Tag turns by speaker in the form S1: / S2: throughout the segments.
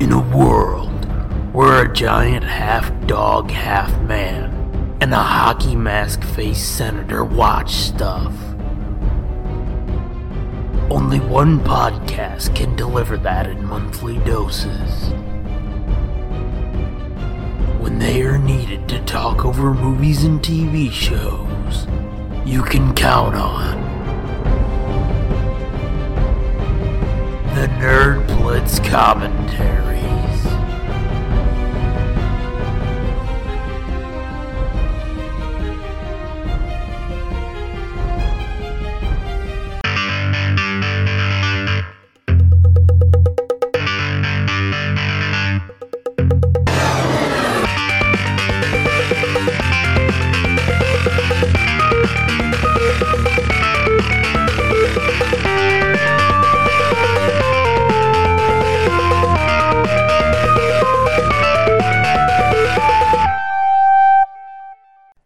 S1: in a world where a giant half dog, half man, and a hockey mask faced senator watch stuff. Only one podcast can deliver that in monthly doses. When they are needed to talk over movies and TV shows, you can count on the Nerd Blitz commentaries.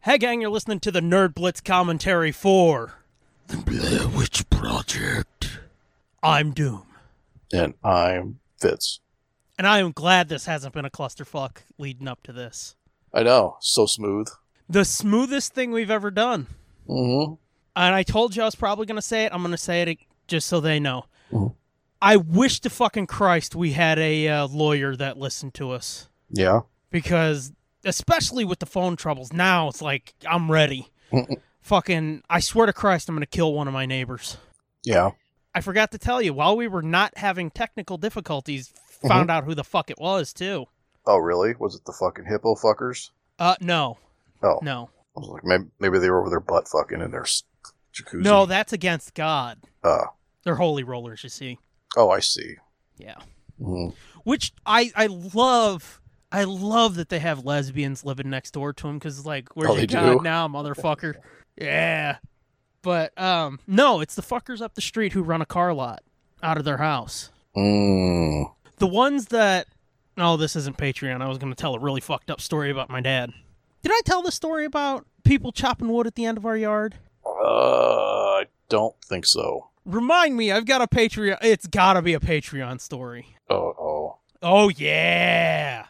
S2: Hey, gang, you're listening to the Nerd Blitz commentary for
S1: The Blair Witch Project.
S2: I'm Doom.
S3: and I'm Fitz.
S2: And I am glad this hasn't been a clusterfuck leading up to this.
S3: I know, so smooth.
S2: The smoothest thing we've ever done.
S3: Mm-hmm.
S2: And I told you I was probably going to say it. I'm going to say it just so they know.
S3: Mhm.
S2: I wish to fucking Christ we had a uh, lawyer that listened to us.
S3: Yeah.
S2: Because, especially with the phone troubles, now it's like, I'm ready.
S3: Mhm.
S2: fucking, I swear to Christ, I'm going to kill one of my neighbors.
S3: Yeah.
S2: I forgot to tell you, while we were not having technical difficulties,
S3: Mm-hmm.
S2: found out who the fuck it was too.
S3: Oh, really? Was it the fucking hippo fuckers?
S2: Uh, no,
S3: Oh,
S2: no,
S3: I was like, maybe, maybe they were with their butt fucking in their s- jacuzzi.
S2: no. That's against God.
S3: Uh,
S2: They're holy rollers, you see.
S3: oh, I see.
S2: Yeah.
S3: Mhm.
S2: Which I I love. I love that they have lesbians living next door to them because like, where's
S3: Oh,
S2: your
S3: they
S2: God
S3: do?
S2: now, motherfucker? yeah. But um, no, it's the fuckers up the street who run a car lot out of their house.
S3: Mm.
S2: The ones that no, this isn't Patreon. I was going to tell a really fucked up story about my dad. Did I tell the story about people chopping wood at the end of our yard?
S3: Uh, I don't think so.
S2: Remind me, I've got a Patreon. It's got to be a Patreon story.
S3: Oh, oh.
S2: Oh yeah.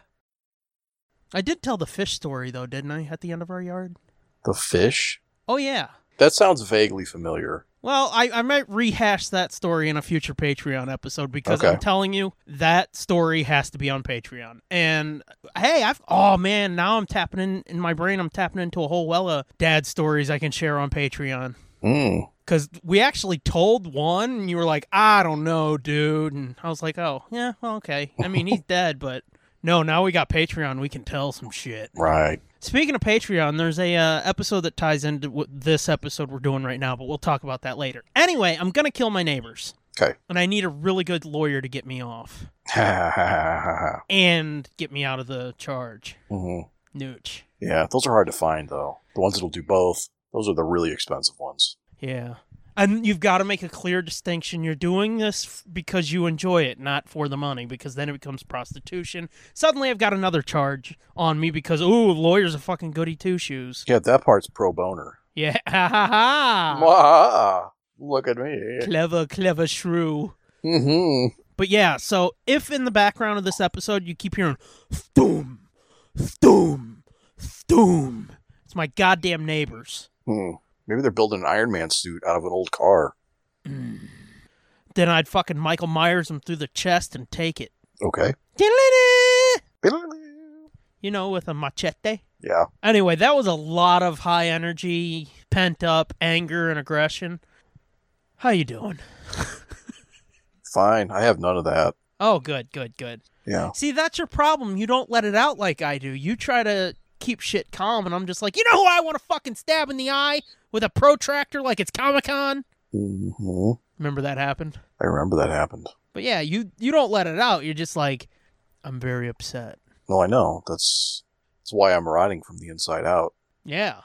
S2: I did tell the fish story though, didn't I? At the end of our yard.
S3: The fish?
S2: Oh yeah.
S3: That sounds vaguely familiar.
S2: Well, I, I might rehash that story in a future Patreon episode because
S3: Okay.
S2: I'm telling you that story has to be on Patreon. And hey, I've oh man, now I'm tapping in in my brain. I'm tapping into a whole well of dad stories I can share on Patreon
S3: Mm.
S2: because we actually told one, and you were like, I don't know, dude, and I was like, oh yeah, well, okay. I mean, he's dead, but no, now we got Patreon. We can tell some shit.
S3: Right.
S2: Speaking of Patreon, there's a uh, episode that ties into w- this episode we're doing right now, but we'll talk about that later. Anyway, I'm gonna kill my neighbors,
S3: Okay.
S2: and I need a really good lawyer to get me off
S3: mm-hmm.
S2: and get me out of the charge. Nooch.
S3: Yeah, those are hard to find, though. The ones that'll do both, those are the really expensive ones.
S2: Yeah, and you've got to make a clear distinction. You're doing this f- because you enjoy it, not for the money, because then it becomes prostitution. Suddenly, I've got another charge on me because ooh, lawyers are fucking goody two shoes.
S3: Yeah, that part's pro boner.
S2: Yeah, ha ha ha.
S3: Mwah! Look at me.
S2: Clever, clever shrew.
S3: Mm-hmm.
S2: But yeah, so if in the background of this episode you keep hearing stoom, stoom, stoom, it's my goddamn neighbors.
S3: Hmm. Maybe they're building an Iron Man suit out of an old car.
S2: Then I'd fucking Michael Myers them through the chest and take it.
S3: Okay.
S2: You know, with a machete.
S3: Yeah.
S2: Anyway, that was a lot of high energy, pent up anger and aggression. How you doing?
S3: Fine. I have none of that.
S2: Oh, good, good, good.
S3: Yeah.
S2: See, that's your problem. You don't let it out like I do. You try to keep shit calm, and I'm just like, you know who I want to fucking stab in the eye with a protractor like it's Comic Con?
S3: hmm
S2: Remember that happened?
S3: I remember that happened.
S2: But yeah, you you don't let it out. You're just like, I'm very upset.
S3: No, I know. That's that's why I'm rotting from the inside out.
S2: Yeah.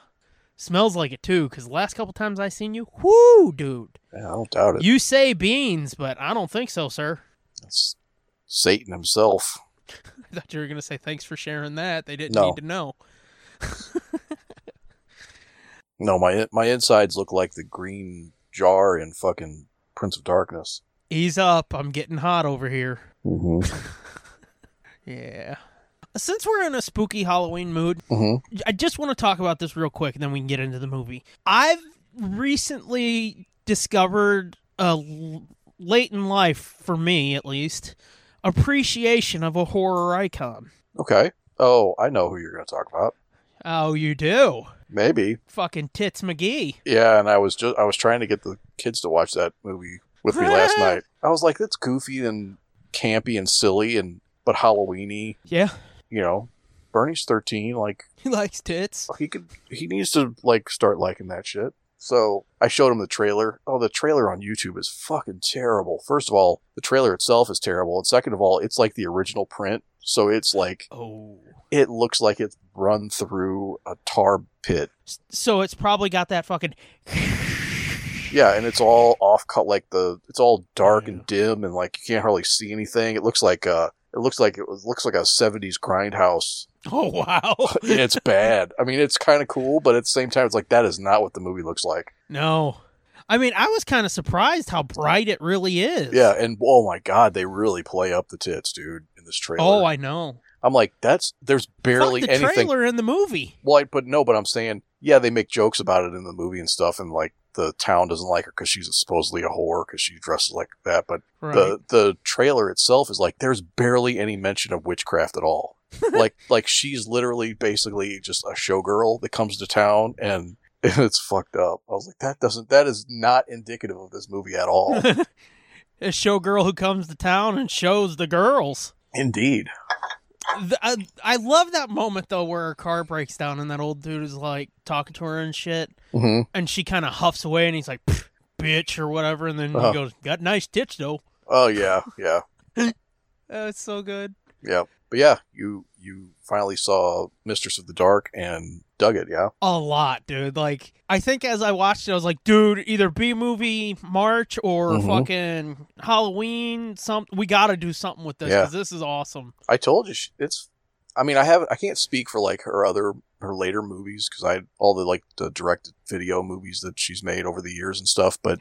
S2: Smells like it too, because the last couple times I seen you, whoo, dude.
S3: Yeah, I don't doubt it.
S2: You say beans, but I don't think so, sir.
S3: That's Satan himself.
S2: I thought you were gonna say thanks for sharing that. They didn't
S3: No.
S2: need to know.
S3: No, my my insides look like the green jar in fucking Prince of Darkness.
S2: Ease up, I'm getting hot over here.
S3: Mm-hmm.
S2: Yeah. Since we're in a spooky Halloween mood,
S3: hmm
S2: I just want to talk about this real quick, and then we can get into the movie. I've recently discovered, uh, l- late in life for me at least, appreciation of a horror icon.
S3: Okay. Oh, I know who you're going to talk about.
S2: Oh, you do?
S3: Maybe.
S2: Fucking Tits McGee.
S3: Yeah, and I was just I was trying to get the kids to watch that movie with me last night. I was like, that's goofy and campy and silly and but Halloweeny,
S2: Yeah,
S3: you know. Bernie's thirteen, like
S2: he likes tits.
S3: he could he needs to like start liking that shit. So I showed him the trailer. Oh, the trailer on YouTube is fucking terrible. First of all, the trailer itself is terrible, and second of all, it's like the original print. So it's like
S2: Oh.
S3: it looks like it's run through a tar pit.
S2: S- So it's probably got that fucking.
S3: Yeah, and it's all off cut like the it's all dark
S2: Yeah.
S3: and dim and like you can't hardly see anything. It looks like uh it looks like it was, looks like a 70s grindhouse.
S2: Oh wow.
S3: And it's bad. I mean, it's kind of cool, but at the same time it's like that is not what the movie looks like.
S2: no, I mean I was kind of surprised how bright it really is.
S3: Yeah, and oh my god, they really play up the tits, dude, in this trailer.
S2: Oh, I know.
S3: I'm like that's there's barely
S2: Fuck the
S3: anything
S2: trailer in the movie.
S3: Well, I- but no, but I'm saying, yeah, they make jokes about it in the movie and stuff, and like the town doesn't like her because she's supposedly a whore because she dresses like that. But
S2: Right.
S3: the the trailer itself is like there's barely any mention of witchcraft at all. like like she's literally basically just a showgirl that comes to town and. It's fucked up. I was like, that doesn't. That is not indicative of this movie at all.
S2: a showgirl who comes to town and shows the girls.
S3: Indeed.
S2: Th I, I love that moment though where her car breaks down and that old dude is like talking to her and shit,
S3: hmm
S2: and she kind of huffs away and he's like, "Pff, "Bitch" or whatever, and then
S3: Uh-huh.
S2: he goes, "Got nice tits though."
S3: Oh yeah, yeah,
S2: Oh, it's so good.
S3: yeah. But yeah, you you finally saw Mistress of the Dark and dug it. Yeah.
S2: A lot, dude. Like I think as I watched it, I was like, "Dude, either B movie March or
S3: Mhm.
S2: fucking Halloween. Some we got to do something with this
S3: Yeah.
S2: because this is awesome."
S3: I told you she- it's. I mean, I haven't. I can't speak for like her other her later movies because I all the like the direct video movies that she's made over the years and stuff. But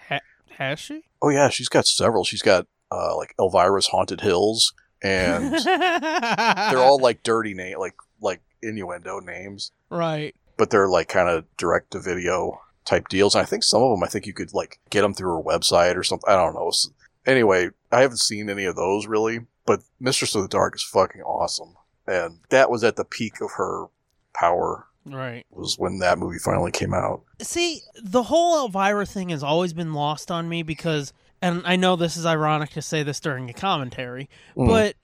S2: Has she?
S3: oh yeah, she's got several. She's got uh, like Elvira's Haunted Hills, and they're all like dirty name, like like innuendo names,
S2: right.
S3: but they're like kind of direct to video type deals. And I think some of them, I think you could like get them through her website or something. I don't know. S- Anyway, I haven't seen any of those really, but Mistress of the Dark is fucking awesome. And that was at the peak of her power
S2: Right.
S3: was when that movie finally came out.
S2: See, the whole Elvira thing has always been lost on me because, and I know this is ironic to say this during a commentary,
S3: Mm.
S2: but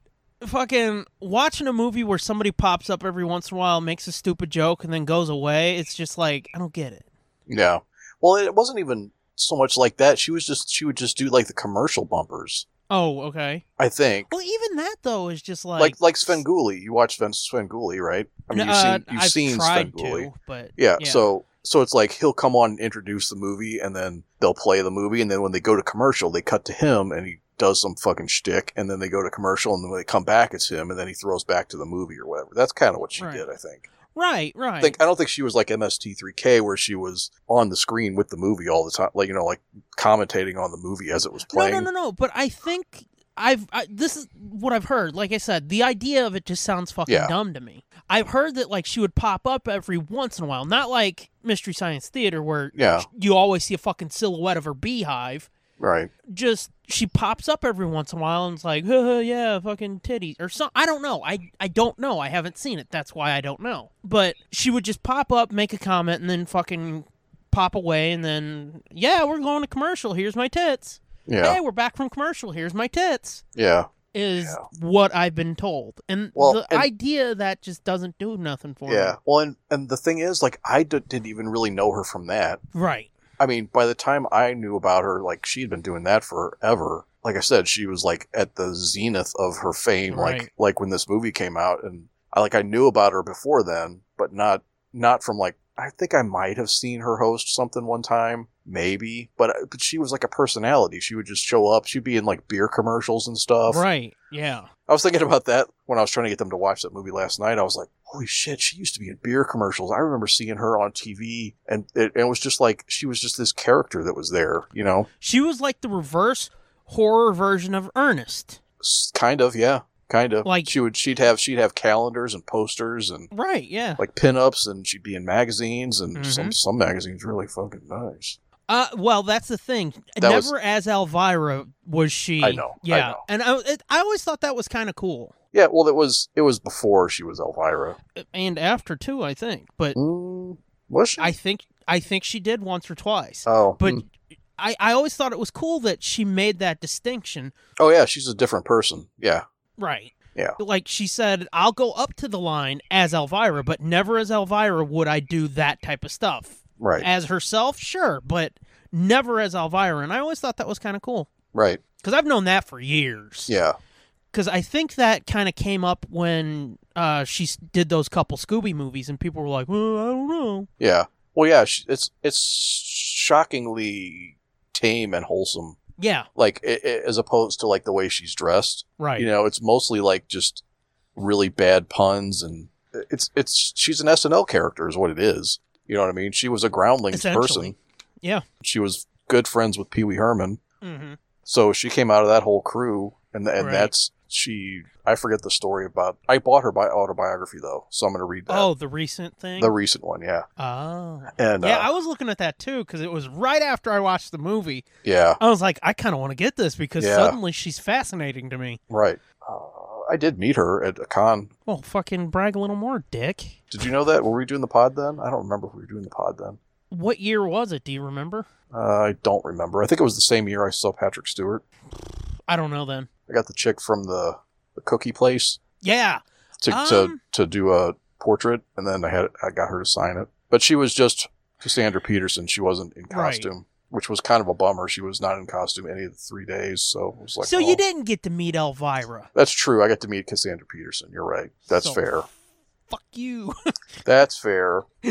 S2: fucking watching a movie where somebody pops up every once in a while, makes a stupid joke, and then goes away, it's just like, I don't get it.
S3: Yeah. Well, it wasn't even so much like that. She was just she would just do like the commercial bumpers.
S2: Oh, okay.
S3: I think.
S2: Well, even that, though, is just like.
S3: Like like Svengoolie. You watch Sven Svengoolie, right? I mean, you've
S2: uh,
S3: seen you've
S2: I've
S3: seen
S2: tried
S3: Svengoolie.
S2: to, but.
S3: Yeah,
S2: Yeah.
S3: So so it's like he'll come on and introduce the movie, and then they'll play the movie, and then when they go to commercial, they cut to him, and he does some fucking shtick, and then they go to commercial, and then when they come back, it's him, and then he throws back to the movie or whatever. That's kind of what she
S2: Right.
S3: did, I think.
S2: Right,
S3: I
S2: right.
S3: think I don't think she was like MST3K where she was on the screen with the movie all the time, like you know, like commentating on the movie as it was playing.
S2: No, no, no, no. But I think I've I, this is what I've heard. Like I said, the idea of it just sounds fucking
S3: Yeah.
S2: dumb to me. I've heard that like she would pop up every once in a while, not like Mystery Science Theater where
S3: Yeah,
S2: you always see a fucking silhouette of her beehive.
S3: right.
S2: Just she pops up every once in a while and it's like, "Huh, yeah, fucking titties or something. I don't know. I I don't know. I haven't seen it. That's why I don't know. But she would just pop up, make a comment, and then fucking pop away, and then yeah, we're going to commercial. Here's my tits
S3: Yeah,
S2: hey, we're back from commercial. Here's my tits.
S3: yeah.
S2: Is
S3: Yeah.
S2: what I've been told, and
S3: Well,
S2: the
S3: and-
S2: idea that just doesn't do nothing for
S3: Yeah. Well, and, and the thing is, like, I d- didn't even really know her from that.
S2: me. Right.
S3: I mean, by the time I knew about her, like she had been doing that forever. Like I said, she was like at the zenith of her fame,
S2: Right.
S3: like like when this movie came out, and I like I knew about her before then, but not not from like I think I might have seen her host something one time, maybe, but but she was like a personality. She would just show up. She'd be in like beer commercials and stuff.
S2: Right. Yeah.
S3: I was thinking about that when I was trying to get them to watch that movie last night. I was like, holy shit, she used to be in beer commercials. I remember seeing her on TV, and it, it was just like she was just this character that was there, you know?
S2: She was like the reverse horror version of Ernest.
S3: S- Kind of, yeah. kind of.
S2: Like-
S3: she would, she'd have, she'd have calendars and posters and
S2: Right, yeah.
S3: like pinups, and she'd be in magazines, and some
S2: Mhm.
S3: some magazines really fucking nice.
S2: Uh, well, that's the thing.
S3: That was-
S2: Never as Elvira was she.
S3: I know, I
S2: Yeah,
S3: know.
S2: and I, it, I always thought that was kind of cool,
S3: Yeah, well, it was it was before she was Elvira.
S2: and after too, I think. But
S3: Mm, was she?
S2: I think I think she did once or twice.
S3: oh,
S2: but
S3: mm.
S2: I, I always thought it was cool that she made that distinction.
S3: oh yeah, she's a different person. Yeah,
S2: Right.
S3: Yeah.
S2: Like she said, I'll go up to the line as Elvira, but never as Elvira would I do that type of stuff.
S3: right,
S2: As herself, sure, but never as Elvira. And I always thought that was kind of cool
S3: right.
S2: because I've known that for years.
S3: Yeah,
S2: because I think that kind of came up when uh, she s- did those couple Scooby movies, and people were like, "Well, I don't know."
S3: yeah. Well, yeah. She, it's it's shockingly tame and wholesome.
S2: Yeah,
S3: Like i i as opposed to like the way she's dressed.
S2: right.
S3: You know, it's mostly like just really bad puns and uh, it's it's she's an SNL character is what it is. You know what I mean? She was a groundlings person.
S2: Essentially. Yeah.
S3: She was good friends with Pee Wee Herman.
S2: hmm
S3: So she came out of that whole crew and and
S2: Right.
S3: that's she I forget the story about I bought her bi- autobiography though, so I'm going to read that.
S2: Oh, the recent thing.
S3: The recent one, yeah.
S2: oh,
S3: And
S2: yeah.
S3: uh,
S2: I was looking at that too because it was right after I watched the movie.
S3: yeah,
S2: I was like, I kind of want to get this because
S3: Yeah.
S2: suddenly she's fascinating to me.
S3: right. Uh, I did meet her at a con.
S2: Well, fucking brag a little more, Dick.
S3: Did you know that? Were we doing the pod then? I don't remember if we were doing the pod then.
S2: What year was it? Do you remember?
S3: Uh, I don't remember. I think it was the same year I saw Patrick Stewart.
S2: I don't know. Then.
S3: I got the chick from the, the cookie place
S2: Yeah.
S3: to,
S2: Um.
S3: to to do a portrait, and then I had I got her to sign it. But she was just Cassandra Peterson. She wasn't in
S2: Right.
S3: costume, which was kind of a bummer. She was not in costume any of the three days, so it was like,
S2: so
S3: oh.
S2: you didn't get to meet Elvira.
S3: That's true. I got to meet Cassandra Peterson. You're right. That's
S2: So,
S3: fair.
S2: Fuck you.
S3: That's fair.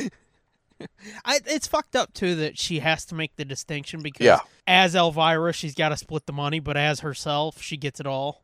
S2: I, it's fucked up too that she has to make the distinction because
S3: Yeah.
S2: as Elvira, she's got to split the money, but as herself, she gets it all.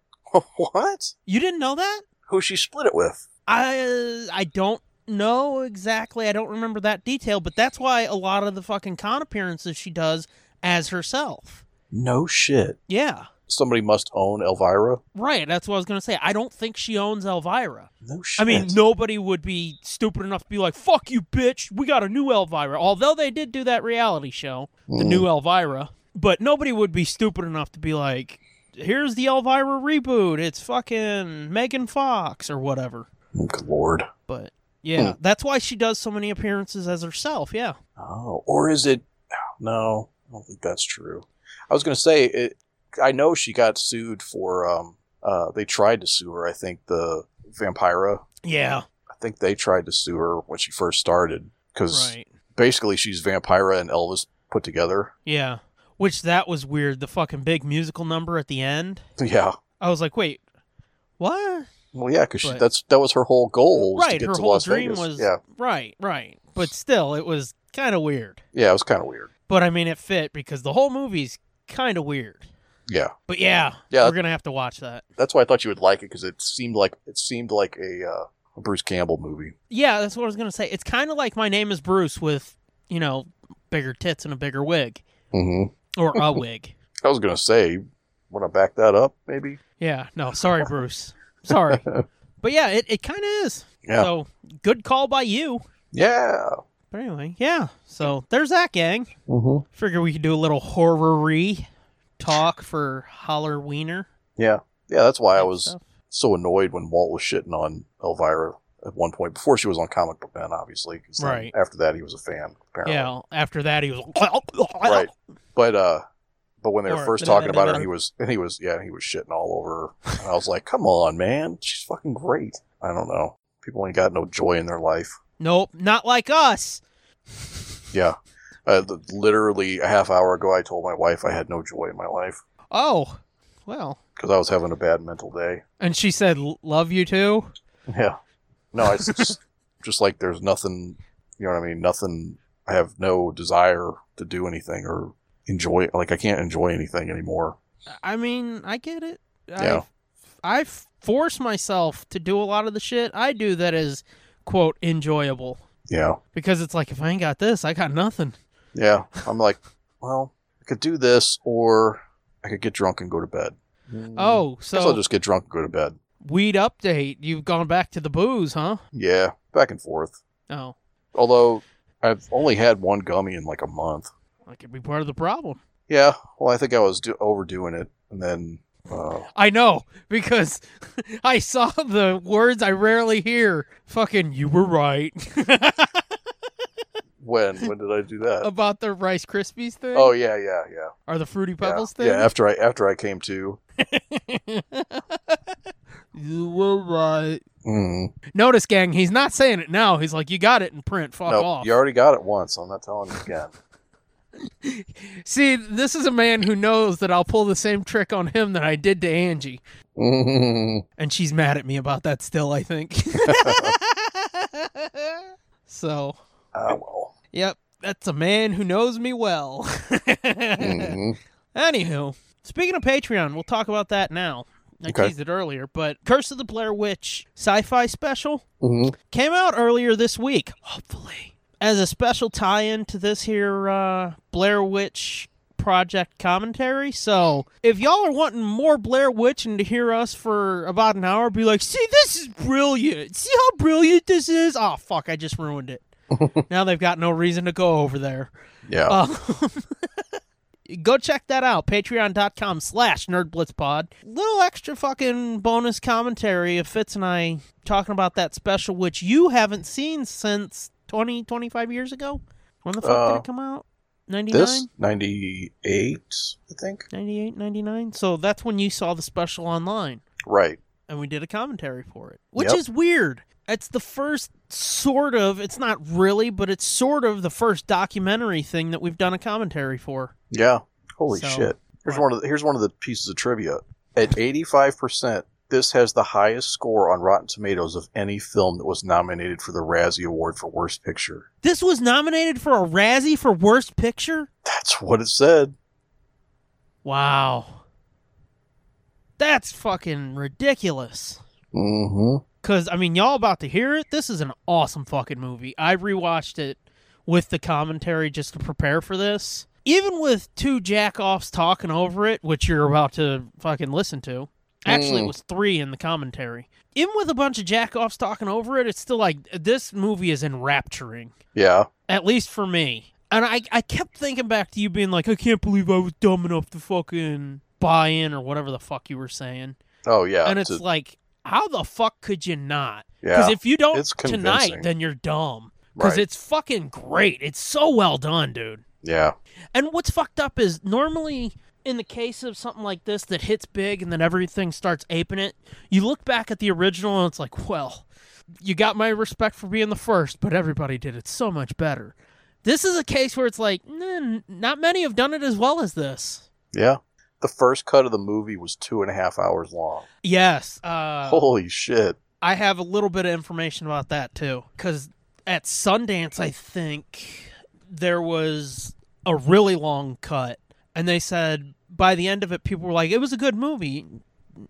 S3: what?
S2: You didn't know that?
S3: Who she split it with?
S2: I I don't know exactly. I don't remember that detail, but that's why a lot of the fucking con appearances she does as herself.
S3: No shit.
S2: Yeah,
S3: Somebody must own Elvira.
S2: right. That's what I was gonna say. I don't think she owns Elvira.
S3: No shit.
S2: I mean, nobody would be stupid enough to be like, "Fuck you, bitch! We got a new Elvira." Although they did do that reality show. the
S3: Mm.
S2: new Elvira. But nobody would be stupid enough to be like, here's the Elvira reboot. It's fucking Megan Fox or whatever.
S3: Oh, good lord.
S2: But yeah, that's why she does so many appearances as herself. Yeah.
S3: Oh, or is it? No, I don't think that's true. I was going to say it. I know she got sued for. Um, uh, they tried to sue her. I think the Vampira.
S2: Yeah.
S3: I think they tried to sue her when she first started because
S2: Right.
S3: basically she's Vampira and Elvis put together.
S2: Yeah. Which that was weird. The fucking big musical number at the end.
S3: Yeah.
S2: I was like, wait, what?
S3: Well, yeah, because
S2: But-
S3: that's that was her whole goal. Was to
S2: right.
S3: get
S2: Her
S3: to
S2: whole
S3: Las
S2: dream
S3: Vegas.
S2: was.
S3: Yeah.
S2: Right, right. But still, it was kind of weird.
S3: Yeah, it was kind of weird.
S2: But I mean, it fit because the whole movie's kind of weird.
S3: Yeah.
S2: But yeah,
S3: Yeah.
S2: we're going to have to watch that.
S3: That's why I thought you would like it because it seemed like it seemed like a, uh, a Bruce Campbell movie.
S2: Yeah, that's what I was gonna say. It's kind of like my name is Bruce with you know bigger tits and a bigger wig
S3: hmm
S2: or a wig.
S3: I was gonna say, want to back that up? Maybe.
S2: Yeah, no, sorry, Bruce. Sorry, but yeah, it, it kind of is.
S3: Yeah.
S2: So good call by you.
S3: Yeah.
S2: But anyway, yeah. So there's that gang.
S3: Mm-hmm.
S2: Figure we could do a little horror-y talk for Holler Wiener.
S3: Yeah. Yeah, that's why I
S2: type
S3: was
S2: stuff.
S3: so annoyed when Walt was shitting on Elvira at one point before she was on Comic Book Man, obviously. 'cause then
S2: Right.
S3: After that, he was a fan, apparently.
S2: Yeah. After that, he was
S3: Right. But uh, but when they were
S2: Or-
S3: first talking about her, he was and he was yeah, he was shitting all over. her. And I was like, come on, man, she's fucking great. I don't know. People ain't got no joy in their life.
S2: Nope, not like us.
S3: Yeah. Uh, the, literally a half hour ago, I told my wife I had no joy in my life
S2: Oh, well.
S3: because I was having a bad mental day.
S2: And she said, "Love you too."
S3: Yeah. No, it's just, just like there's nothing, you know what I mean? Nothing, I have no desire to do anything or enjoy, like, I can't enjoy anything anymore.
S2: I mean, I get it.
S3: Yeah.
S2: I, I force myself to do a lot of the shit I do that is, quote, enjoyable.
S3: Yeah.
S2: Because it's like, if I ain't got this, I got nothing.
S3: Yeah. I'm like, well, I could do this or I could get drunk and go to bed.
S2: Oh,
S3: I Mm. guess I'll
S2: so,
S3: just get drunk and go to bed.
S2: Weed update. You've gone back to the booze, huh?
S3: Yeah, back and forth.
S2: Oh,
S3: Although I've only had one gummy in like a month.
S2: that could be part of the problem.
S3: Yeah, well, I think I was do- overdoing it, and then uh,
S2: I know because I saw the words I rarely hear. Fucking, you were right
S3: when when did I do that?
S2: about the Rice Krispies thing
S3: Oh yeah, yeah, yeah.
S2: or the Fruity
S3: yeah.
S2: Pebbles
S3: Yeah,
S2: thing.
S3: after I after I came to.
S2: you were right.
S3: Mm,
S2: Notice, gang, he's not saying it now. He's like, you got it in print. Fuck
S3: no,
S2: off.
S3: you already got it once. I'm not telling you again.
S2: See, this is a man who knows that I'll pull the same trick on him that I did to Angie.
S3: Mm,
S2: And she's mad at me about that still, I think. so,
S3: ah well.
S2: yep, that's a man who knows me well.
S3: Mm,
S2: Anywho, speaking of Patreon, we'll talk about that now. I
S3: Okay.
S2: teased it earlier, but Curse of the Blair Witch sci fi special
S3: mm,
S2: came out earlier this week, hopefully, as a special tie in to this here uh, Blair Witch project commentary. So if y'all are wanting more Blair Witch and to hear us for about an hour, be like, see, this is brilliant. See how brilliant this is? Oh, fuck, I just ruined it. now they've got no reason to go over there.
S3: yeah.
S2: Um, go check that out. Patreon.com slash nerdblitzpod. Little extra fucking bonus commentary of Fitz and I talking about that special, which you haven't seen since 20, 25 years ago. When the fuck did
S3: Uh,
S2: it come out? 99?
S3: this ninety eight, I think.
S2: 98, 99? So that's when you saw the special online
S3: Right.
S2: and we did a commentary for it, which
S3: Yep.
S2: is weird. It's the first sort of, it's not really, but it's sort of the first documentary thing that we've done a commentary for.
S3: Yeah. Holy
S2: So-
S3: shit. Here's one of the, here's one of the pieces of trivia. At 85%, this has the highest score on Rotten Tomatoes of any film that was nominated for the Razzie Award for Worst Picture.
S2: This was nominated for a Razzie for Worst Picture?
S3: That's what it said.
S2: Wow. That's fucking ridiculous.
S3: Mm-hmm.
S2: Cause I mean y'all about to hear it. This is an awesome fucking movie. I rewatched it with the commentary just to prepare for this. Even with two jack offs talking over it, which you're about to fucking listen to. Actually it
S3: Mm.
S2: was three in the commentary. Even with a bunch of jack offs talking over it, it's still like this movie is enrapturing.
S3: Yeah.
S2: At least for me. And I, I kept thinking back to you being like, I can't believe I was dumb enough to fucking buy in or whatever the fuck you were saying.
S3: Oh yeah.
S2: and it's
S3: To-
S2: like, how the fuck could you not? Because
S3: yeah.
S2: if you don't
S3: It's
S2: tonight,
S3: convincing.
S2: then you're dumb. Because
S3: Right.
S2: it's fucking great. It's so well done, dude.
S3: yeah.
S2: And what's fucked up is normally in the case of something like this that hits big and then everything starts aping it, you look back at the original and it's like, well, you got my respect for being the first, but everybody did it so much better. This is a case where it's like, "Nah, n- not many have done it as well as this.
S3: Yeah. The first cut of the movie was two and a half hours long.
S2: Yes. Uh,
S3: Holy shit.
S2: I have a little bit of information about that too, because at Sundance, I think there was a really long cut, and they said by the end of it, people were like, "It was a good movie,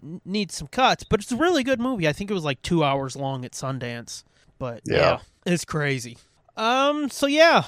S2: n- needs some cuts, but it's a really good movie." I think it was like two hours long at Sundance, but yeah,
S3: Yeah.
S2: it's crazy. Um, so yeah.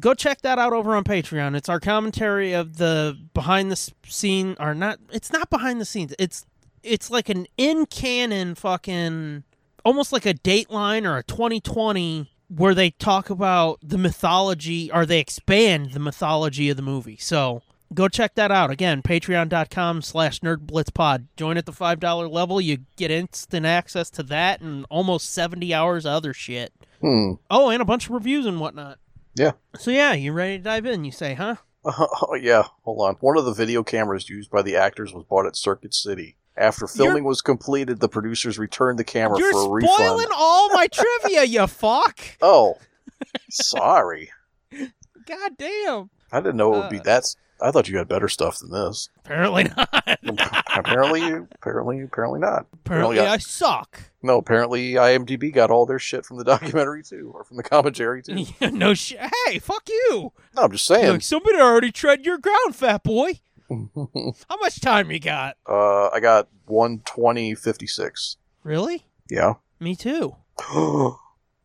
S2: Go check that out over on Patreon. It's our commentary of the behind the s- scene, or not. It's not behind the scenes. It's it's like an in canon fucking almost like a dateline or a 2020 where they talk about the mythology or they expand the mythology of the movie so go check that out again patreon.com slash nerdblitzpod join at the $5 level you get instant access to that and almost 70 hours of other shit
S3: Hmm.
S2: oh and a bunch of reviews and whatnot
S3: Yeah.
S2: so yeah you ready to dive in you say huh
S3: Oh yeah, hold on. One of the video cameras used by the actors was bought at Circuit City. After filming was completed, the producers returned the camera
S2: you're
S3: for a
S2: spoiling
S3: refund.
S2: all my trivia you fuck
S3: Oh, sorry.
S2: god damn
S3: I didn't know it would be
S2: Uh.
S3: that's. I thought you had better stuff than this.
S2: apparently not
S3: apparently, you- apparently, apparently not.
S2: apparently
S3: got-
S2: i suck
S3: No, apparently IMDb got all their shit from the documentary too, or from the commentary too.
S2: Yeah, no shit. Hey, fuck you.
S3: No, I'm just saying.
S2: Look, somebody already tread your ground, fat boy. How much time you got?
S3: uh, I got one twenty fifty six.
S2: Really?
S3: Yeah.
S2: Me too.
S3: Holy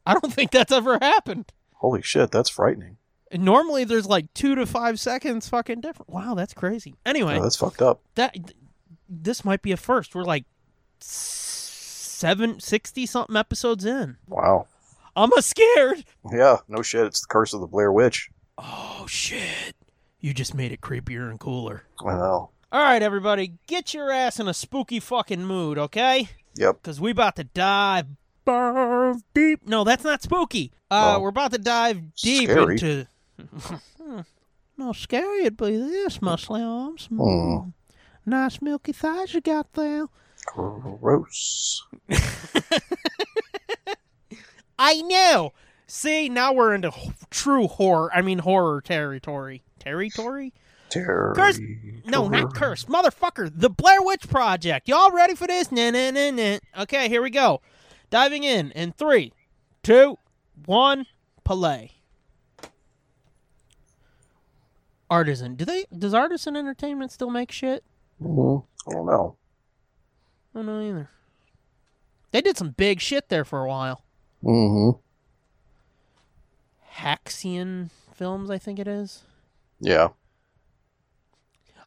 S2: I don't think that's ever happened.
S3: shit, that's frightening.
S2: And normally there's like two to five seconds fucking different. Wow, that's crazy. Anyway,
S3: No, that's fucked up.
S2: that th- this might be a first. We're like s- seven sixty something episodes in.
S3: Wow.
S2: I'm a scared.
S3: Yeah, no shit. It's the curse of the Blair Witch.
S2: Oh shit! You just made it creepier and cooler.
S3: I know.
S2: All right, everybody, get your ass in a spooky fucking mood, okay?
S3: Yep.
S2: Because we about to dive barf deep. No, that's not spooky. Uh,
S3: Well,
S2: we're about to dive deep
S3: scary.
S2: into. no, scary would be this muscly arms.
S3: Hmm.
S2: Nice milky thighs you got there.
S3: Gross.
S2: I know. See, now we're into h- true horror. I mean, horror territory. Territory?
S3: Terror.
S2: Curse- No, not curse. Motherfucker. The Blair Witch Project. Y'all ready for this? Nah, nah, nah, nah. Okay, here we go. Diving in in three, two, one. Palais. Artisan. Do they? Does Artisan Entertainment still make shit?
S3: Mhm. I don't know.
S2: I don't know either. They did some big shit there for a while.
S3: Mm-hmm.
S2: Haxian Films, I think it is.
S3: Yeah.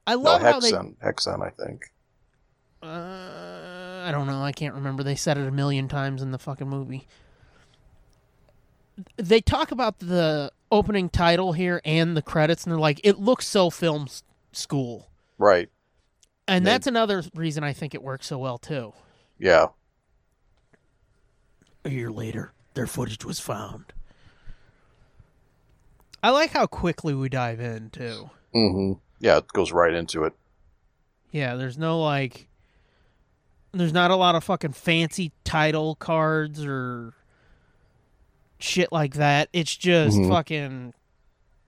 S2: I
S3: No,
S2: love how they.
S3: Hexen. Hexen, I think.
S2: Uh, I don't know. I can't remember. They said it a million times in the fucking movie. They talk about the opening title here and the credits, and they're like, "It looks so film s- school,"
S3: Right.
S2: and
S3: They-
S2: that's another reason I think it works so well too.
S3: Yeah.
S2: A year later, their footage was found. I like how quickly we dive in too.
S3: Mm-hmm. Yeah, it goes right into it.
S2: Yeah, there's no like there's not a lot of fucking fancy title cards or shit like that. It's just
S3: Mhm.
S2: fucking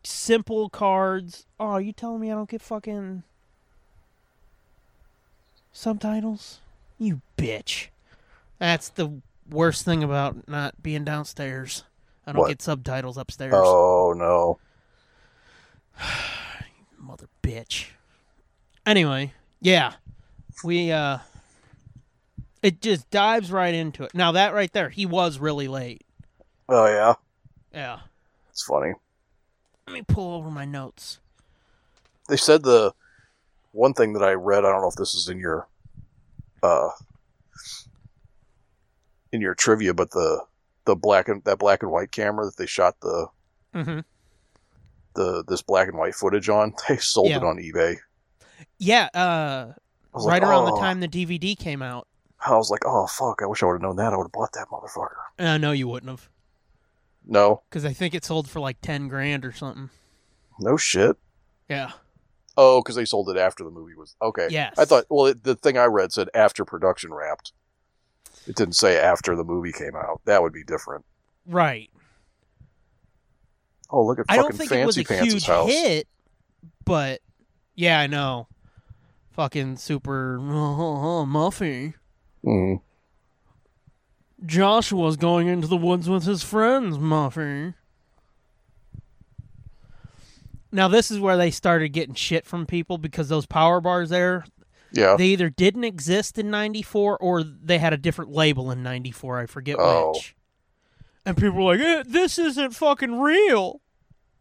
S2: simple cards. Oh, you telling me I don't get fucking subtitles? You bitch. That's the worst thing about not being downstairs. I don't
S3: What?
S2: get subtitles upstairs.
S3: Oh no.
S2: mother bitch. Anyway, yeah, we uh, it just dives right into it. Now that right there, he was really late.
S3: Oh yeah.
S2: Yeah,
S3: It's funny.
S2: let me pull over my notes.
S3: They said the one thing that I read, I don't know if this is in your uh in your trivia, but the the black and that black and white camera that they shot the
S2: Mm-hmm.
S3: the this black and white footage on, they sold
S2: Yeah.
S3: it on eBay.
S2: Yeah, uh,
S3: I was
S2: right
S3: like,
S2: around the
S3: "Oh."
S2: time the DVD came out.
S3: I was like, oh fuck, I wish I would have known that. I would have bought that motherfucker.
S2: And I know you wouldn't have,
S3: No,
S2: because I think it sold for like ten grand or something.
S3: no shit.
S2: Yeah,
S3: Oh, because they sold it after the movie was okay.
S2: Yes.
S3: I thought. Well, it, the thing I read said after production wrapped. It didn't say after the movie came out. That would be different.
S2: right.
S3: Oh, look at
S2: I
S3: fucking
S2: don't think it was
S3: Fancy
S2: a
S3: Pants'
S2: huge
S3: house.
S2: hit, but yeah, I know. Fucking super Muffy.
S3: Mhm.
S2: Joshua's going into the woods with his friends, Muffy. Now this is where they started getting shit from people because those power bars there,
S3: Yeah.
S2: they either didn't exist in 94 or they had a different label in 94, I forget
S3: Oh.
S2: which. And people were like, eh, "This isn't fucking real."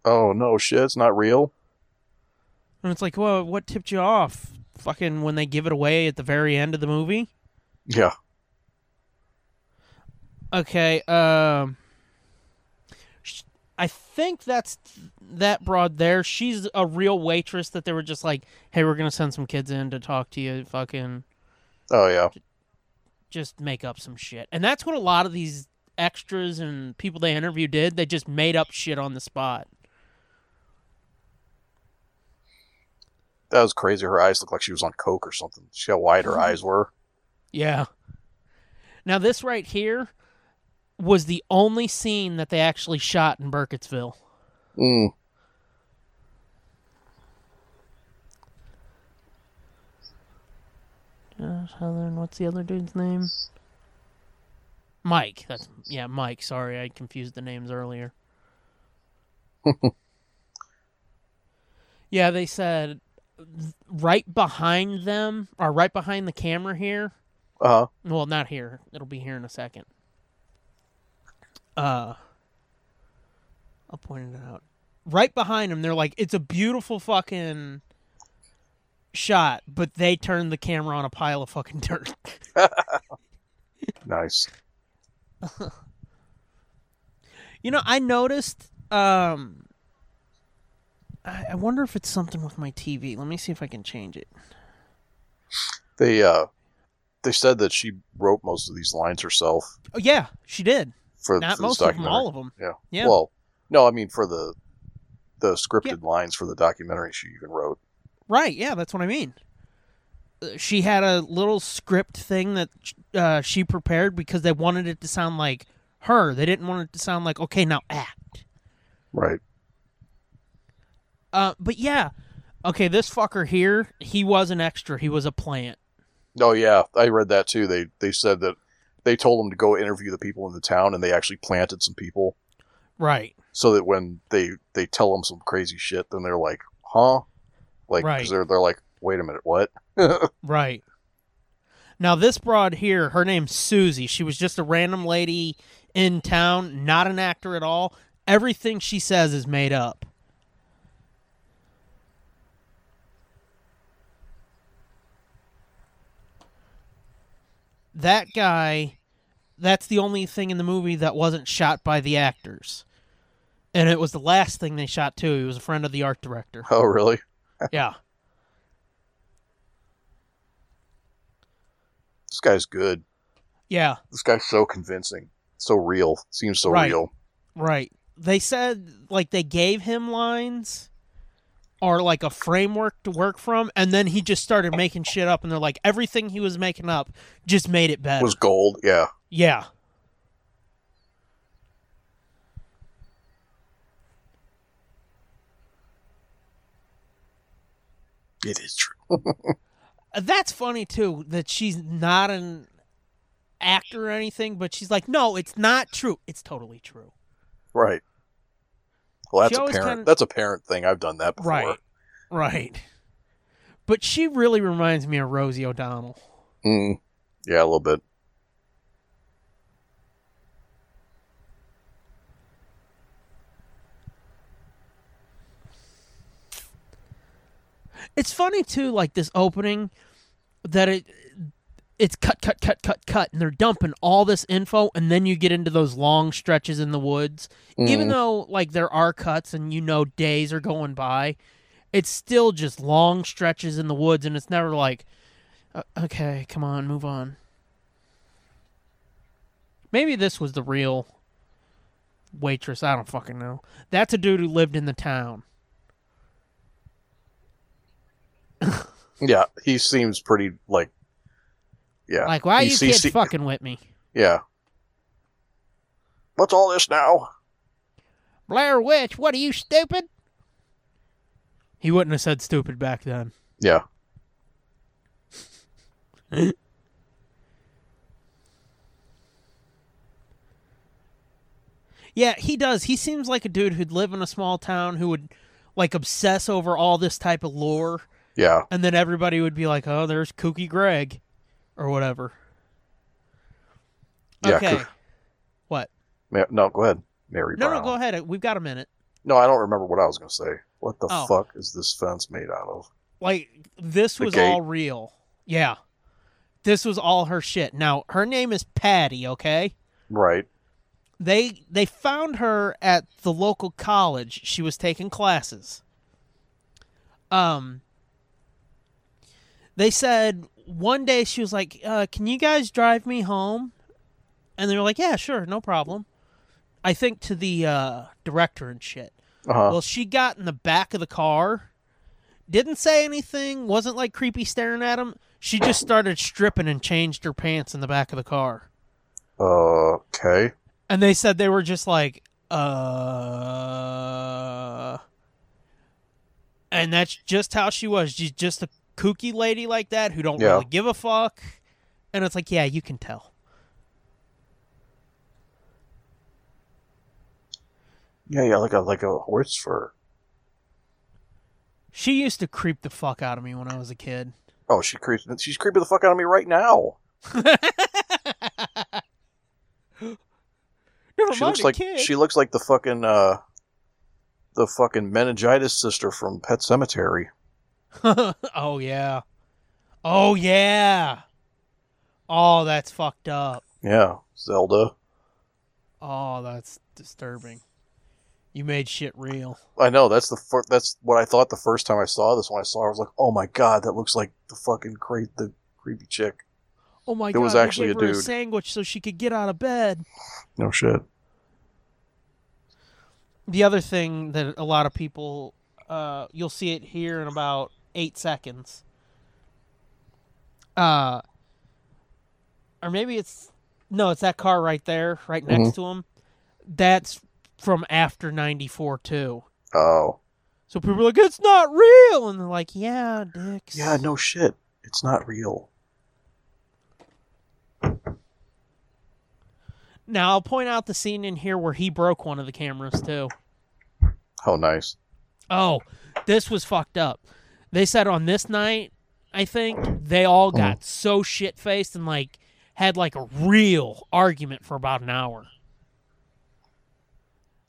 S3: oh no, shit, it's not real.
S2: And it's like, "Well, what tipped you off? Fucking when they give it away at the very end of the movie?"
S3: Yeah.
S2: Okay. Um, sh- I think that's that broad there. She's a real waitress that they were just like, "Hey, we're gonna send some kids in to talk to you. Fucking
S3: Oh yeah.
S2: just make up some shit." And that's what a lot of these extras and people they interview did. They just made up shit on the spot.
S3: That was crazy. Her eyes looked like she was on coke or something. See how wide
S2: Hmm.
S3: her eyes were.
S2: Yeah. Now this right here was the only scene that they actually shot in Burkittsville.
S3: Mm.
S2: Josh Heather, and Uh, what's the other dude's name? Mike. That's yeah, Mike. Sorry, I confused the names earlier. yeah, they said th- right behind them, or right behind the camera here.
S3: Uh huh.
S2: Well, not here. It'll be here in a second. Uh, I'll point it out. Right behind him, they're like, it's a beautiful fucking shot, but they turned the camera on a pile of fucking dirt.
S3: Nice.
S2: You know, I noticed. Um, I, I wonder if it's something with my TV. Let me see if I can change it.
S3: They uh, they said that she wrote most of these lines herself
S2: Oh yeah, she did.
S3: for,
S2: Not
S3: for
S2: most
S3: this
S2: of them,
S3: documentary.
S2: all of them.
S3: Yeah.
S2: Yeah.
S3: Well, no, I mean for the the scripted lines for the documentary she even wrote.
S2: Right. Yeah, that's what I mean. Uh, She had a little script thing that uh, she prepared because they wanted it to sound like her. They didn't want it to sound like okay, now act.
S3: Right.
S2: Uh, but yeah, okay, this fucker here, he was an extra. He was a plant.
S3: Oh yeah, I read that too. They they said that they told them to go interview the people in the town, and they actually planted some people
S2: Right.
S3: so that when they they tell them some crazy shit, then they're like, huh, like 'cause
S2: Right.
S3: they're they're like, wait a minute, what?
S2: Right. Now this broad here, her name's Susie. She was just a random lady in town, not an actor at all. Everything she says is made up. That guy, that's the only thing in the movie that wasn't shot by the actors. And it was the last thing they shot too. He was a friend of the art director.
S3: Oh really?
S2: Yeah.
S3: This guy's good.
S2: Yeah.
S3: This guy's so convincing, so real. Seems so
S2: Right.
S3: real.
S2: Right. They said like they gave him lines or like a framework to work from, and then he just started making shit up, and they're like everything he was making up just made it better.
S3: Was gold. Yeah.
S2: yeah.
S3: It is true.
S2: That's funny too that she's not an actor or anything, but she's like, no, it's not true. It's totally true.
S3: Right. Well,
S2: She
S3: that's a
S2: always
S3: parent.
S2: kinda-
S3: That's a parent thing. I've done that before.
S2: Right. Right. But she really reminds me of Rosie O'Donnell.
S3: Mm. Yeah, a little bit.
S2: It's funny too, like this opening that it it's cut, cut, cut, cut, cut, and they're dumping all this info, and then you get into those long stretches in the woods. Even
S3: Mm.
S2: though like there are cuts and you know days are going by, it's still just long stretches in the woods, and it's never like, "Uh, okay, come on, move on. Maybe this was the real waitress. I don't fucking know. That's a dude who lived in the town.
S3: Mm-hmm. Yeah, he seems pretty like. Yeah.
S2: Like, why are
S3: He
S2: you
S3: sees-
S2: kids fucking with me?
S3: Yeah. What's all this now?
S2: Blair Witch, what are you stupid? He wouldn't have said stupid back then.
S3: Yeah.
S2: Yeah, he does. He seems like a dude who'd live in a small town who would like obsess over all this type of lore
S3: Yeah.
S2: and then everybody would be like, "Oh, there's Kooky Greg or whatever."
S3: Yeah,
S2: okay.
S3: Kook-
S2: What?
S3: Ma- no, go ahead, Mary
S2: No,
S3: Brown.
S2: no, go ahead. We've got a minute.
S3: No, I don't remember what I was going to say. What the
S2: Oh.
S3: fuck is this fence made out of?
S2: Like this
S3: The
S2: was
S3: gate.
S2: all real. Yeah. This was all her shit. Now, her name is Patty, okay?
S3: Right.
S2: they they found her at the local college she was taking classes um they said one day she was like uh, can you guys drive me home and they were like yeah sure no problem i think to the uh, director and shit
S3: Uh huh.
S2: well she got in the back of the car didn't say anything wasn't like creepy staring at him she just started stripping and changed her pants in the back of the car
S3: uh, okay.
S2: and they said they were just like, uh. And that's just how she was. She's just a kooky lady like that who don't
S3: Yeah.
S2: really give a fuck. And it's like, yeah, you can tell.
S3: Yeah, yeah, like a like a horse fur.
S2: She used to creep the fuck out of me when I was a kid.
S3: Oh, she creeps. She's creeping the fuck out of me right now.
S2: Never mind
S3: she looks
S2: a
S3: like
S2: kid.
S3: she looks like the fucking uh the fucking meningitis sister from Pet Cemetery.
S2: oh yeah. Oh yeah. Oh, that's fucked up.
S3: Yeah, Zelda.
S2: Oh, that's disturbing. You made shit real.
S3: I know that's the fir- that's what I thought the first time I saw this. When I saw, it, I was like, "Oh my god, that looks like the fucking cre- the creepy chick."
S2: Oh my
S3: It
S2: god!
S3: was
S2: they
S3: actually
S2: gave
S3: a
S2: her
S3: dude.
S2: sandwich so she could get out of bed.
S3: No shit.
S2: The other thing that a lot of people, uh, you'll see it here in about eight seconds. Uh, or maybe it's no, it's that car right there, right
S3: Mm-hmm.
S2: next to him. That's from after '94 too.
S3: Oh
S2: So people are like, "It's not real," and they're like, "Yeah, dicks."
S3: yeah, no shit. It's not real.
S2: Now I'll point out the scene in here where he broke one of the cameras too.
S3: How nice.
S2: Oh, this was fucked up. They said on this night, I think they all got so shit faced and like had like a real argument for about an hour.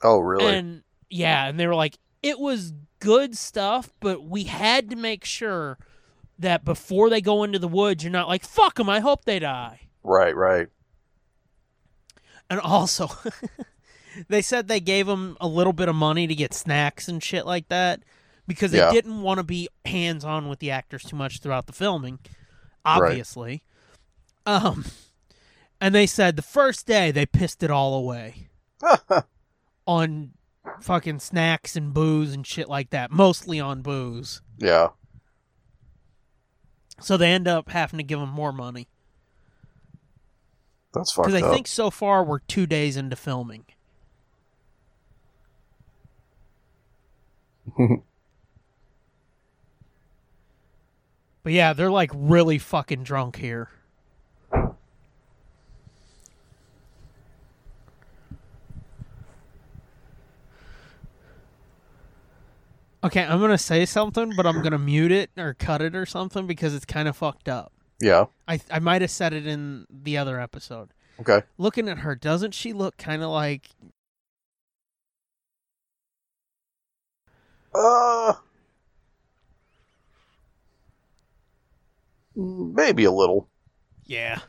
S3: Oh really?
S2: And yeah, and they were like, it was good stuff, but we had to make sure that before they go into the woods, you're not like, fuck them, I hope they die.
S3: right, right.
S2: And also, they said they gave him a little bit of money to get snacks and shit like that because they
S3: Yeah.
S2: didn't want to be hands on with the actors too much throughout the filming, obviously. Um, and they said the first day they pissed it all away on fucking snacks and booze and shit like that, mostly on booze.
S3: yeah.
S2: So they end up having to give him more money
S3: That's fucked
S2: because I
S3: up.
S2: think so far we're two days into filming. But yeah, they're like really fucking drunk here. Okay, I'm gonna say something, but I'm gonna mute it or cut it or something because it's kind of fucked up.
S3: yeah.
S2: I I might have said it in the other episode.
S3: Okay.
S2: Looking at her, doesn't she look kind of like
S3: Uh maybe a little.
S2: yeah,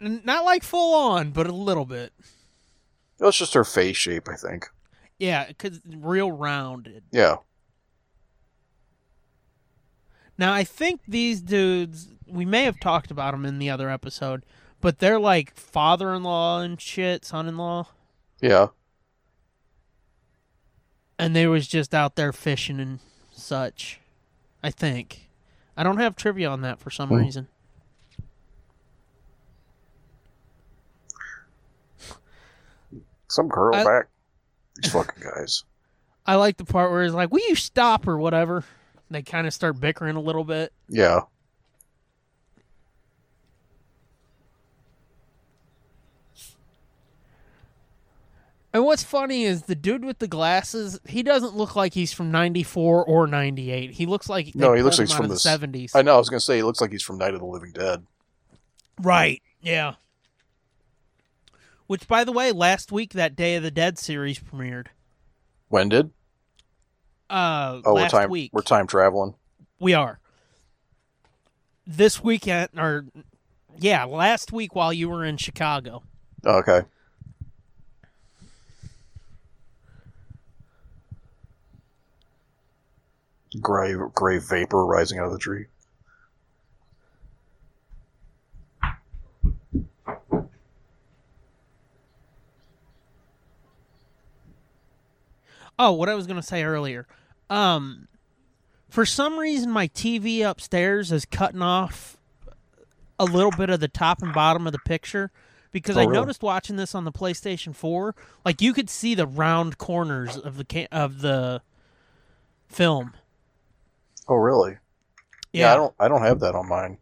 S2: N- not like full on, but a little bit.
S3: That's just her face shape, I think.
S2: Yeah, cause real rounded.
S3: Yeah.
S2: Now I think these dudes we may have talked about them in the other episode, but they're like father-in-law and shit, son-in-law,
S3: Yeah.
S2: and they was just out there fishing and such. I think. I don't have trivia on that for some
S3: Hmm.
S2: reason.
S3: Some girl
S2: I-
S3: back. These fucking guys.
S2: I like the part where it's like, "Will you stop or whatever?" They kind of start bickering a little bit.
S3: Yeah.
S2: And what's funny is the dude with the glasses, he doesn't look like he's from 94 or 98. He looks like they
S3: No, he looks
S2: pulled
S3: like he's
S2: him out
S3: from
S2: of
S3: this-
S2: the 70s.
S3: I know, I was gonna say he looks like he's from Night of the Living Dead.
S2: Right. Yeah. Which by the way, last week that Day of the Dead series premiered.
S3: When did?
S2: Uh
S3: Oh,
S2: last
S3: we're time
S2: week.
S3: we're time traveling.
S2: We are. This weekend or yeah, last week while you were in Chicago.
S3: Oh, Okay. Gray gray vapor rising out of the tree.
S2: Oh, what I was going to say earlier. Um, for some reason, my TV upstairs is cutting off a little bit of the top and bottom of the picture because
S3: Oh,
S2: I
S3: really?
S2: noticed watching this on the PlayStation 4, like you could see the round corners of the ca- of the film.
S3: Oh really? Yeah, I don't I don't have that on mine.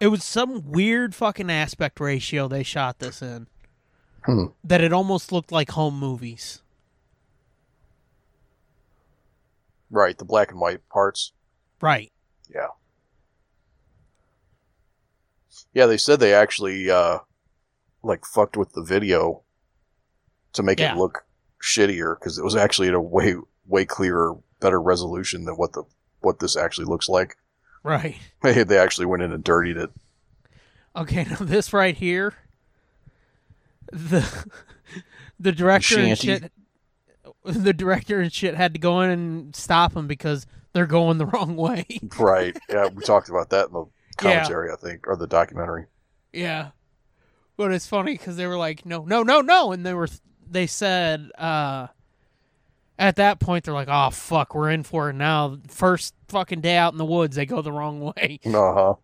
S2: It was some weird fucking aspect ratio they shot this in.
S3: Hmm.
S2: That it almost looked like home movies.
S3: Right, the black and white parts.
S2: Right.
S3: Yeah. Yeah, they said they actually uh like fucked with the video to make
S2: Yeah.
S3: it look shittier cuz it was actually at a way way clearer, better resolution than what the what this actually looks like.
S2: Right.
S3: They they actually went in and dirtied it.
S2: Okay, now this right here, the the director and
S3: Shanty.
S2: shit, the director and shit had to go in and stop them because they're going the wrong way.
S3: Right. Yeah, we talked about that in the commentary, I think, or the documentary.
S2: yeah, but it's funny because they were like, no, no, no, no, and they were they said uh, at that point they're like, oh fuck, we're in for it now. First fucking day out in the woods, they go the wrong way.
S3: Uh huh.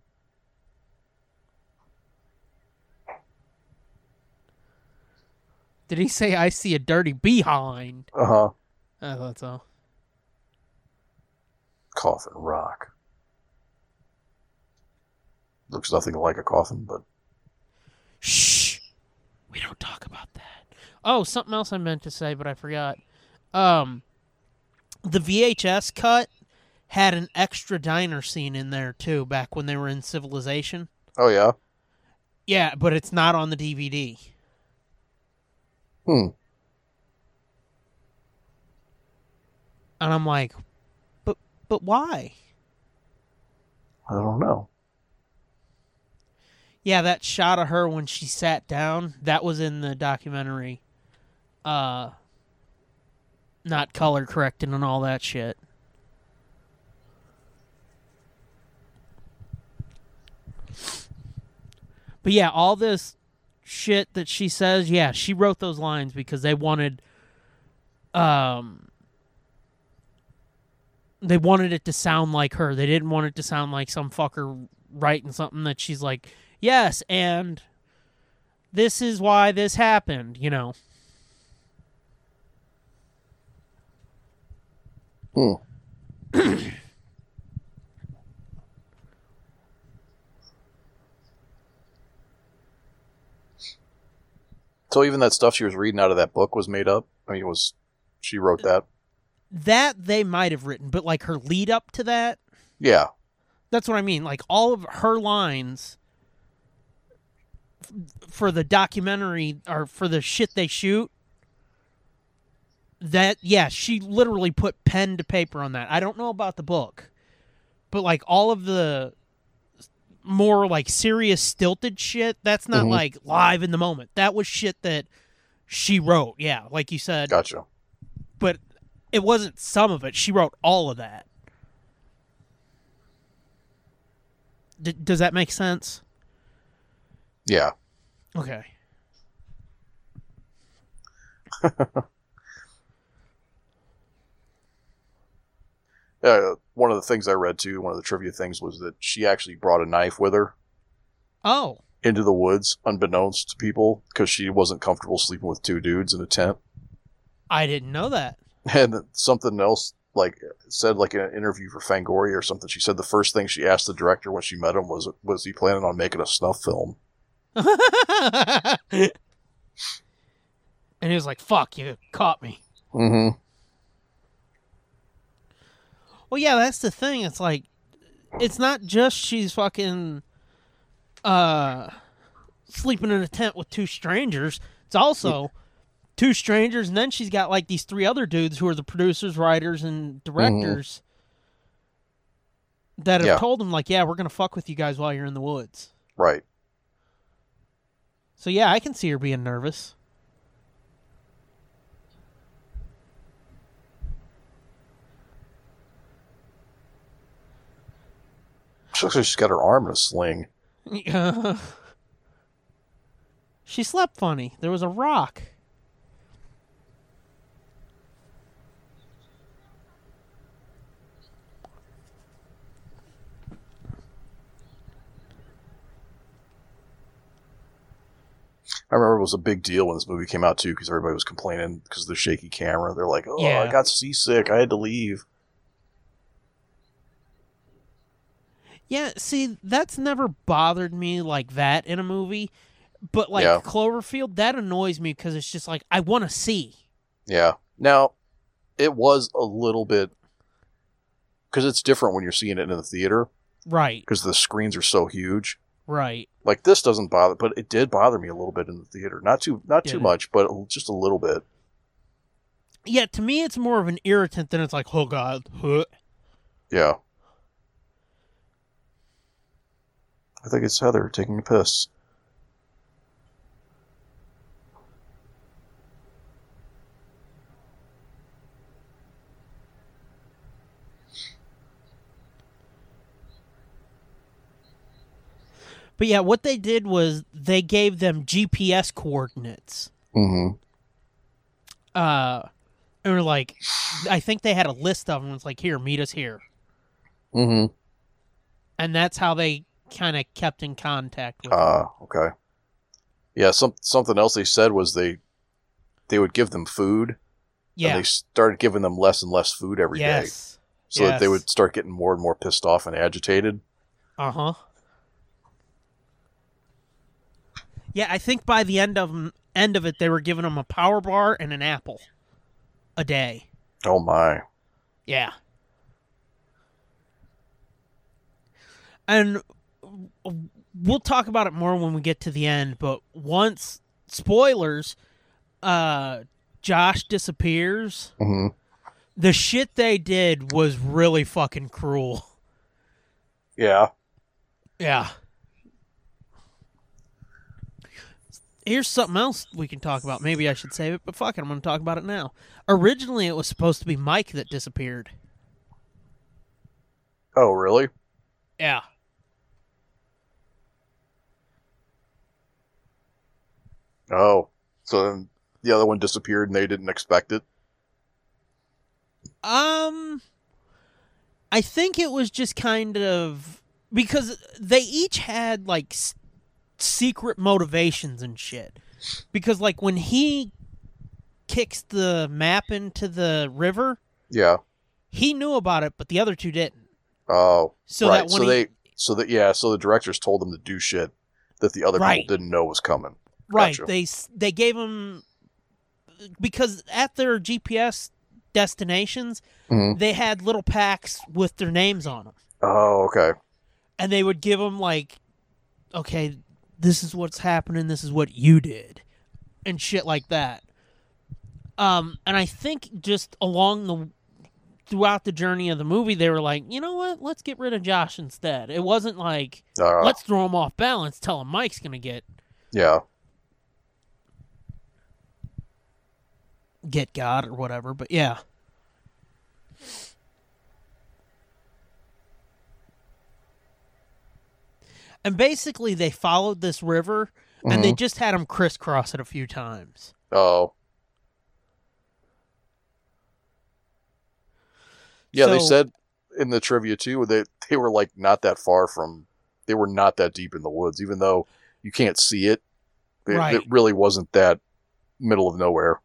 S2: Did he say I see a dirty behind?
S3: Uh huh.
S2: I thought so.
S3: Coffin Rock. Looks nothing like a coffin, but
S2: Shh. We don't talk about that. Oh, something else I meant to say, but I forgot. Um, the VHS cut had an extra diner scene in there too, back when they were in Civilization.
S3: oh yeah.
S2: Yeah, but it's not on the DVD.
S3: Hmm.
S2: And I'm like, but but why?
S3: I don't know.
S2: Yeah, that shot of her when she sat down, that was in the documentary. Uh not color corrected and all that shit. But yeah, all this shit that she says, yeah, she wrote those lines because they wanted um they wanted it to sound like her. They didn't want it to sound like some fucker writing something that she's like, "Yes, and this is why this happened," you know.
S3: Hmm. so even that stuff she was reading out of that book was made up. I mean, it was she wrote that?
S2: That they might have written, but like her lead up to that,
S3: Yeah.
S2: that's what I mean. Like all of her lines f- for the documentary or for the shit they shoot that yeah, she literally put pen to paper on that. I don't know about the book, but like all of the more like serious stilted shit, that's not
S3: Mhm.
S2: like live in the moment. That was shit that she wrote. Yeah, like you said,
S3: Gotcha.
S2: but it wasn't some of it. She wrote all of that. D- does that make sense?
S3: Yeah.
S2: Okay.
S3: Uh, one of the things I read too, one of the trivia things was that she actually brought a knife with her
S2: Oh,
S3: into the woods, unbeknownst to people, because she wasn't comfortable sleeping with two dudes in a tent.
S2: I didn't know that.
S3: And something else, like said, like in an interview for Fangoria or something, she said the first thing she asked the director when she met him was, "Was he planning on making a snuff film?"
S2: and he was like, "Fuck, you caught me."
S3: Mm-hmm.
S2: Well, yeah, that's the thing. It's like, it's not just she's fucking, uh, sleeping in a tent with two strangers. It's also two strangers, and then she's got like these three other dudes who are the producers, writers, and directors that have
S3: Yeah.
S2: told him like, yeah, we're gonna fuck with you guys while you're in the woods.
S3: Right.
S2: So yeah, I can see her being nervous.
S3: She looks like she's got her arm in a sling.
S2: she slept funny. There was a rock.
S3: I remember it was a big deal when this movie came out too, because everybody was complaining because of the shaky camera. They're like, "Oh,
S2: Yeah.
S3: I got seasick. I had to leave."
S2: Yeah, see, that's never bothered me like that in a movie. But like
S3: Yeah.
S2: Cloverfield, that annoys me because it's just like I want to see.
S3: Yeah. Now, it was a little bit because it's different when you're seeing it in the theater
S2: Right,
S3: because the screens are so huge.
S2: right.
S3: Like this doesn't bother, but it did bother me a little bit in the theater. Not too, not
S2: Did
S3: too
S2: it?
S3: much, but a- just a little bit.
S2: Yeah, to me, it's more of an irritant than it's like, oh god. huh."
S3: Yeah. I think it's Heather taking a piss.
S2: But yeah, what they did was they gave them GPS coordinates.
S3: Mm-hmm.
S2: Uh, and were like, I think they had a list of them. It's like, here, meet us here,
S3: Mm-hmm.
S2: and that's how they kind of kept in contact. with
S3: Ah, okay. Yeah, some something else they said was they they would give them food. And
S2: Yeah.
S3: they started giving them less and less food every day,
S2: yes.
S3: so that they would start getting more and more pissed off and agitated.
S2: Uh huh. Yeah, I think by the end of 'em- end of it, they were giving them a power bar and an apple a day.
S3: Oh my.
S2: Yeah. And w- we'll talk about it more when we get to the end, but once spoilers, uh Josh disappears.
S3: hmm
S2: The shit they did was really fucking cruel.
S3: Yeah.
S2: Yeah. Here's something else we can talk about. Maybe I should save it, but fuck it, I'm going to talk about it now. Originally, it was supposed to be Mike that disappeared.
S3: Oh, really?
S2: Yeah.
S3: Oh, so then the other one disappeared and they didn't expect it.
S2: Um, I think it was just kind of because they each had like s- secret motivations and shit. Because like when he kicks the map into the river,
S3: Yeah.
S2: he knew about it, but the other two didn't.
S3: Oh,
S2: So
S3: right.
S2: that
S3: so
S2: when he,
S3: they, so that yeah, so the directors told them to do shit that the other
S2: Right.
S3: people didn't know was coming.
S2: right,
S3: gotcha.
S2: they s- they gave him because at their GPS destinations,
S3: Mhm.
S2: they had little packs with their names on them.
S3: Oh, okay.
S2: and they would give him like okay this is what's happening this is what you did and shit like that um and i think just along the throughout the journey of the movie they were like you know what let's get rid of josh instead it wasn't like
S3: Uh,
S2: let's throw him off balance tell him mike's gonna get
S3: yeah.
S2: get god or whatever but yeah and basically they followed this river and they just had him crisscross it a few times.
S3: Oh. Yeah, they
S2: So-
S3: said in the trivia too they they were like not that far from they were not that deep in the woods, even though you can't see it. It,
S2: Right.
S3: it really wasn't that middle of nowhere.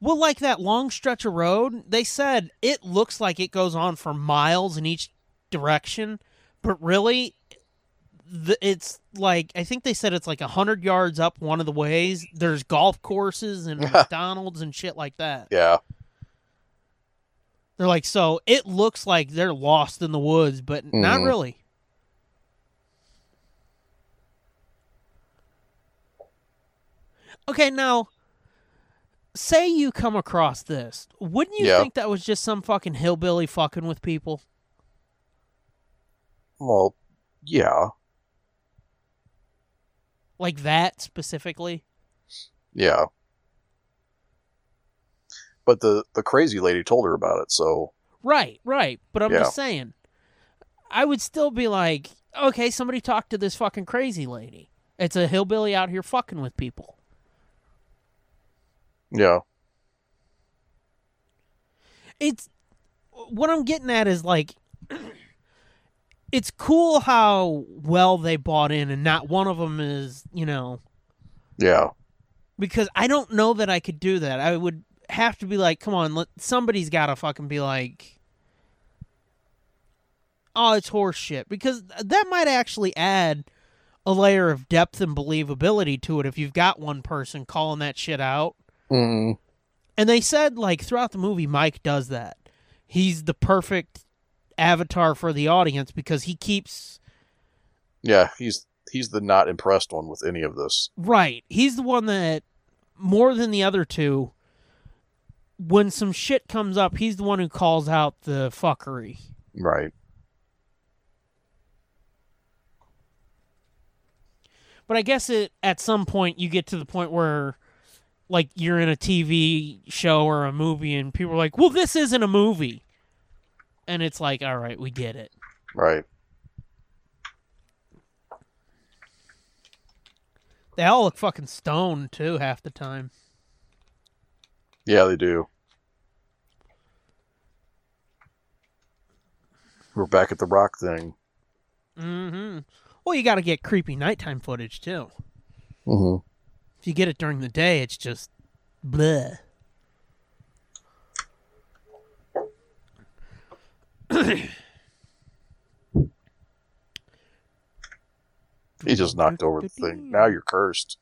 S2: Well, like that long stretch of road, they said it looks like it goes on for miles in each direction, but really, the, it's like I think they said it's like hundred yards up one of the ways. There's golf courses and McDonald's and shit like that.
S3: Yeah.
S2: They're like, so it looks like they're lost in the woods, but not
S3: Mhm.
S2: really. Okay, now, say you come across this. Wouldn't you
S3: Yeah.
S2: think that was just some fucking hillbilly fucking with people?
S3: Well, yeah.
S2: Like that specifically?
S3: Yeah. But the the crazy lady told her about it, so
S2: Right, right. But I'm
S3: Yeah.
S2: just saying, I would still be like, okay, somebody talk to this fucking crazy lady. It's a hillbilly out here fucking with people.
S3: yeah.
S2: it's what I'm getting at is like it's cool how well they bought in and not one of them is, you know,
S3: Yeah.
S2: because I don't know that I could do that. I would have to be like, come on, let, somebody's got to fucking be like oh, it's horse shit because that might actually add a layer of depth and believability to it if you've got one person calling that shit out.
S3: Mm,
S2: And they said like throughout the movie Mike does that. He's the perfect avatar for the audience because he keeps
S3: yeah, he's he's the not impressed one with any of this.
S2: right. He's the one that more than the other two when some shit comes up, he's the one who calls out the fuckery.
S3: Right.
S2: But I guess it at some point you get to the point where like you're in a TV show or a movie and people are like, "Well, this isn't a movie." And it's like, "All right, we get it."
S3: Right.
S2: They all look fucking stoned too half the time.
S3: Yeah, they do. We're back at the rock thing.
S2: Mm-hmm. Well, you got to get creepy nighttime footage too.
S3: Mm-hmm.
S2: If you get it during the day, it's just bleh.
S3: He just knocked over the thing. Now you're cursed.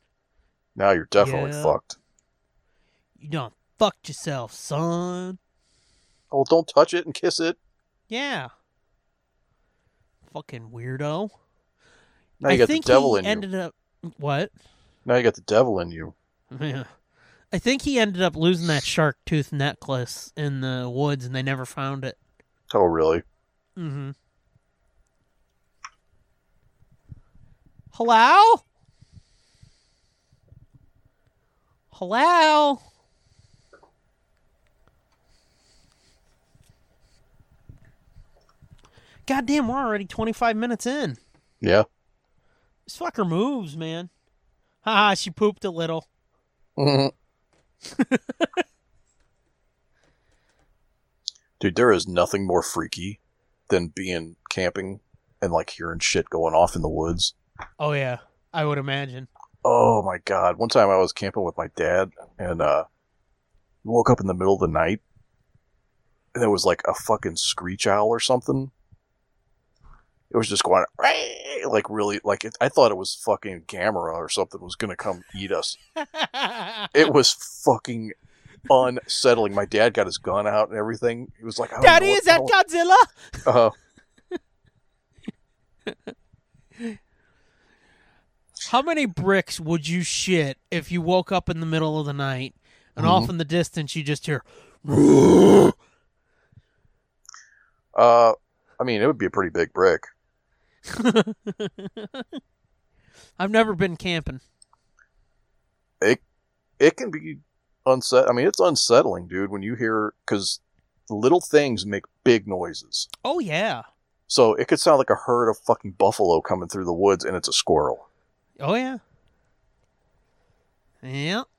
S3: Now you're definitely
S2: Yeah.
S3: fucked.
S2: You done fucked yourself, son.
S3: Oh, don't touch it and kiss it.
S2: Yeah. Fucking weirdo.
S3: Now you got the
S2: think
S3: devil
S2: he
S3: in
S2: ended up what?
S3: you. Now you got the devil in you.
S2: Yeah. I think he ended up losing that shark tooth necklace in the woods and they never found it.
S3: Oh, really?
S2: Mm-hmm. Hello? Hello? Goddamn, we're already 25 minutes in.
S3: Yeah.
S2: This fucker moves, man. Haha, she pooped a little.
S3: Mhm. Dude, there is nothing more freaky than being camping and like hearing shit going off in the woods.
S2: Oh, yeah. I would imagine.
S3: Oh my god! One time I was camping with my dad, and uh, woke up in the middle of the night, and there was like a fucking screech owl or something. It was just going like really like it, I thought it was fucking Gamera or something was gonna come eat us. It was fucking unsettling. My dad got his gun out and everything. He was like, I don't
S2: Daddy,
S3: know
S2: is that
S3: what
S2: Godzilla?
S3: the hell- Uh,
S2: How many bricks would you shit if you woke up in the middle of the night and off in the distance you just hear,
S3: uh, I mean, it would be a pretty big brick.
S2: I've never been camping.
S3: it can be unset. I mean, it's unsettling, dude, when you hear because little things make big noises.
S2: Oh, yeah.
S3: So it could sound like a herd of fucking buffalo coming through the woods, and it's a squirrel.
S2: Oh, yeah. Yeah.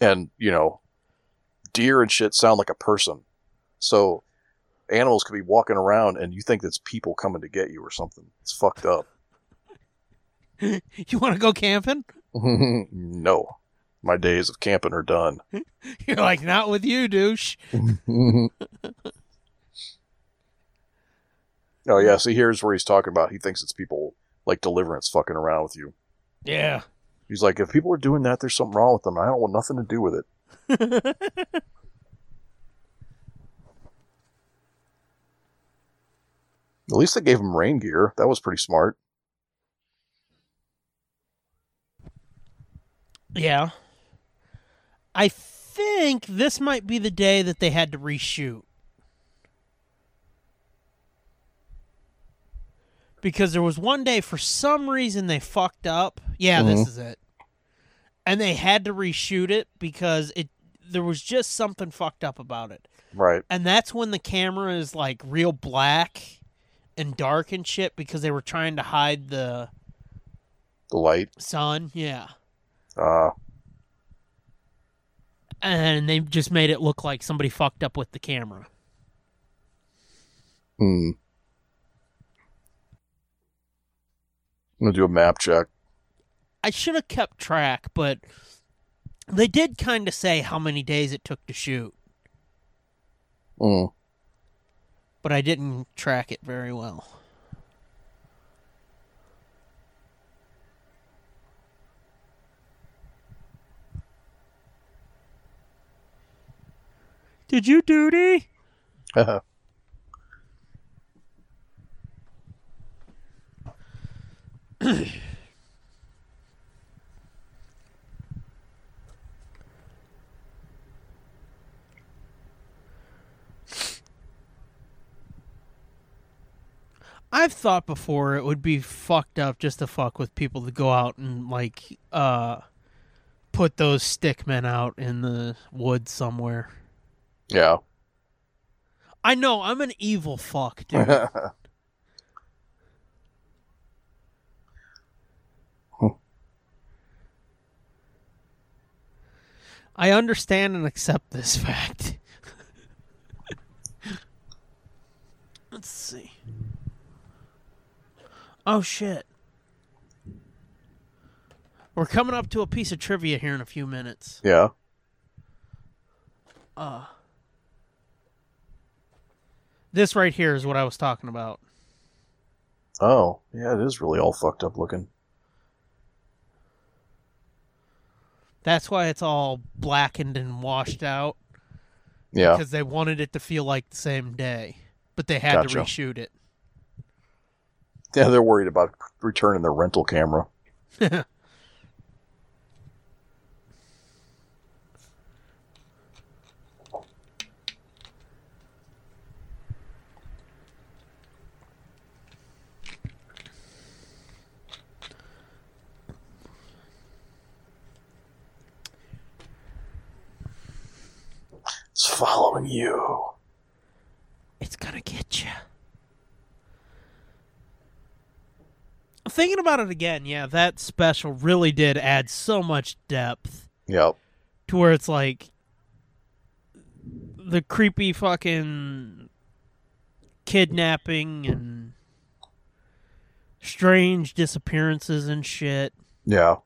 S3: And you know, deer and shit sound like a person. So animals could be walking around, and you think that's people coming to get you or something. It's fucked up.
S2: You want to go camping?
S3: no, my days of camping are done.
S2: You're like, not with you, douche.
S3: oh Oh, yeah, see here's where he's talking about he thinks it's people like deliverance fucking around with you.
S2: Yeah.
S3: He's like, if people are doing that, there's something wrong with them. I don't want nothing to do with it. At least they gave him rain gear. That was pretty smart.
S2: Yeah. I think this might be the day that they had to reshoot. Because there was one day for some reason they fucked up. Yeah, this is it. And they had to reshoot it because it there was just something fucked up about it.
S3: Right.
S2: And that's when the camera is like real black and dark and shit because they were trying to hide the
S3: The light.
S2: sun. Yeah.
S3: Uh
S2: and they just made it look like somebody fucked up with the camera.
S3: hmm. I'm gonna do a map check.
S2: I should have kept track, but they did kind of say how many days it took to shoot,
S3: Mm.
S2: but I didn't track it very well. Did you duty? I've thought before it would be fucked up just to fuck with people to go out and like uh put those stick men out in the woods somewhere.
S3: Yeah.
S2: I know, I'm an evil fuck, dude. I understand and accept this fact. Let's see. Oh shit. We're coming up to a piece of trivia here in a few minutes.
S3: yeah.
S2: This right here is what I was talking about.
S3: Oh, yeah, it is really all fucked up looking.
S2: That's why it's all blackened and washed out
S3: Yeah.
S2: because they wanted it to feel like the same day, but they had
S3: Gotcha.
S2: to reshoot it.
S3: Yeah, they're worried about returning their rental camera. It's following you.
S2: It's gonna get you. Thinking about it again, yeah, that special really did add so much depth
S3: Yep.
S2: to where it's like the creepy fucking kidnapping and strange disappearances and shit.
S3: Yeah.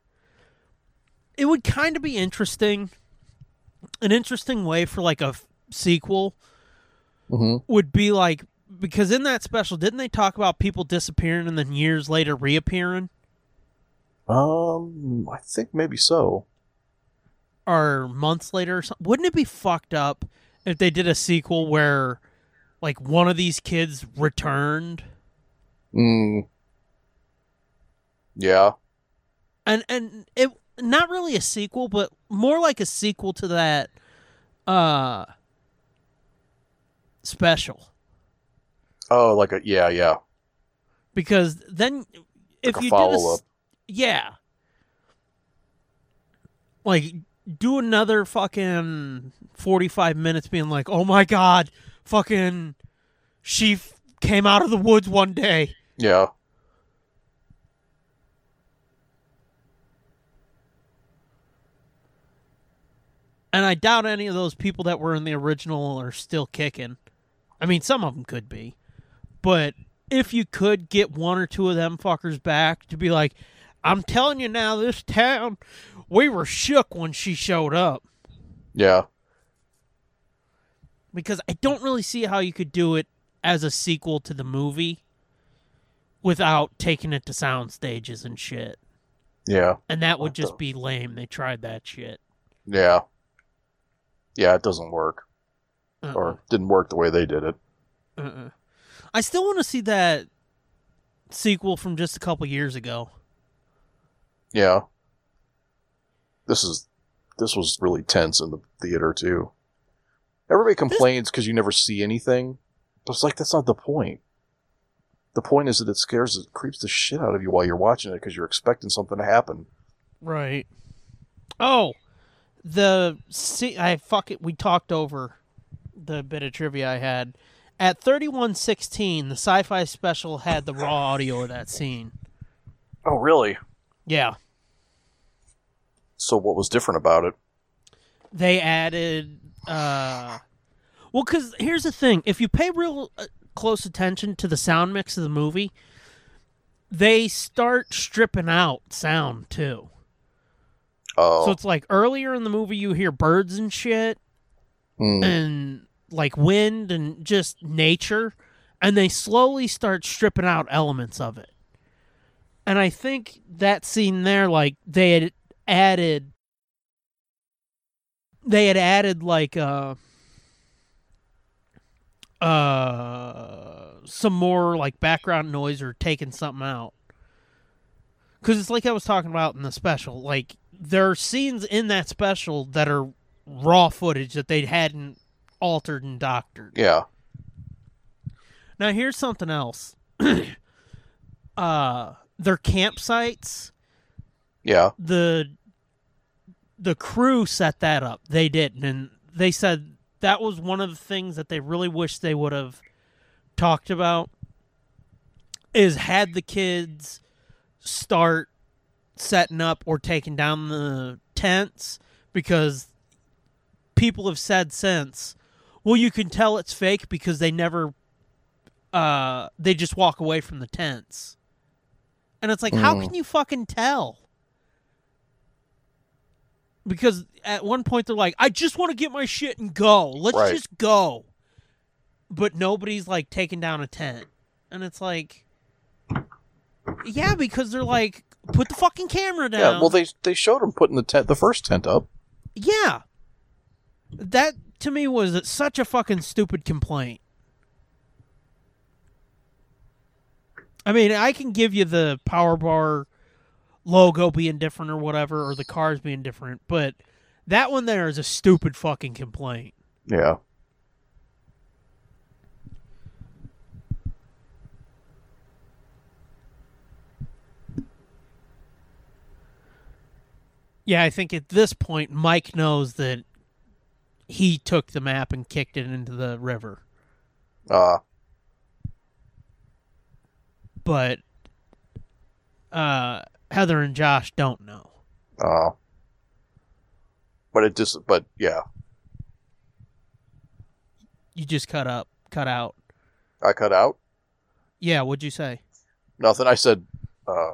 S2: It would kind of be interesting, an interesting way for like a f- sequel
S3: Mm-hmm.
S2: would be like because in that special didn't they talk about people disappearing and then years later reappearing
S3: Um, I think maybe so.
S2: or months later or something wouldn't it be fucked up if they did a sequel where like one of these kids returned
S3: Mm. Yeah.
S2: and and it not really a sequel but more like a sequel to that uh special
S3: Oh, like a yeah, yeah.
S2: because then if
S3: a
S2: you did a,
S3: follow-up.
S2: s- yeah like do another fucking 45 minutes being like oh my god fucking she f- came out of the woods one day
S3: Yeah.
S2: and i doubt any of those people that were in the original are still kicking i mean some of them could be but if you could get one or two of them fuckers back to be like i'm telling you now this town we were shook when she showed up
S3: Yeah.
S2: because I don't really see how you could do it as a sequel to the movie without taking it to sound stages and shit.
S3: Yeah.
S2: And that would
S3: What
S2: just
S3: the-
S2: be lame. They tried that shit.
S3: Yeah. Yeah, it doesn't work.
S2: Uh-uh,
S3: Or didn't work the way they did it.
S2: uh-uh. I still want to see that sequel from just a couple years ago.
S3: Yeah. This is this was really tense in the theater too. Everybody complains because you never see anything. But it's like that's not the point. The point is that it scares it creeps the shit out of you while you're watching it because you're expecting something to happen.
S2: Right. Oh, the se- I fuck it. We talked over the bit of trivia I had at thirty one sixteen. The sci fi special had the raw audio of that scene.
S3: Oh really?
S2: Yeah.
S3: So what was different about it?
S2: they added uh well cuz here's the thing if you pay real uh, close attention to the sound mix of the movie they start stripping out sound too
S3: Oh,
S2: so it's like earlier in the movie you hear birds and shit
S3: mm,
S2: and like wind and just nature and they slowly start stripping out elements of it and i think that scene there like they had added they had added like uh uh some more like background noise or taking something out because it's like i was talking about in the special like there are scenes in that special that are raw footage that they hadn't altered and doctored
S3: yeah.
S2: now here's something else uh their campsites,
S3: Yeah.
S2: the the crew set that up. They didn't and they said that was one of the things that they really wish they would have talked about is had the kids start setting up or taking down the tents because people have said since well you can tell it's fake because they never uh they just walk away from the tents and it's like how
S3: Mm.
S2: can you fucking tell because at one point they're like i just want to get my shit and go let's
S3: Right.
S2: just go but nobody's like taking down a tent and it's like yeah because they're like put the fucking camera down
S3: Yeah. Well, they they showed him putting the tent, the first tent up.
S2: yeah. That to me was such a fucking stupid complaint. I mean, I can give you the power bar logo being different or whatever, or the cars being different, but that one there is a stupid fucking complaint.
S3: Yeah.
S2: Yeah, I think at this point, Mike knows that he took the map and kicked it into the river.
S3: Uh,
S2: but uh, Heather and Josh don't know.
S3: uh. But it just. But yeah,
S2: You just cut up, cut out.
S3: I cut out
S2: Yeah, what'd you say?
S3: nothing. I said. Uh.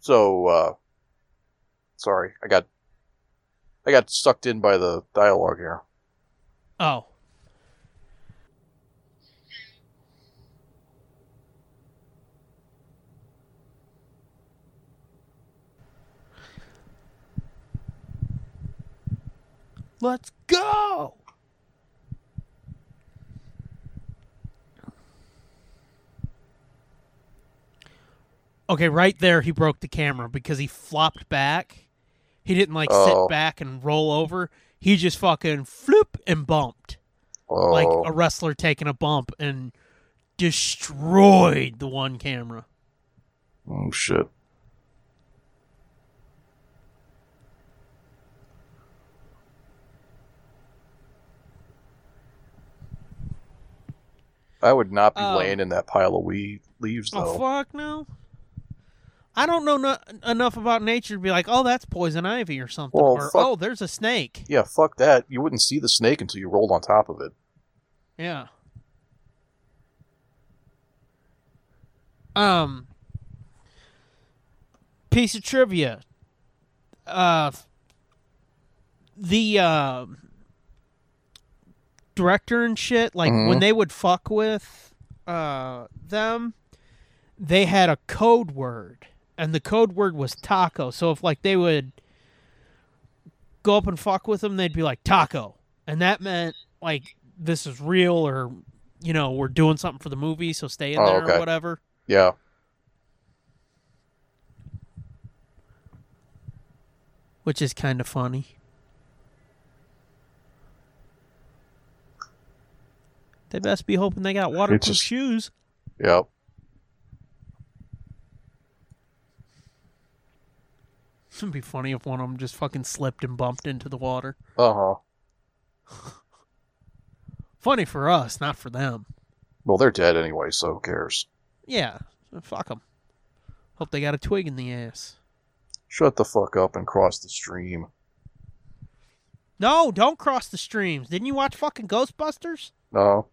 S3: So. uh Sorry, I got. I got sucked in by the dialogue here.
S2: Oh, let's go. Okay, right there he broke the camera because he flopped back. He didn't like
S3: Oh.
S2: sit back and roll over. He just fucking floop and bumped
S3: Oh.
S2: like a wrestler taking a bump and destroyed the one camera.
S3: oh shit. I would not be
S2: Oh.
S3: laying in that pile of weed leaves
S2: Oh
S3: though.
S2: fuck no. I don't know no- enough about nature to be like, "Oh, that's poison ivy or something."
S3: Well,
S2: or,
S3: fuck-
S2: "Oh, there's a snake."
S3: yeah, fuck that. You wouldn't see the snake until you rolled on top of it.
S2: Yeah. Um piece of trivia. Uh the uh director and shit, like when
S3: Mhm.
S2: they would fuck with uh them, they had a code word. And the code word was taco. So if like they would go up and fuck with them, they'd be like taco, and that meant like this is real, or you know we're doing something for the movie, so stay in
S3: Oh,
S2: there
S3: okay.
S2: or whatever.
S3: Yeah.
S2: which is kind of funny. They best be hoping they got waterproof
S3: just-
S2: shoes.
S3: Yeah.
S2: It'd be funny if one of them just fucking slipped and bumped into the water.
S3: Uh huh.
S2: Funny for us, not for them.
S3: Well, they're dead anyway, so who cares?
S2: Yeah, fuck them. Hope they got a twig in the ass.
S3: Shut the fuck up and cross the stream.
S2: No, don't cross the streams. Didn't you watch fucking Ghostbusters?
S3: No.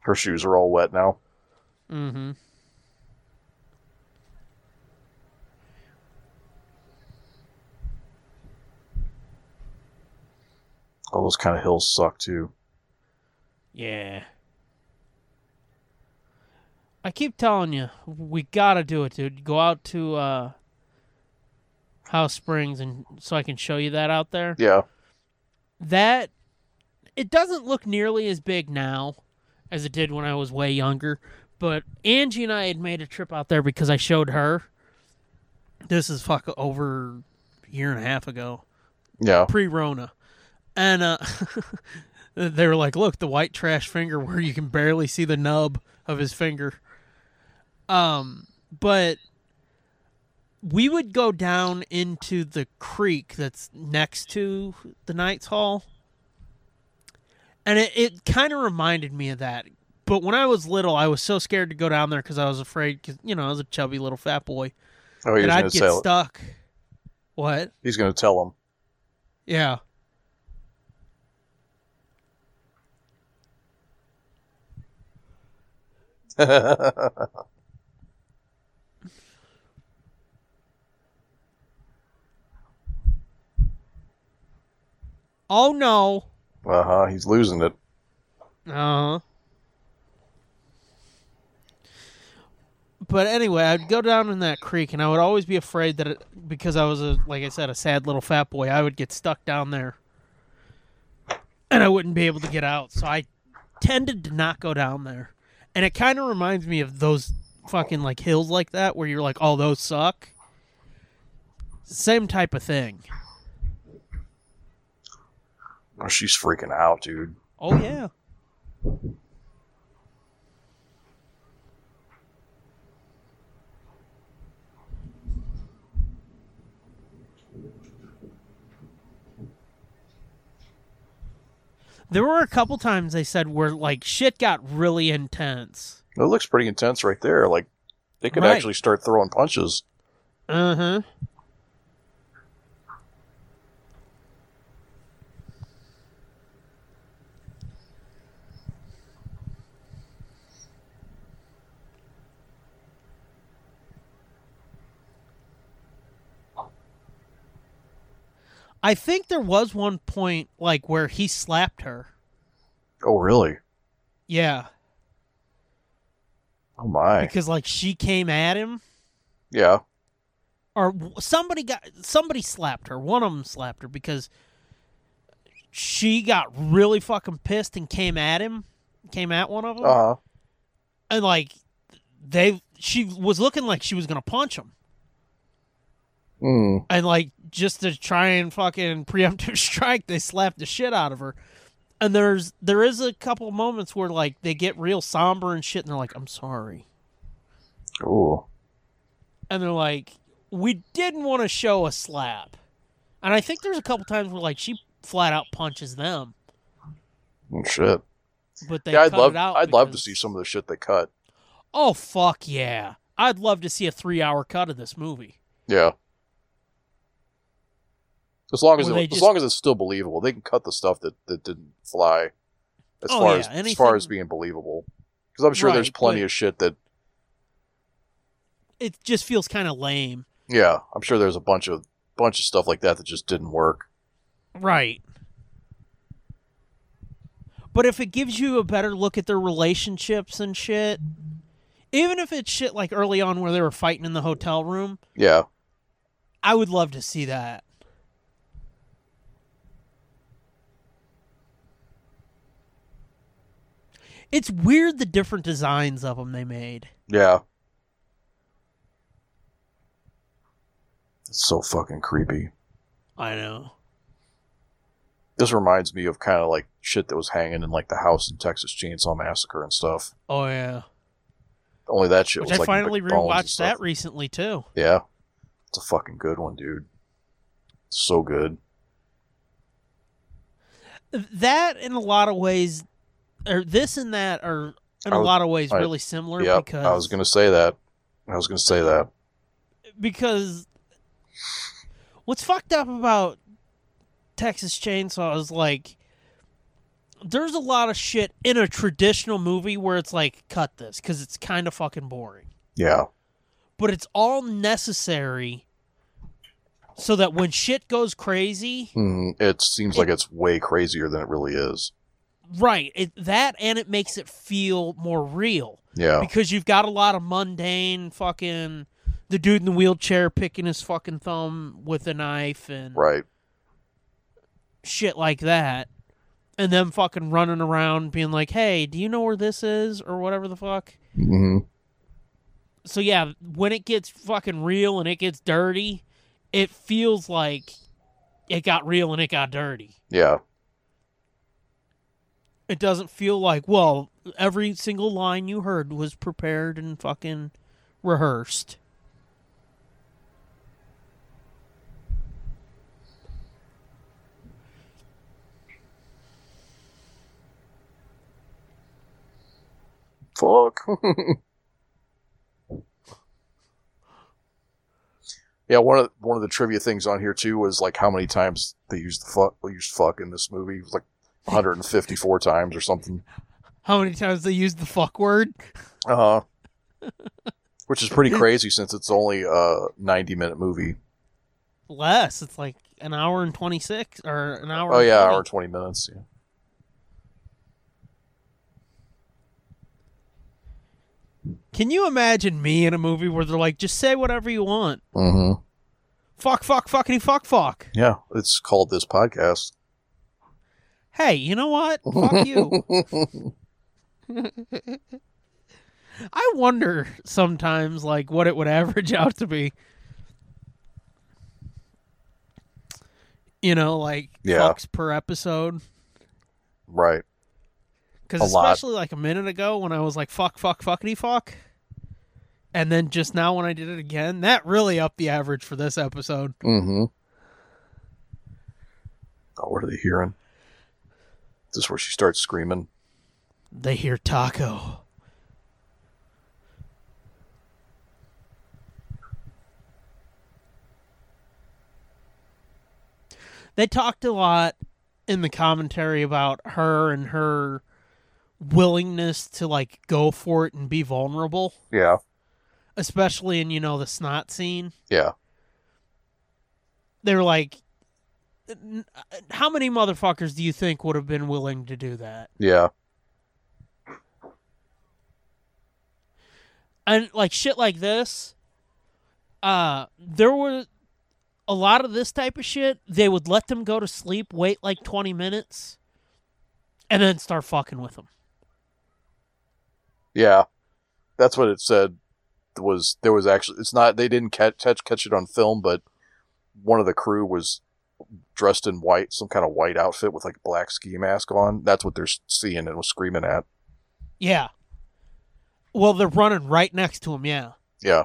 S3: Her shoes are all wet now.
S2: Mm-hmm.
S3: All those kind of hills suck too.
S2: Yeah. I keep telling you, we gotta do it, dude. Go out to uh House Springs and so I can show you that out there.
S3: Yeah.
S2: That it doesn't look nearly as big now as it did when I was way younger. But Angie and I had made a trip out there because I showed her. This is fuck over a year and a half ago,
S3: Yeah.
S2: pre Rona, and uh, they were like, "Look, the white trash finger where you can barely see the nub of his finger." Um, but we would go down into the creek that's next to the Knights Hall. And it, it kind of reminded me of that. But when I was little, I was so scared to go down there because I was afraid, because, you know, I was a chubby little fat boy,
S3: Oh, he's
S2: that
S3: going
S2: I'd
S3: to
S2: get
S3: tell.
S2: stuck. What?
S3: He's going to tell him.
S2: Yeah. Oh, no.
S3: Uh huh. He's losing it.
S2: Uh huh. But anyway, I'd go down in that creek, and I would always be afraid that it, because I was a like I said a sad little fat boy, I would get stuck down there, and I wouldn't be able to get out. So I tended to not go down there, and it kind of reminds me of those fucking like hills like that where you're like, oh, those suck. Same type of thing.
S3: Oh, she's freaking out, dude.
S2: Oh yeah. There were a couple times they said where like shit got really intense.
S3: It looks pretty intense right there. Like they could
S2: Right.
S3: actually start throwing punches.
S2: Uh huh. I think there was one point like where he slapped her.
S3: Oh, really?
S2: Yeah,
S3: Oh my.
S2: because like she came at him
S3: Yeah.
S2: or w- somebody got somebody slapped her. One of them slapped her because she got really fucking pissed and came at him, came at one of them,
S3: Uh huh.
S2: and like they she was looking like she was gonna punch him,
S3: Mm.
S2: and like just to try and fucking preemptive strike, they slapped the shit out of her. And there's there is a couple moments where like they get real somber and shit, and they're like, "I'm sorry."
S3: Ooh.
S2: and they're like, "We didn't want to show a slap," and I think there's a couple times where like she flat out punches them,
S3: Oh, shit.
S2: but they
S3: Yeah, I'd
S2: cut
S3: love.
S2: it out.
S3: I'd love to
S2: because-
S3: see some of the shit they cut.
S2: Oh fuck yeah! I'd love to see a three-hour cut of this movie.
S3: Yeah. As long as
S2: Were
S3: it,
S2: they
S3: as
S2: just-
S3: long as it's still believable, they can cut the stuff that, that didn't fly. As
S2: Oh,
S3: far
S2: yeah,
S3: as as far
S2: anything-
S3: as being believable, because I'm sure there's
S2: Right,
S3: plenty
S2: but-
S3: of shit that.
S2: It just feels kind of lame,
S3: Yeah, I'm sure there's a bunch of bunch of stuff like that that just didn't work.
S2: right? But if it gives you a better look at their relationships and shit, even if it's shit like early on where they were fighting in the hotel room,
S3: Yeah.
S2: I would love to see that. It's weird the different designs of them they made.
S3: Yeah. It's so fucking creepy.
S2: I know.
S3: This reminds me of kind of like shit that was hanging in like the house in Texas Chainsaw Massacre and stuff.
S2: Oh yeah.
S3: Only that shit
S2: Which
S3: was
S2: I
S3: like
S2: finally
S3: bones and
S2: rewatched
S3: stuff.
S2: that recently too.
S3: Yeah. It's a fucking good one, dude. So good.
S2: That in a lot of ways or this and that are in
S3: I
S2: a
S3: was-
S2: lot of ways
S3: I-
S2: really similar
S3: Yeah.
S2: because
S3: I was going to say that. I was going to say that.
S2: because what's fucked up about Texas Chainsaw is like there's a lot of shit in a traditional movie where it's like cut this because it's kind of fucking boring,
S3: Yeah.
S2: but it's all necessary so that when shit goes crazy,
S3: Mm, it seems like it's way crazier than it really is.
S2: right? It, that and it makes it feel more real.
S3: Yeah.
S2: because you've got a lot of mundane fucking the dude in the wheelchair picking his fucking thumb with a knife and
S3: Right.
S2: shit like that. and them fucking running around being like, "Hey, do you know where this is?" or whatever the fuck.
S3: Mm-hmm.
S2: So yeah, when it gets fucking real and it gets dirty, it feels like it got real and it got dirty.
S3: Yeah.
S2: It doesn't feel like, well, every single line you heard was prepared and fucking rehearsed.
S3: Fuck. yeah, one of one of the trivia things on here too was like how many times they used the fuck used fuck in this movie. It was like 154 times or something.
S2: How many times they used the fuck word?
S3: Uh huh. Which is pretty crazy since it's only a 90 minute movie.
S2: Less. It's like an hour and 26 or an hour.
S3: Oh
S2: and
S3: yeah,
S2: 20.
S3: hour 20 minutes. Yeah.
S2: Can you imagine me in a movie where they're like, just say whatever you want?
S3: Mm-hmm.
S2: Fuck, fuck, fuckity, fuck, fuck.
S3: Yeah, it's called this podcast.
S2: Hey, you know what? Fuck you. I wonder sometimes, like, what it would average out to be. You know, like
S3: Yeah.
S2: fucks per episode.
S3: Right.
S2: Because
S3: A lot.
S2: especially like a minute ago when I was like fuck, fuck, fuckity, fuck, and then just now when I did it again, that really upped the average for this episode.
S3: Mm-hmm. Oh, what are they hearing? Is this where she starts screaming?
S2: They hear taco. They talked a lot in the commentary about her and her willingness to like go for it and be vulnerable,
S3: Yeah.
S2: especially in you know the snot scene.
S3: Yeah.
S2: They're like n- how many motherfuckers do you think would have been willing to do that?
S3: Yeah.
S2: and like shit like this uh there were a lot of this type of shit they would let them go to sleep wait like 20 minutes and then start fucking with them
S3: Yeah. That's what it said was there was actually it's not they didn't catch catch, catch it on film, but one of the crew was dressed in white, some kind of white outfit with like a black ski mask on. That's what they're seeing and was screaming at.
S2: yeah well they're running right next to him yeah
S3: Yeah.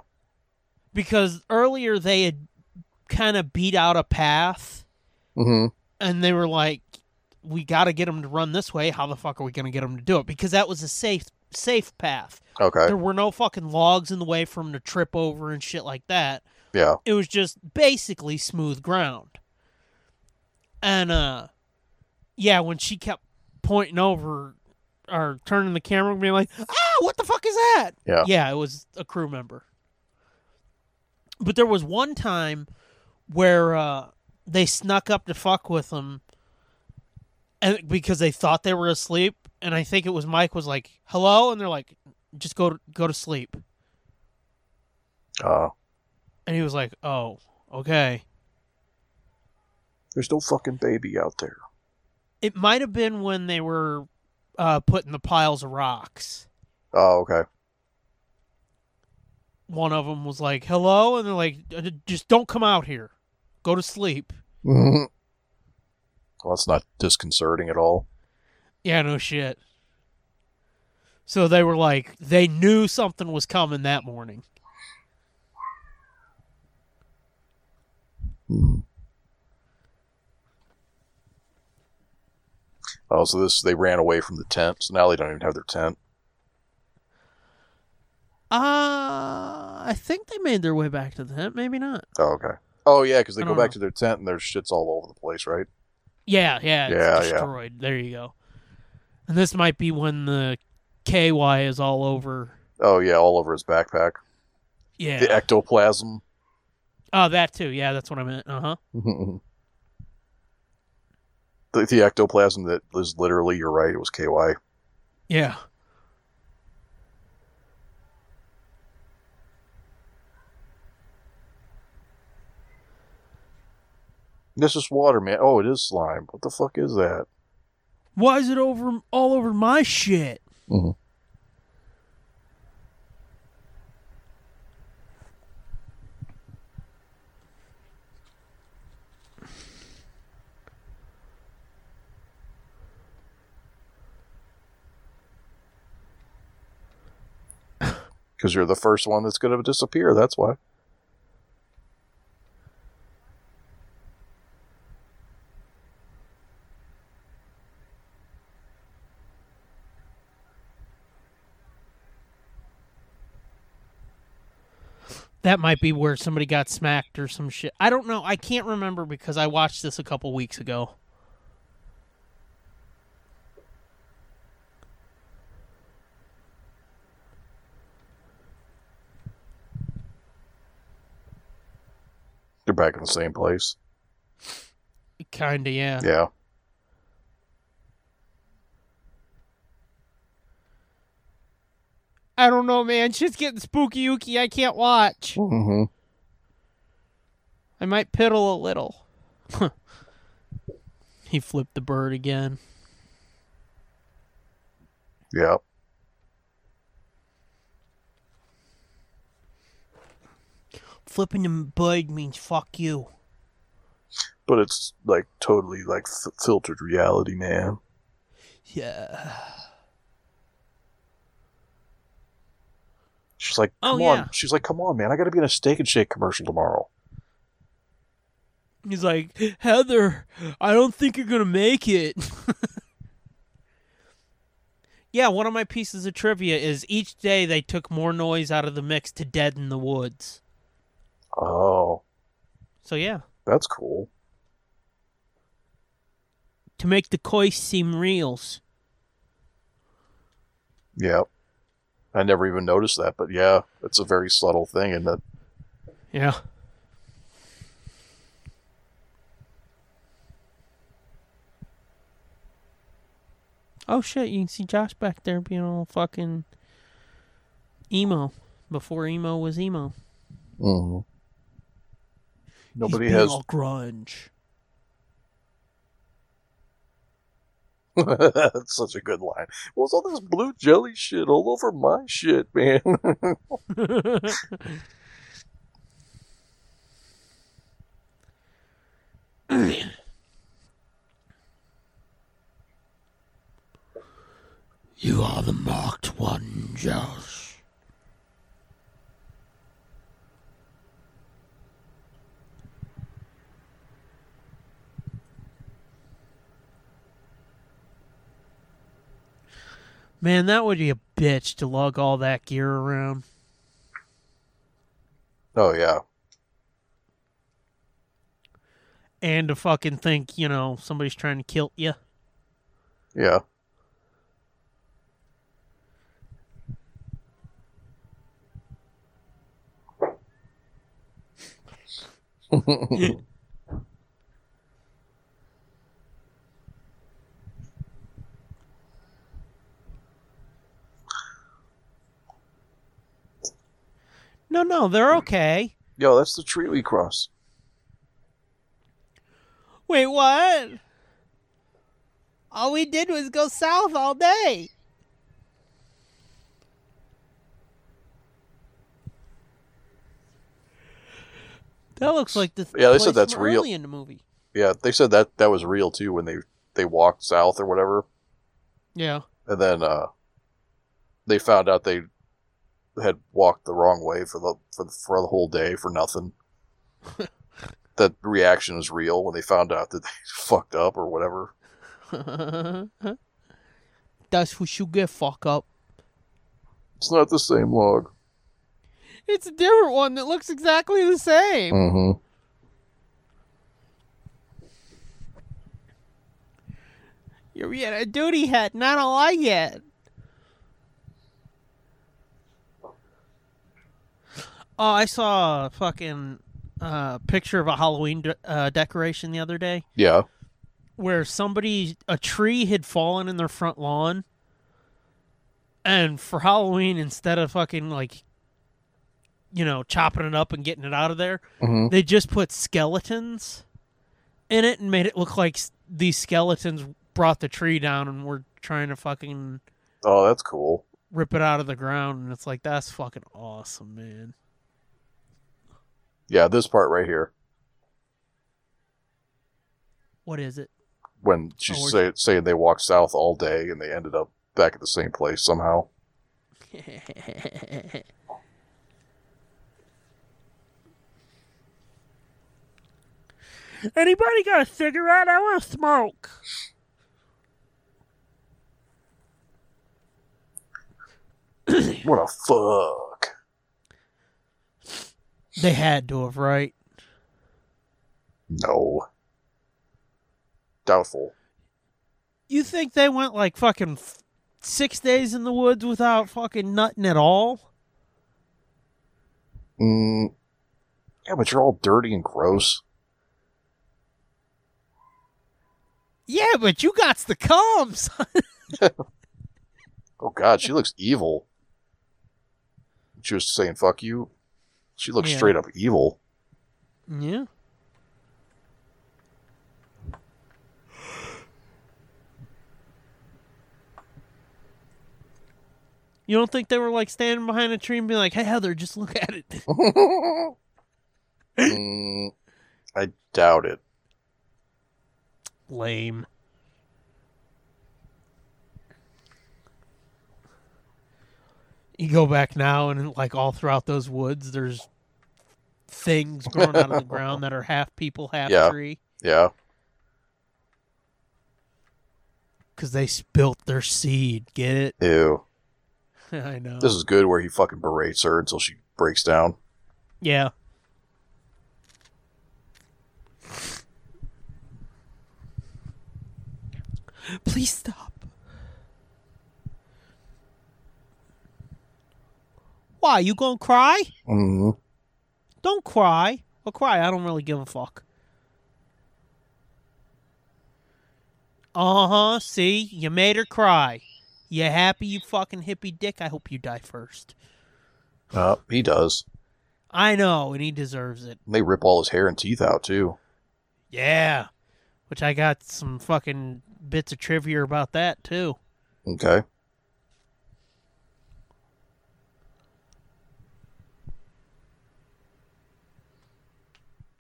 S2: because earlier they had kind of beat out a path
S3: Mm-hmm.
S2: and they were like we got to get them to run this way how the fuck are we going to get them to do it because that was a safe safe path
S3: Okay.
S2: there were no fucking logs in the way for him to trip over and shit like that.
S3: Yeah.
S2: It was just basically smooth ground. And uh yeah, when she kept pointing over or turning the camera and being like, Ah, what the fuck is that?
S3: Yeah.
S2: Yeah, it was a crew member. But there was one time where uh they snuck up to fuck with them and because they thought they were asleep and I think it was Mike was like, Hello and they're like, just go to, go to sleep.
S3: Uh,
S2: And he was like, "Oh, okay."
S3: there's no fucking baby out there.
S2: It might have been when they were uh, putting the piles of rocks.
S3: Oh, okay.
S2: One of them was like, "Hello," and they're like, "Uh, "Just don't come out here. Go to sleep."
S3: Mm-hmm. Well, that's not disconcerting at all.
S2: Yeah, no shit. So they were like, they knew something was coming that morning.
S3: Mm-hmm. Oh, so this they ran away from the tent, so now they don't even have their tent.
S2: Uh, I think they made their way back to the tent. Maybe not.
S3: Oh, okay. Oh, yeah, because they
S2: I
S3: go
S2: don't
S3: back
S2: know.
S3: to their tent and their shit's all over the place, right?
S2: Yeah, yeah, it's
S3: Yeah, yeah.
S2: destroyed. There you go. And this might be when the KY is all over.
S3: Oh, yeah, all over his backpack.
S2: Yeah.
S3: The ectoplasm.
S2: Oh, that too. Yeah, that's what I meant. Uh huh.
S3: the, the ectoplasm that is literally, you're right, it was KY.
S2: Yeah.
S3: This is water, man. Oh, it is slime. What the fuck is that?
S2: Why is it over all over my shit?
S3: Mhm. Because you're the first one that's going to disappear. That's why.
S2: That might be where somebody got smacked or some shit. I don't know. I can't remember because I watched this a couple weeks ago.
S3: You're back in the same place.
S2: Kinda, yeah.
S3: Yeah.
S2: I don't know, man. Shit's getting spooky, ooky. I can't watch.
S3: hmm
S2: I might piddle a little. he flipped the bird again.
S3: Yeah.
S2: Flipping the bird means fuck you.
S3: But it's like totally like f- filtered reality, man.
S2: Yeah.
S3: She's like,
S2: Oh,
S3: come
S2: yeah.
S3: on. She's like, come on, man. I got to be in a Steak and Shake commercial tomorrow.
S2: He's like, Heather, I don't think you're gonna make it. yeah, one of my pieces of trivia is each day they took more noise out of the mix to deaden the woods.
S3: Oh,
S2: So yeah,
S3: that's cool.
S2: to make the coist seem reals.
S3: Yeah. I never even noticed that, but yeah, it's a very subtle thing, and that
S2: Yeah. Oh shit, you can see Josh back there being all fucking emo before emo was emo.
S3: mm-hmm. nobody
S2: He's being
S3: has.
S2: all grunge.
S3: that's such a good line. What's all this blue jelly shit all over my shit, man?
S1: You are the marked one, Josh.
S2: Man, that would be a bitch to lug all that gear around.
S3: oh yeah,
S2: And to fucking think, you know, somebody's trying to kill you.
S3: yeah.
S2: No, no, they're okay.
S3: Yo, that's the tree we crossed.
S2: Wait, what? All we did was go south all day. That looks like the
S3: Yeah, they said
S2: place
S3: that's
S2: from
S3: real.
S2: early in the movie.
S3: Yeah, they said that that was real too when they they walked south or whatever,
S2: Yeah.
S3: and then uh, they found out they had walked the wrong way for the for the, for the whole day for nothing. that reaction is real when they found out that they fucked up or whatever.
S2: That's what you get, fuck up.
S3: It's not the same log.
S2: It's a different one that looks exactly the same.
S3: Mm-hmm.
S2: You're yet a duty head, not a lie yet. Oh, I saw a fucking uh, picture of a Halloween de- uh, decoration the other day
S3: Yeah.
S2: where somebody, a tree had fallen in their front lawn. And for Halloween, instead of fucking like, you know, chopping it up and getting it out of there,
S3: Mm-hmm.
S2: they just put skeletons in it and made it look like s- these skeletons brought the tree down and we're trying to fucking
S3: Oh, that's cool.
S2: rip it out of the ground and it's like that's fucking awesome, man.
S3: Yeah, this part right here
S2: What is it?
S3: when she's
S2: Oh,
S3: say, saying they walked south all day and they ended up back at the same place somehow.
S2: Anybody got a cigarette? I want to smoke.
S3: What a fuck.
S2: They had to have, right?
S3: No. Doubtful.
S2: You think they went like fucking f- six days in the woods without fucking nutting at all?
S3: Mm. Yeah, but you're all dirty and gross.
S2: Yeah, but you got the comms.
S3: Oh God, she looks evil. She was saying "fuck you." She looks
S2: Yeah.
S3: straight up evil.
S2: yeah. You don't think they were like standing behind a tree and being like, "Hey Heather, just look at it."
S3: Oh. Mm, I doubt it.
S2: Lame. You go back now, and like all throughout those woods, there's things growing out of the ground that are half people, half
S3: Yeah.
S2: tree,
S3: Yeah,
S2: because they spilt their seed. Get it?
S3: ew.
S2: I know.
S3: This is good where he fucking berates her until she breaks down.
S2: yeah. Please stop. Why you gonna cry?
S3: Mm.
S2: Don't cry. I'll cry. I don't really give a fuck. Uh huh. See, you made her cry. You happy, you fucking hippie dick? I hope you die first.
S3: Uh, he does.
S2: I know, and he deserves it.
S3: They rip all his hair and teeth out too.
S2: Yeah. Which I got some fucking bits of trivia about that, too.
S3: Okay.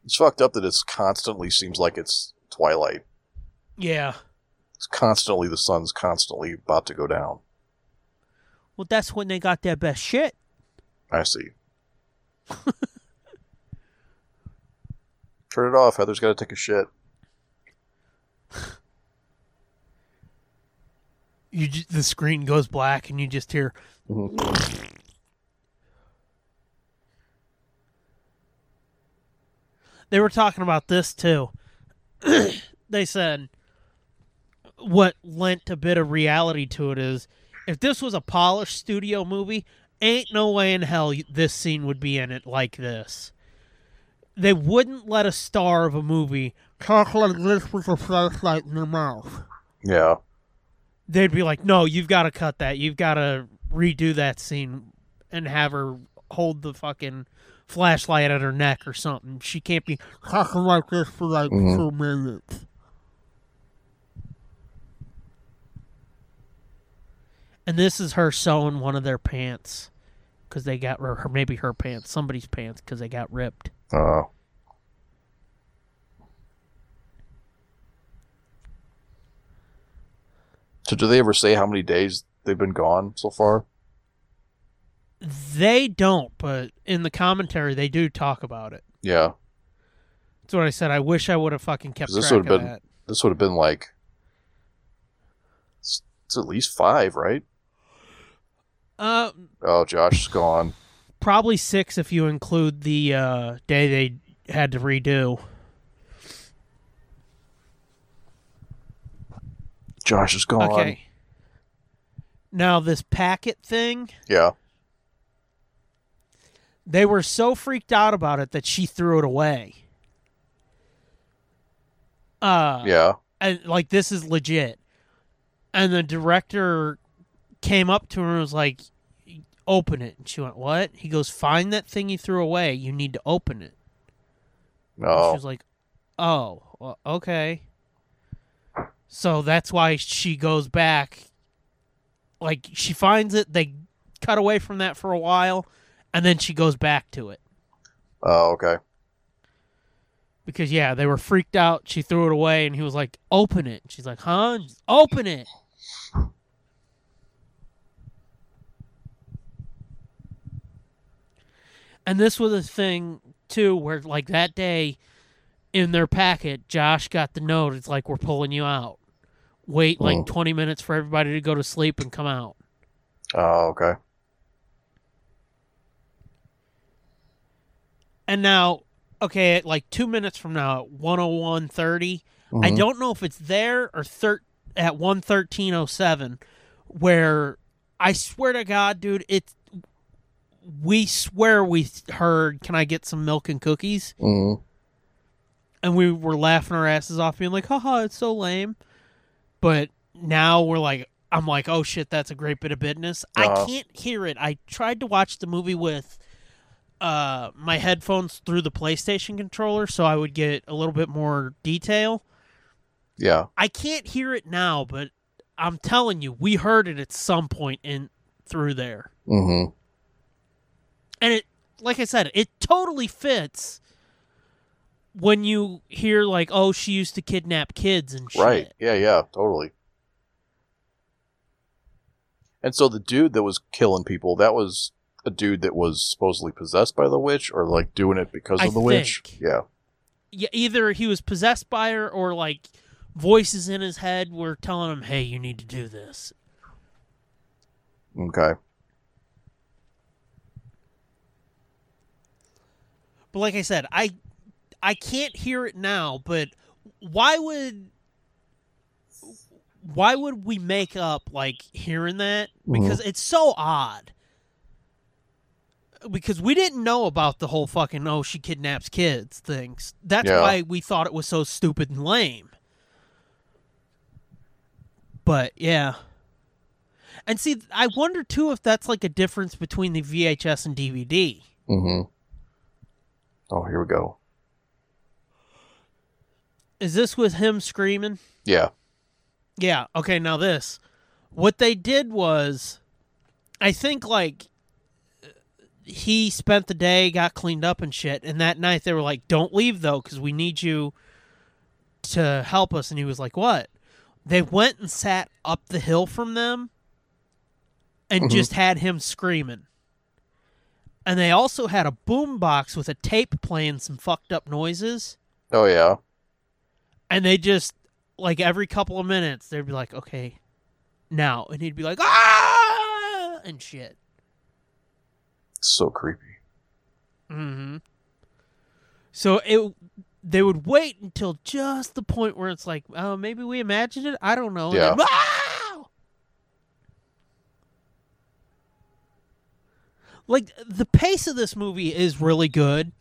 S3: It's fucked up that it's constantly seems like it's twilight.
S2: Yeah.
S3: It's constantly the sun's constantly about to go down.
S2: Well, that's when they got their best shit.
S3: I see. Turn it off. Heather's got to take a shit.
S2: You j- the screen goes black, and you just hear, they were talking about this too. they said what lent a bit of reality to it is if this was a polished studio movie, ain't no way in hell y- this scene would be in it like this. They wouldn't let a star of a movie talk like this with a flashlight in their mouth.
S3: Yeah.
S2: They'd be like, no, you've got to cut that. You've got to redo that scene and have her hold the fucking flashlight at her neck or something. She can't be talking like this for like
S3: Mhm.
S2: two minutes. And this is her sewing one of their pants because they got or her, maybe her pants, somebody's pants because they got ripped.
S3: Uh, so, do they ever say how many days they've been gone so far?
S2: They don't, but in the commentary they do talk about it.
S3: Yeah.
S2: That's what I said. I wish I would have fucking kept
S3: 'Cause this
S2: track of
S3: would've been-
S2: that.
S3: This would have been like. It's, it's at least five, right?
S2: Uh,
S3: Oh, Josh's gone.
S2: probably six if you include the uh, day they had to redo.
S3: Josh is gone.
S2: Okay. Now this packet thing,
S3: Yeah.
S2: they were so freaked out about it that she threw it away. Uh,
S3: Yeah.
S2: and like this is legit. And the director came up to her and was like, "Open it." And she went, "What?" He goes, "Find that thing you threw away. You need to open it." And She
S3: No.
S2: was like, "Oh, well, okay." So that's why she goes back. Like she finds it, they cut away from that for a while, and then she goes back to it
S3: Oh, okay.
S2: because yeah, they were freaked out. She threw it away, and he was like, "Open it." She's like, "Huh? Just open it." And this was a thing too, where like that day, in their packet, Josh got the note. It's like we're pulling you out. Wait like
S3: Oh.
S2: twenty minutes for everybody to go to sleep and come out.
S3: Oh, okay.
S2: And now, okay, at like two minutes from now, at one oh one thirty, I
S3: Mhm.
S2: don't know if it's there or thir- at one thirteen oh seven, where I swear to God, dude, it's we swear we heard. Can I get some milk and cookies?
S3: Mhm.
S2: And we were laughing our asses off, being like, "Haha, it's so lame." But now we're like, I'm like, "Oh shit, that's a great bit of business." I
S3: Uh-huh.
S2: can't hear it. I tried to watch the movie with uh my headphones through the PlayStation controller so I would get a little bit more detail.
S3: Yeah.
S2: I can't hear it now, but I'm telling you, we heard it at some point in through there.
S3: hmm
S2: And it like I said, it totally fits when you hear like, oh, she used to kidnap kids and shit.
S3: Right. Yeah, yeah, totally. And so the dude that was killing people, that was a dude that was supposedly possessed by the witch or like doing it because
S2: I
S3: of the witch.
S2: think.
S3: Yeah.
S2: Yeah, either he was possessed by her or like voices in his head were telling him, Hey, you need to do this.
S3: Okay.
S2: But like I said, I I can't hear it now, but why would why would we make up like hearing that? Because it's so odd. Because we didn't know about the whole fucking oh she kidnaps kids things. That's
S3: Yeah.
S2: why we thought it was so stupid and lame. But yeah. And see, I wonder too if that's like a difference between the VHS and DVD.
S3: Mm-hmm. Oh, here we go.
S2: Is this with him screaming?
S3: Yeah.
S2: Yeah. Okay. Now this, what they did was, I think like he spent the day, got cleaned up and shit, and that night they were like, "Don't leave though, because we need you to help us." And he was like, "What?" They went and sat up the hill from them, and
S3: Mhm.
S2: just had him screaming. And they also had a boom box with a tape playing some fucked up noises
S3: Oh yeah.
S2: and they just like every couple of minutes they'd be like okay now and he'd be like ah and shit
S3: It's so creepy.
S2: mm-hmm so it they would wait until just the point where it's like oh maybe we imagined it i don't know and then, "Ah!" like the pace of this movie is really good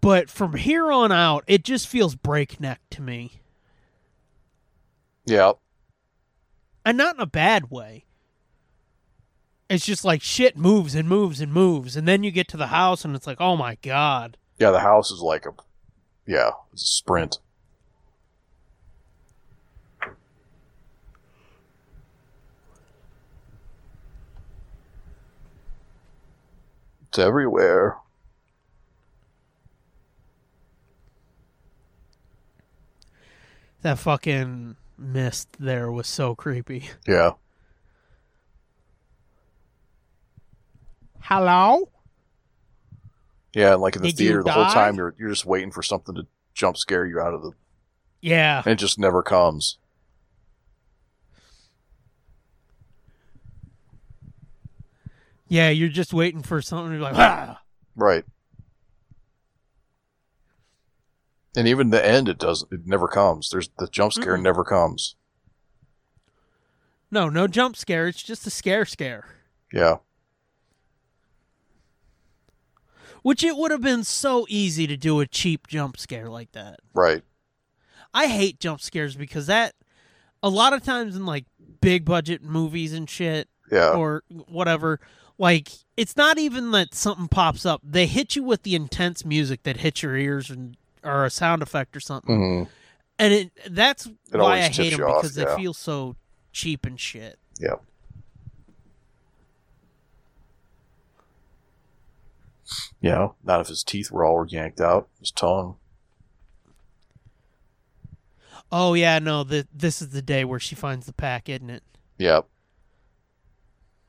S2: but from here on out it just feels breakneck to me
S3: Yeah.
S2: and not in a bad way. It's just like shit moves and moves and moves, and then you get to the house and it's like, oh my god.
S3: Yeah, the house is like a yeah, it's a sprint. It's everywhere.
S2: That fucking mist there was so creepy.
S3: Yeah.
S2: Hello?
S3: Yeah, and like in the
S2: Did you
S3: theater the whole
S2: die?
S3: time you're you're just waiting for something to jump scare you out of the
S2: Yeah.
S3: and it just never comes.
S2: Yeah, you're just waiting for something to be like, ah!
S3: Right. And even the end it doesn't it never comes. There's the jump scare
S2: Mm-mm.
S3: never comes.
S2: No, no jump scare. It's just a scare scare.
S3: Yeah.
S2: Which it would have been so easy to do a cheap jump scare like that.
S3: Right.
S2: I hate jump scares because that a lot of times in like big budget movies and shit
S3: Yeah.
S2: or whatever, like it's not even that something pops up. They hit you with the intense music that hits your ears and or a sound effect or something.
S3: Mm-hmm.
S2: and it that's why
S3: always
S2: I hate
S3: tips
S2: them
S3: you off,
S2: because
S3: yeah.
S2: they feel so cheap and shit.
S3: Yeah. Yeah, not if his teeth were all yanked out, his tongue.
S2: Oh yeah, no, th this is the day where she finds the pack, isn't it?
S3: Yep.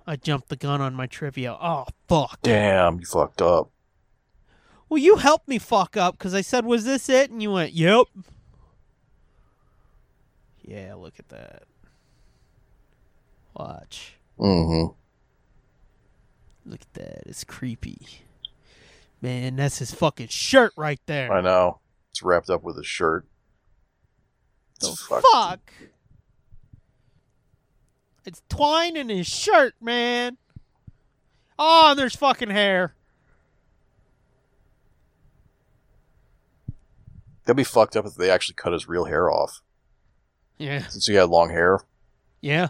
S2: I jumped the gun on my trivia. Oh fuck.
S3: Damn, you fucked up.
S2: Well, you helped me fuck up because I said, "Was this it?" And you went, "Yep." Yeah, look at that. Watch.
S3: Mm-hmm.
S2: Look at that. It's creepy. Man, that's his fucking shirt right there.
S3: I know. It's wrapped up with his shirt.
S2: the
S3: It's
S2: fuck?
S3: fucked.
S2: It's twine in his shirt, man. Oh, and there's fucking hair.
S3: That'd be fucked up if they actually cut his real hair off.
S2: Yeah.
S3: Since he had long hair.
S2: Yeah.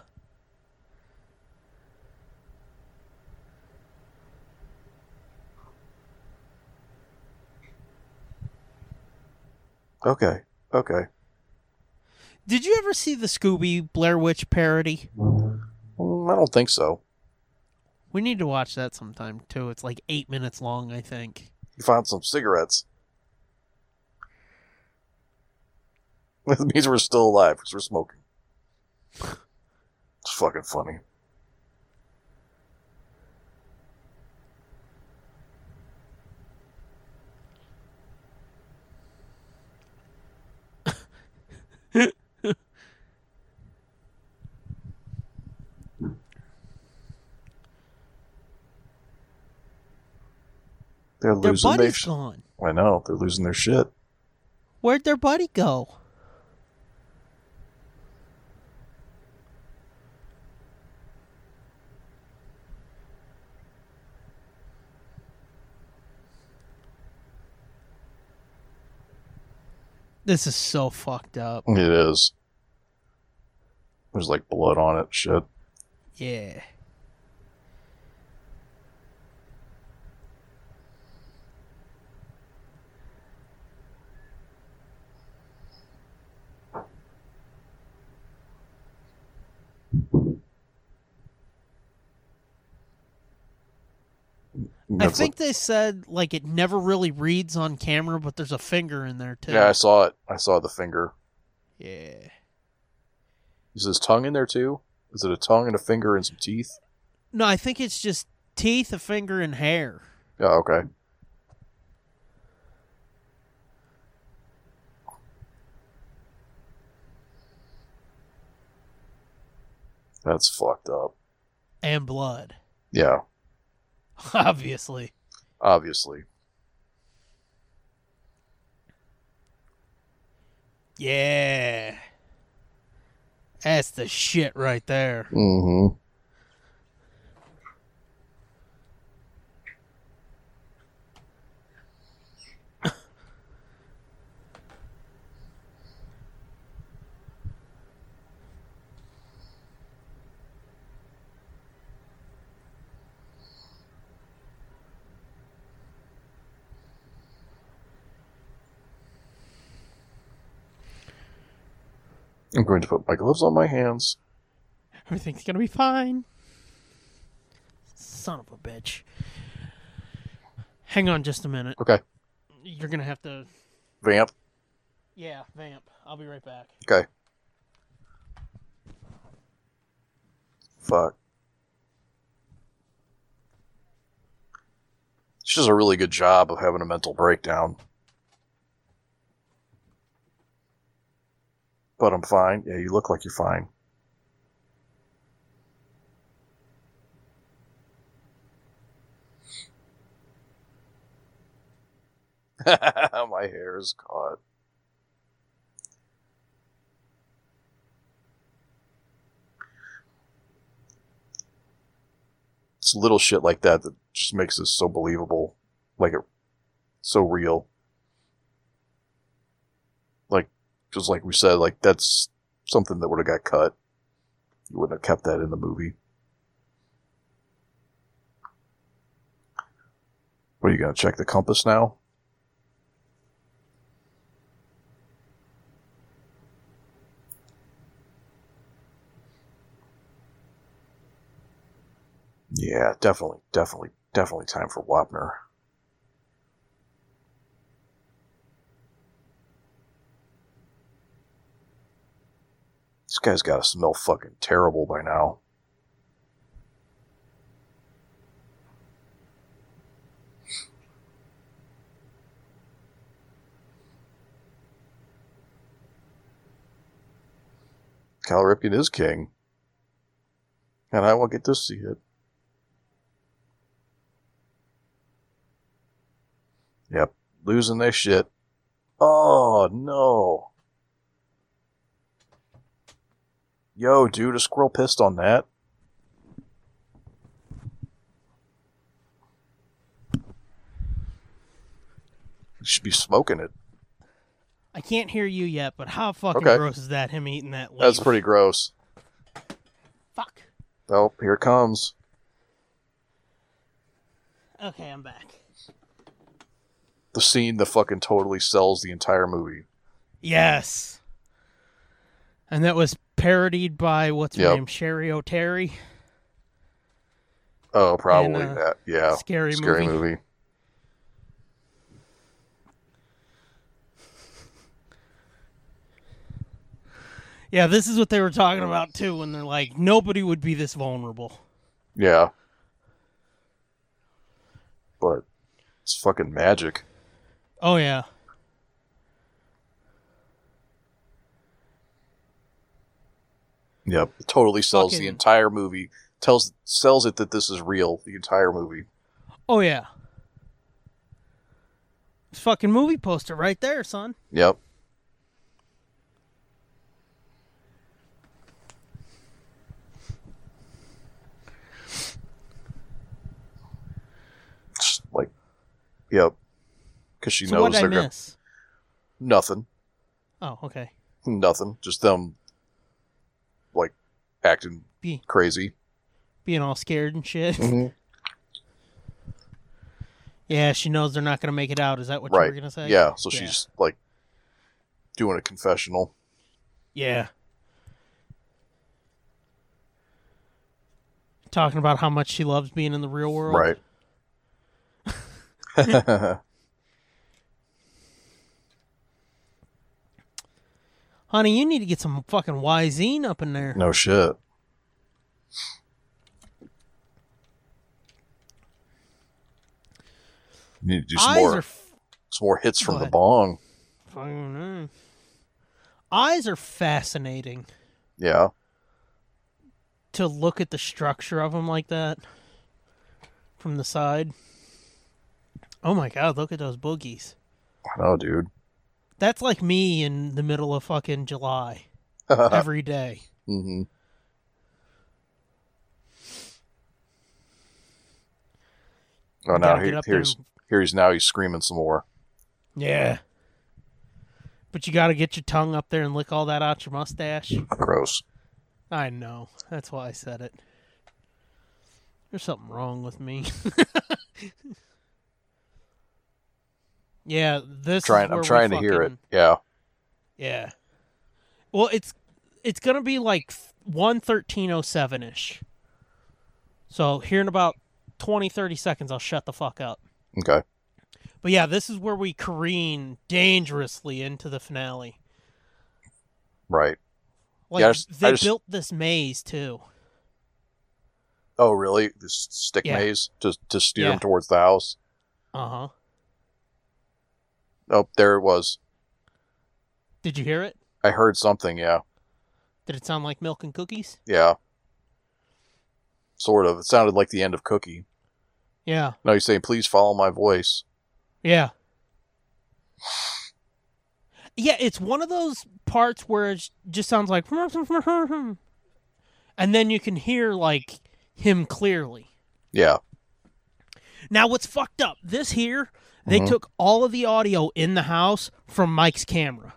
S3: Okay. Okay.
S2: Did you ever see the Scooby Blair Witch parody?
S3: Mm, I don't think so.
S2: We need to watch that sometime too. It's like eight minutes long, I think.
S3: You found some cigarettes. That means we're still alive because we're smoking. It's fucking funny. They're
S2: Their
S3: losing their
S2: buddy's
S3: sh-
S2: gone.
S3: I know they're losing their shit.
S2: Where'd their buddy go? This is so fucked up.
S3: It is. There's like blood on it. Shit.
S2: Yeah. I
S3: That's
S2: think they said like it never really reads on camera, but there's a finger in there too.
S3: Like, yeah, I saw it. I saw the finger.
S2: Yeah.
S3: Is his tongue in there too? Is it a tongue and a finger and some teeth?
S2: No, I think it's just teeth, a finger, and hair.
S3: Yeah. Okay. That's fucked up.
S2: and blood,
S3: Yeah.
S2: obviously.
S3: Obviously.
S2: Yeah. That's the shit right there.
S3: Mm-hmm. I'm going to put my gloves on my hands.
S2: Everything's gonna be fine. Son of a bitch. Hang on just a minute.
S3: Okay.
S2: You're gonna have to.
S3: Vamp.
S2: Yeah, vamp. I'll be right back.
S3: Okay. Fuck. She does a really good job of having a mental breakdown. But I'm fine. Yeah, you look like you're fine. My hair is caught. it's little shit like that that just makes this so believable, like it, so real. Like, just like we said, like that's something that would have got cut. You wouldn't have kept that in the movie. What are you gonna check the compass now? Yeah, definitely, definitely, definitely time for Wapner. This guy's got to smell fucking terrible by now. Cal Ripken is king, and I won't get to see it. Yep, losing their shit. Oh no. Yo, dude, a squirrel pissed on that. You should be smoking it.
S2: I can't hear you yet, but how fucking
S3: Okay.
S2: gross is that? Him eating that. Leaf?
S3: That's pretty gross.
S2: Fuck.
S3: Oh, here it comes.
S2: Okay, I'm back.
S3: The scene that fucking totally sells the entire movie.
S2: Yes. And that was parodied by what's her
S3: Yep.
S2: name, Sherry O'Terry.
S3: Oh, probably
S2: uh,
S3: that. Yeah.
S2: Scary
S3: Scary
S2: Movie.
S3: movie.
S2: Yeah, this is what they were talking about too when they're like, nobody would be this vulnerable.
S3: Yeah. But it's fucking magic.
S2: Oh yeah.
S3: Yep. It totally sells
S2: Fucking-
S3: the entire movie. Tells sells it that this is real, the entire movie.
S2: Oh yeah. Fucking movie poster right there, son.
S3: Yep. Just like Yep. Cause she
S2: So
S3: knows
S2: what did I
S3: they're gonna
S2: miss?
S3: nothing.
S2: Oh, okay.
S3: Nothing. Just them like acting
S2: Be
S3: crazy.
S2: being all scared and shit.
S3: Mhm.
S2: yeah, she knows they're not gonna make it out. Is that what you
S3: right.
S2: were gonna say?
S3: Yeah, so
S2: Yeah.
S3: she's like doing a confessional.
S2: Yeah. Talking about how much she loves being in the real world.
S3: Right. yeah,
S2: Honey, you need to get some fucking YZine up in there.
S3: no shit. Need to do some
S2: Eyes
S3: more,
S2: are f-
S3: some more hits from
S2: Go
S3: the
S2: ahead.
S3: bong.
S2: fucking. mm. Eyes are fascinating
S3: Yeah,
S2: to look at the structure of them like that from the side. Oh my god, look at those boogies.
S3: I know, dude.
S2: That's like me in the middle of fucking July every day.
S3: hmm Oh, now
S2: gotta
S3: he,
S2: get up there
S3: here's
S2: and-
S3: here he's now he's screaming some more.
S2: Yeah. But you got to get your tongue up there and lick all that out your mustache.
S3: Gross.
S2: I know. That's why I said it. There's something wrong with me. yeah, this. is
S3: Trying,
S2: where
S3: I'm
S2: we
S3: trying to hear it.
S2: fucking-
S3: Yeah,
S2: Yeah. Well, it's it's gonna be like one thirteen oh seven ish. So here in about 20, 30 seconds, I'll shut the fuck up.
S3: okay.
S2: But yeah, this is where we careen dangerously into the finale.
S3: Right.
S2: Like
S3: Yeah, I just-
S2: they
S3: I just-
S2: built this maze too.
S3: Oh, really? This stick
S2: Yeah.
S3: maze to to steer
S2: Yeah.
S3: him towards the house.
S2: Uh huh.
S3: Uh-huh. Oh, there it was.
S2: Did you hear it?
S3: I heard something. Yeah,
S2: Did it sound like milk and cookies?
S3: yeah. Sort of. It sounded like the end of Cookie.
S2: Yeah.
S3: No, he's saying, "Please follow my voice."
S2: Yeah. Yeah, it's one of those parts where it just sounds like and then you can hear like him clearly.
S3: Yeah.
S2: Now what's fucked up, this here, they
S3: Mhm.
S2: took all of the audio in the house from Mike's camera.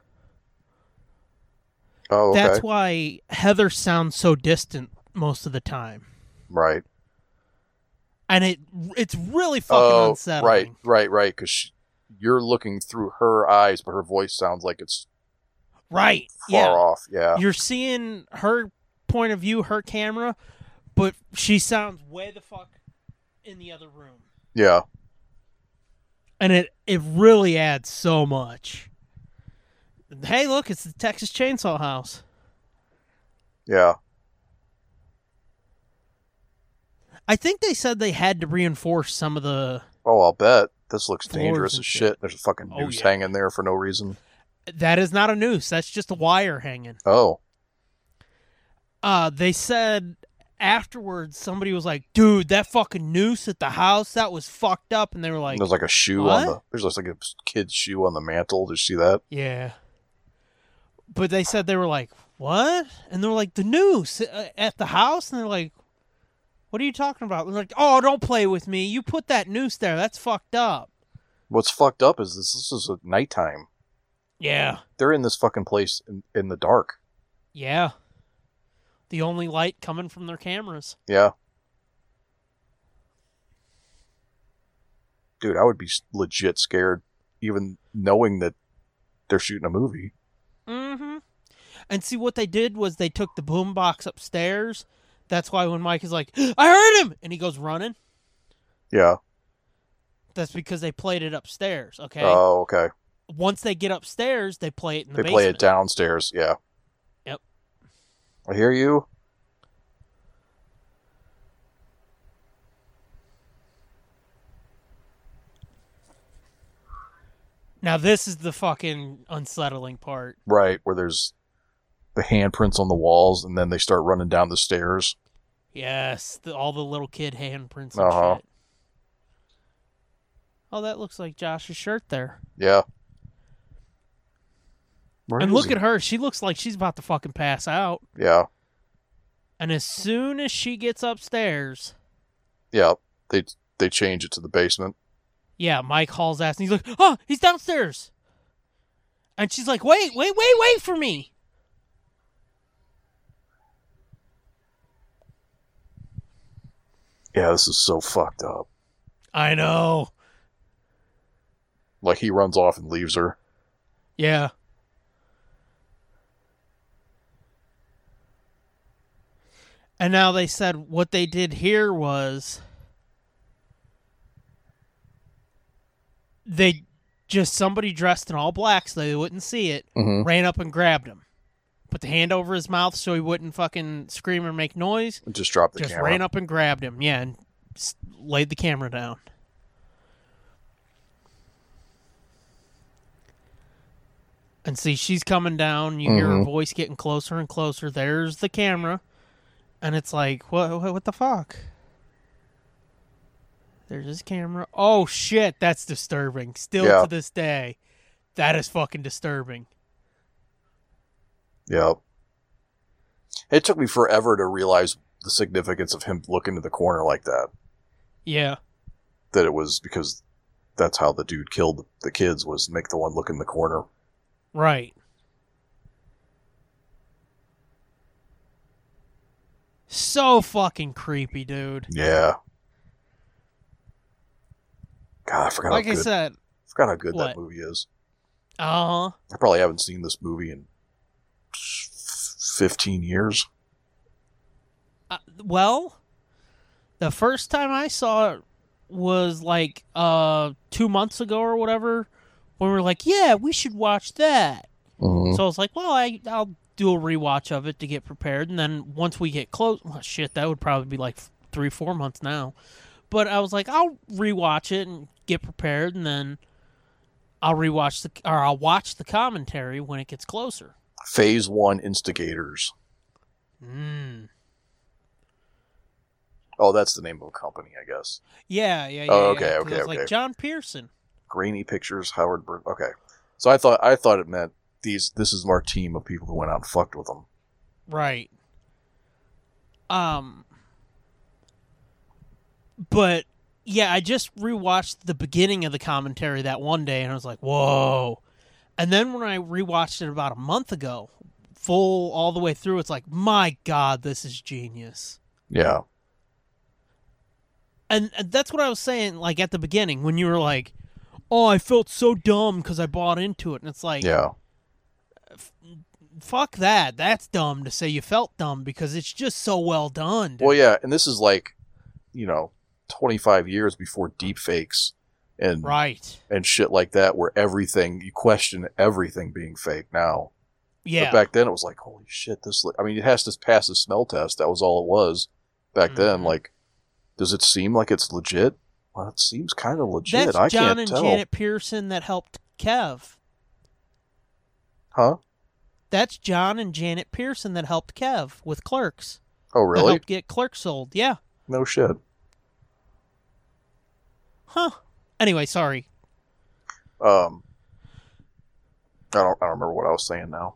S3: Oh, okay.
S2: That's why Heather sounds so distant most of the time.
S3: right.
S2: And it it's really fucking
S3: Oh,
S2: unsettling.
S3: right, right, right. Because you're looking through her eyes, but her voice sounds like it's
S2: Right.
S3: far
S2: yeah.
S3: off. Yeah.
S2: you're seeing her point of view, her camera, but she sounds way the fuck in the other room.
S3: Yeah.
S2: and it it really adds so much. Hey, look, it's the Texas Chainsaw House.
S3: Yeah.
S2: I think they said they had to reinforce some of the.
S3: Oh, I'll bet. This looks
S2: Floors
S3: dangerous
S2: and
S3: as
S2: shit.
S3: shit. There's a fucking
S2: Oh,
S3: noose
S2: yeah.
S3: hanging there for no reason.
S2: That is not a noose. That's just a wire hanging.
S3: Oh.
S2: Uh, they said afterwards somebody was like, "Dude, that fucking noose at the house that was fucked up," and they were like,
S3: there's like a shoe
S2: what?
S3: on the there's just like a kid's shoe on the mantle. Did you see that?
S2: "Yeah." But they said they were like, "What?" And they were like, "The noose uh, at the house," and they're like, "What are you talking about?" They're like, "Oh, don't play with me. You put that noose there. That's fucked up."
S3: What's fucked up is this this is at nighttime.
S2: Yeah.
S3: They're in this fucking place in, in the dark.
S2: Yeah. The only light coming from their cameras.
S3: Yeah. Dude, I would be s- legit scared even knowing that they're shooting a movie.
S2: Mm-hmm. And see what they did was they took the boom box upstairs. That's why when Mike is like, I heard him and he goes running,
S3: Yeah.
S2: that's because they played it upstairs, okay?
S3: Oh, okay.
S2: Once they get upstairs, they play it in the
S3: they
S2: basement.
S3: play it downstairs. Yeah.
S2: Yep.
S3: I hear you.
S2: Now this is the fucking unsettling part.
S3: Right, where there's the handprints on the walls and then they start running down the stairs.
S2: Yes, the, all the little kid handprints and
S3: Uh-huh.
S2: shit. Oh, that looks like Josh's shirt there.
S3: Yeah. Where
S2: and
S3: is
S2: look
S3: he?
S2: at her. She looks like she's about to fucking pass out.
S3: Yeah.
S2: And as soon as she gets upstairs,
S3: Yeah. They they change it to the basement.
S2: yeah, Mike hauls ass and he's like, oh, he's downstairs. And she's like, wait, wait, wait, wait for me.
S3: Yeah, this is so fucked up.
S2: I know.
S3: Like he runs off and leaves her.
S2: Yeah. And now they said what they did here was they just somebody dressed in all black so they wouldn't see it
S3: Mm-hmm.
S2: ran up and grabbed him. Put the hand over his mouth so he wouldn't fucking scream or make noise.
S3: Just drop the
S2: Just
S3: camera.
S2: ran up and grabbed him. Yeah, and s- laid the camera down. And see, she's coming down. You hear her
S3: Mhm.
S2: voice getting closer and closer. There's the camera, and it's like, what? What, what the fuck? There's his camera. Oh shit, that's disturbing. Still
S3: Yeah.
S2: to this day, that is fucking disturbing.
S3: Yeah. It took me forever to realize the significance of him looking to the corner like that.
S2: Yeah.
S3: That it was because that's how the dude killed the kids was make the one look in the corner.
S2: Right. So fucking creepy, dude.
S3: Yeah. God, I forgot
S2: Like
S3: how
S2: I
S3: Oh, good,
S2: said,
S3: forgot how good
S2: What?
S3: that movie is.
S2: uh huh.
S3: I probably haven't seen this movie in fifteen years.
S2: Uh, well, the first time I saw it was like uh two months ago or whatever, when we were like, yeah, we should watch that.
S3: Mhm.
S2: So I was like, well, I I'll do a rewatch of it to get prepared, and then once we get close, well, shit, that would probably be like f- three, four months now. But I was like, I'll rewatch it and get prepared, and then I'll rewatch the or I'll watch the commentary when it gets closer.
S3: Phase one instigators.
S2: Mm.
S3: Oh, that's the name of a company, I guess.
S2: Yeah, yeah, yeah.
S3: Oh,
S2: yeah,
S3: okay,
S2: 'cause I
S3: okay,
S2: was Like
S3: okay.
S2: John Pearson.
S3: Grainy Pictures, Howard Burns. Okay, so I thought I thought it meant these. This is our team of people who went out and fucked with them.
S2: Right. Um but yeah, I just rewatched the beginning of the commentary that one day and I was like, "Whoa." And then when I rewatched it about a month ago, full all the way through, it's like, "My god, this is genius."
S3: Yeah,
S2: And and that's what I was saying like at the beginning when you were like, "Oh, I felt so dumb cuz I bought into it." And it's like,
S3: yeah,
S2: fuck that. That's dumb to say you felt dumb because it's just so well done. dude.
S3: Well, yeah, and this is like, you know, 25 years before deep fakes and
S2: right.
S3: and shit like that, where everything you question everything being fake now.
S2: Yeah.
S3: But back then, it was like, holy shit, this. Look, I mean, it has to pass the smell test. That was all it was back then.
S2: Mhm.
S3: Like, does it seem like it's legit? Well, it seems kind of legit.
S2: That's
S3: I
S2: John
S3: can't
S2: and
S3: tell,
S2: Janet Pearson that helped Kev.
S3: huh?
S2: That's John and Janet Pearson that helped Kev with Clerks.
S3: Oh,
S2: that
S3: really?
S2: helped get Clerks sold. Yeah.
S3: No shit.
S2: Huh. Anyway, sorry.
S3: Um, I don't. I don't remember what I was saying now.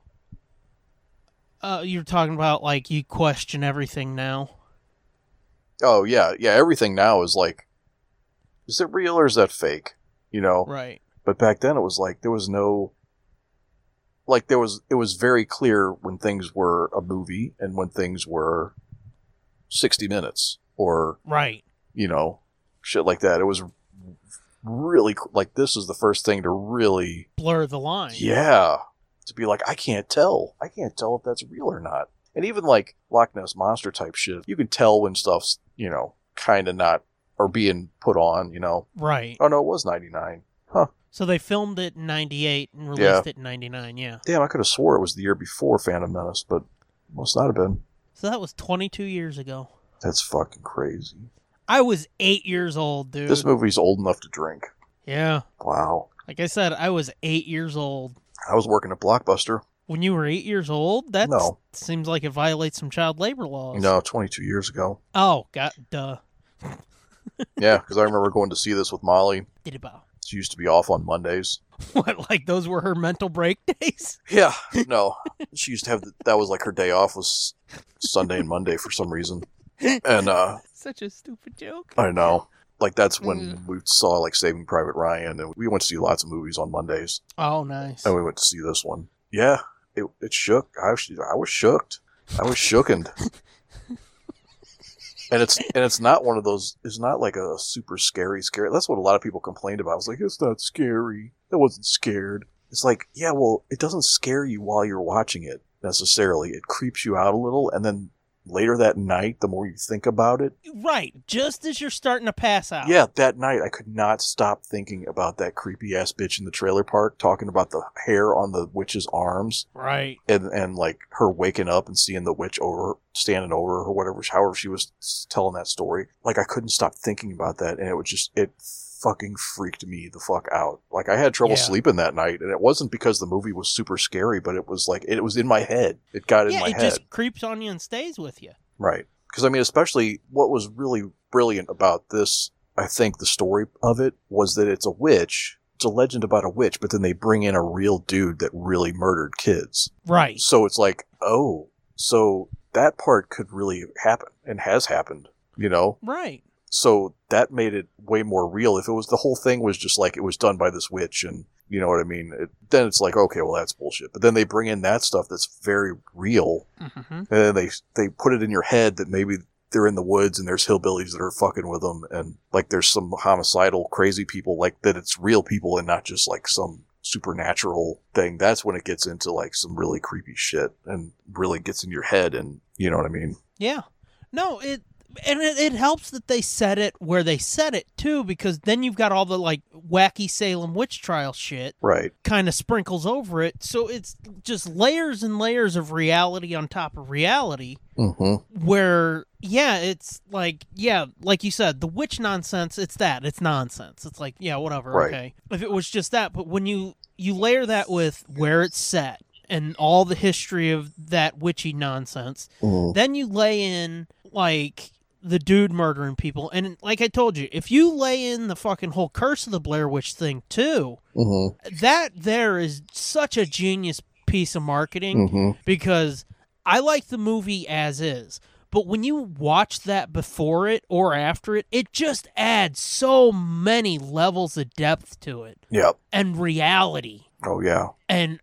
S2: Uh, you're talking about like you question everything now.
S3: Oh yeah, yeah. Everything now is like, is it real or is that fake? You know.
S2: Right.
S3: But back then, it was like there was no, like there was. It was very clear when things were a movie and when things were sixty minutes or
S2: Right.
S3: you know shit like that. It was really cl- like this is the first thing to really,
S2: Blur the line.
S3: yeah, to be like I can't tell. I can't tell if that's real or not. And even like Loch Ness monster type shit, you can tell when stuff's you know kind of not or being put on. You know,
S2: Right.
S3: oh no, it was ninety nine.
S2: So they filmed it in 98 and released
S3: Yeah.
S2: it in 99. Yeah.
S3: Damn, I could have swore it was the year before Phantom Menace, but must not have been.
S2: So that was 22 years ago.
S3: That's fucking crazy.
S2: I was eight years old, dude.
S3: This movie's old enough to drink.
S2: yeah.
S3: Wow.
S2: Like I said, I was eight years old.
S3: I was working at Blockbuster.
S2: When you were eight years old, that
S3: No.
S2: seems like it violates some child labor laws.
S3: No, 22 years ago.
S2: Oh, God, duh.
S3: Yeah, because I remember going to see this with Molly.
S2: Did about.
S3: She used to be off on Mondays.
S2: What, like those were her mental break days?
S3: Yeah, no. she used to have, the, that was like her day off was Sunday and Monday for some reason. And, uh,
S2: Such a stupid joke.
S3: I know. Like, that's when we saw, like, Saving Private Ryan, and we went to see lots of movies on Mondays.
S2: Oh, nice.
S3: and we went to see this one. Yeah, it it shook. I was I was shooked. I was shookened. and it's and it's not one of those. It's not like a super scary scary. That's what a lot of people complained about. I was like, it's not scary. I wasn't scared. It's like, yeah, well, it doesn't scare you while you're watching it necessarily. It creeps you out a little, and then later that night, the more you think about it,
S2: Right. Just as you're starting to pass out.
S3: yeah, that night I could not stop thinking about that creepy ass bitch in the trailer park talking about the hair on the witch's arms
S2: Right.
S3: and and like her waking up and seeing the witch over standing over her or whatever however she was s- telling that story like i couldn't stop thinking about that and it was just it fucking freaked me the fuck out like i had trouble
S2: Yeah.
S3: sleeping that night and it wasn't because the movie was super scary but it was like it was in my head it got in
S2: yeah,
S3: my
S2: it
S3: head
S2: just creeps on you and stays with you.
S3: Right. Because, I mean, especially what was really brilliant about this, I think the story of it was that it's a witch. It's a legend about a witch, but then they bring in a real dude that really murdered kids.
S2: Right.
S3: So it's like, oh, so that part could really happen and has happened, you know?
S2: Right.
S3: So that made it way more real. If it was the whole thing was just like it was done by this witch and you know what I mean, it, then it's like, okay, well, that's bullshit. But then they bring in that stuff that's very real
S2: Mm-hmm.
S3: and then they they put it in your head that maybe they're in the woods and there's hillbillies that are fucking with them and like there's some homicidal crazy people like that it's real people and not just like some supernatural thing that's when it gets into like some really creepy shit and really gets in your head and you know what i mean
S2: Yeah. No, it and it, it helps that they said it where they said it too, because then you've got all the like wacky Salem witch trial shit
S3: right
S2: kind of sprinkles over it. So it's just layers and layers of reality on top of reality.
S3: mm-hmm
S2: Where yeah, it's like yeah, like you said, the witch nonsense. It's that. It's nonsense. It's like yeah, whatever.
S3: Right.
S2: Okay. If it was just that, but when you you layer that with where it's set and all the history of that witchy nonsense
S3: Mm-hmm.
S2: then you lay in like the dude murdering people and like i told you if you lay in the fucking whole curse of the blair witch thing too
S3: mm-hmm
S2: that there is such a genius piece of marketing
S3: mm-hmm
S2: because i like the movie as is but when you watch that before it or after it it just adds so many levels of depth to it
S3: yeah
S2: and reality
S3: oh yeah
S2: and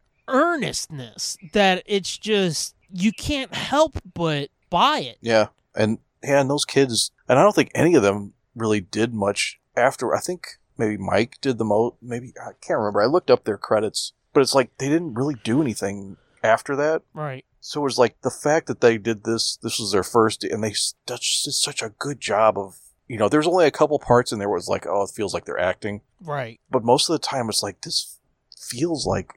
S2: earnestness that it's just you can't help but buy it
S3: Yeah, and yeah, and those kids, and I don't think any of them really did much after. I think maybe Mike did the most. Maybe I can't remember. I looked up their credits, but it's like they didn't really do anything after that.
S2: Right.
S3: So it was like the fact that they did this. This was their first, and they s- did such a good job of. You know, there's only a couple parts in there where it's like, oh, it feels like they're acting,
S2: Right.
S3: but most of the time it's like this feels like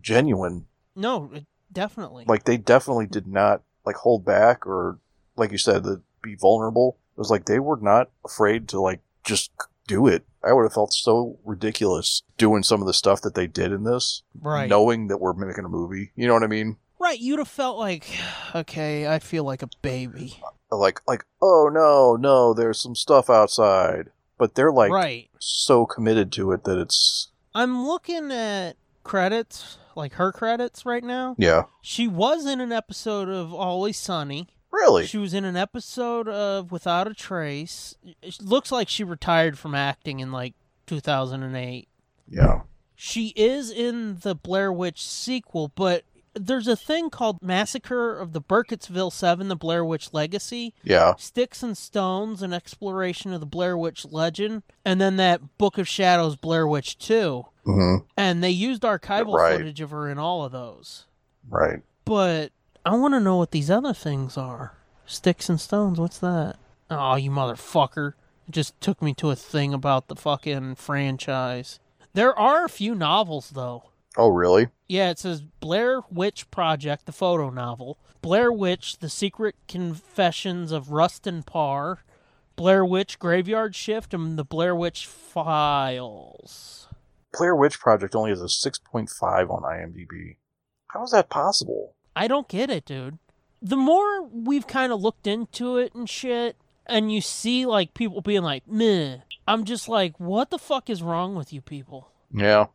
S3: genuine.
S2: No, it- definitely.
S3: Like they definitely did not like hold back or, like you said, the, be vulnerable. It was like they were not afraid to like just do it. I would have felt so ridiculous doing some of the stuff that they did in this,
S2: right.
S3: knowing that we're making a movie. You know what I mean?
S2: Right. You'd have felt like, okay, I feel like a baby.
S3: like like oh no no there's some stuff outside but they're like
S2: right.
S3: so committed to it that it's
S2: I'm looking at credits, like her credits right now.
S3: yeah
S2: She was in an episode of Always Sunny.
S3: really
S2: She was in an episode of Without a Trace. It looks like she retired from acting in like 2008.
S3: yeah
S2: She is in the Blair Witch sequel, but there's a thing called Massacre of the Burkittsville 7, the Blair Witch Legacy,
S3: yeah
S2: Sticks and Stones, an exploration of the Blair Witch legend, and then that Book of Shadows Blair Witch 2.
S3: mm-hmm.
S2: And they used archival
S3: Right.
S2: footage of her in all of those.
S3: right
S2: But I want to know what these other things are. Sticks and stones, what's that? Oh, you motherfucker. It just took me to a thing about the fucking franchise. There are a few novels, though.
S3: oh really
S2: Yeah, it says Blair Witch Project, the photo novel. Blair Witch, The Secret Confessions of Rustin Parr. Blair Witch Graveyard Shift and The Blair Witch Files.
S3: Player Witch Project only has a 6.5 on IMDb how is that possible
S2: I don't get it, dude. The more we've kind of looked into it and shit, and you see like people being like, meh, I'm just like, what the fuck is wrong with you people?
S3: yeah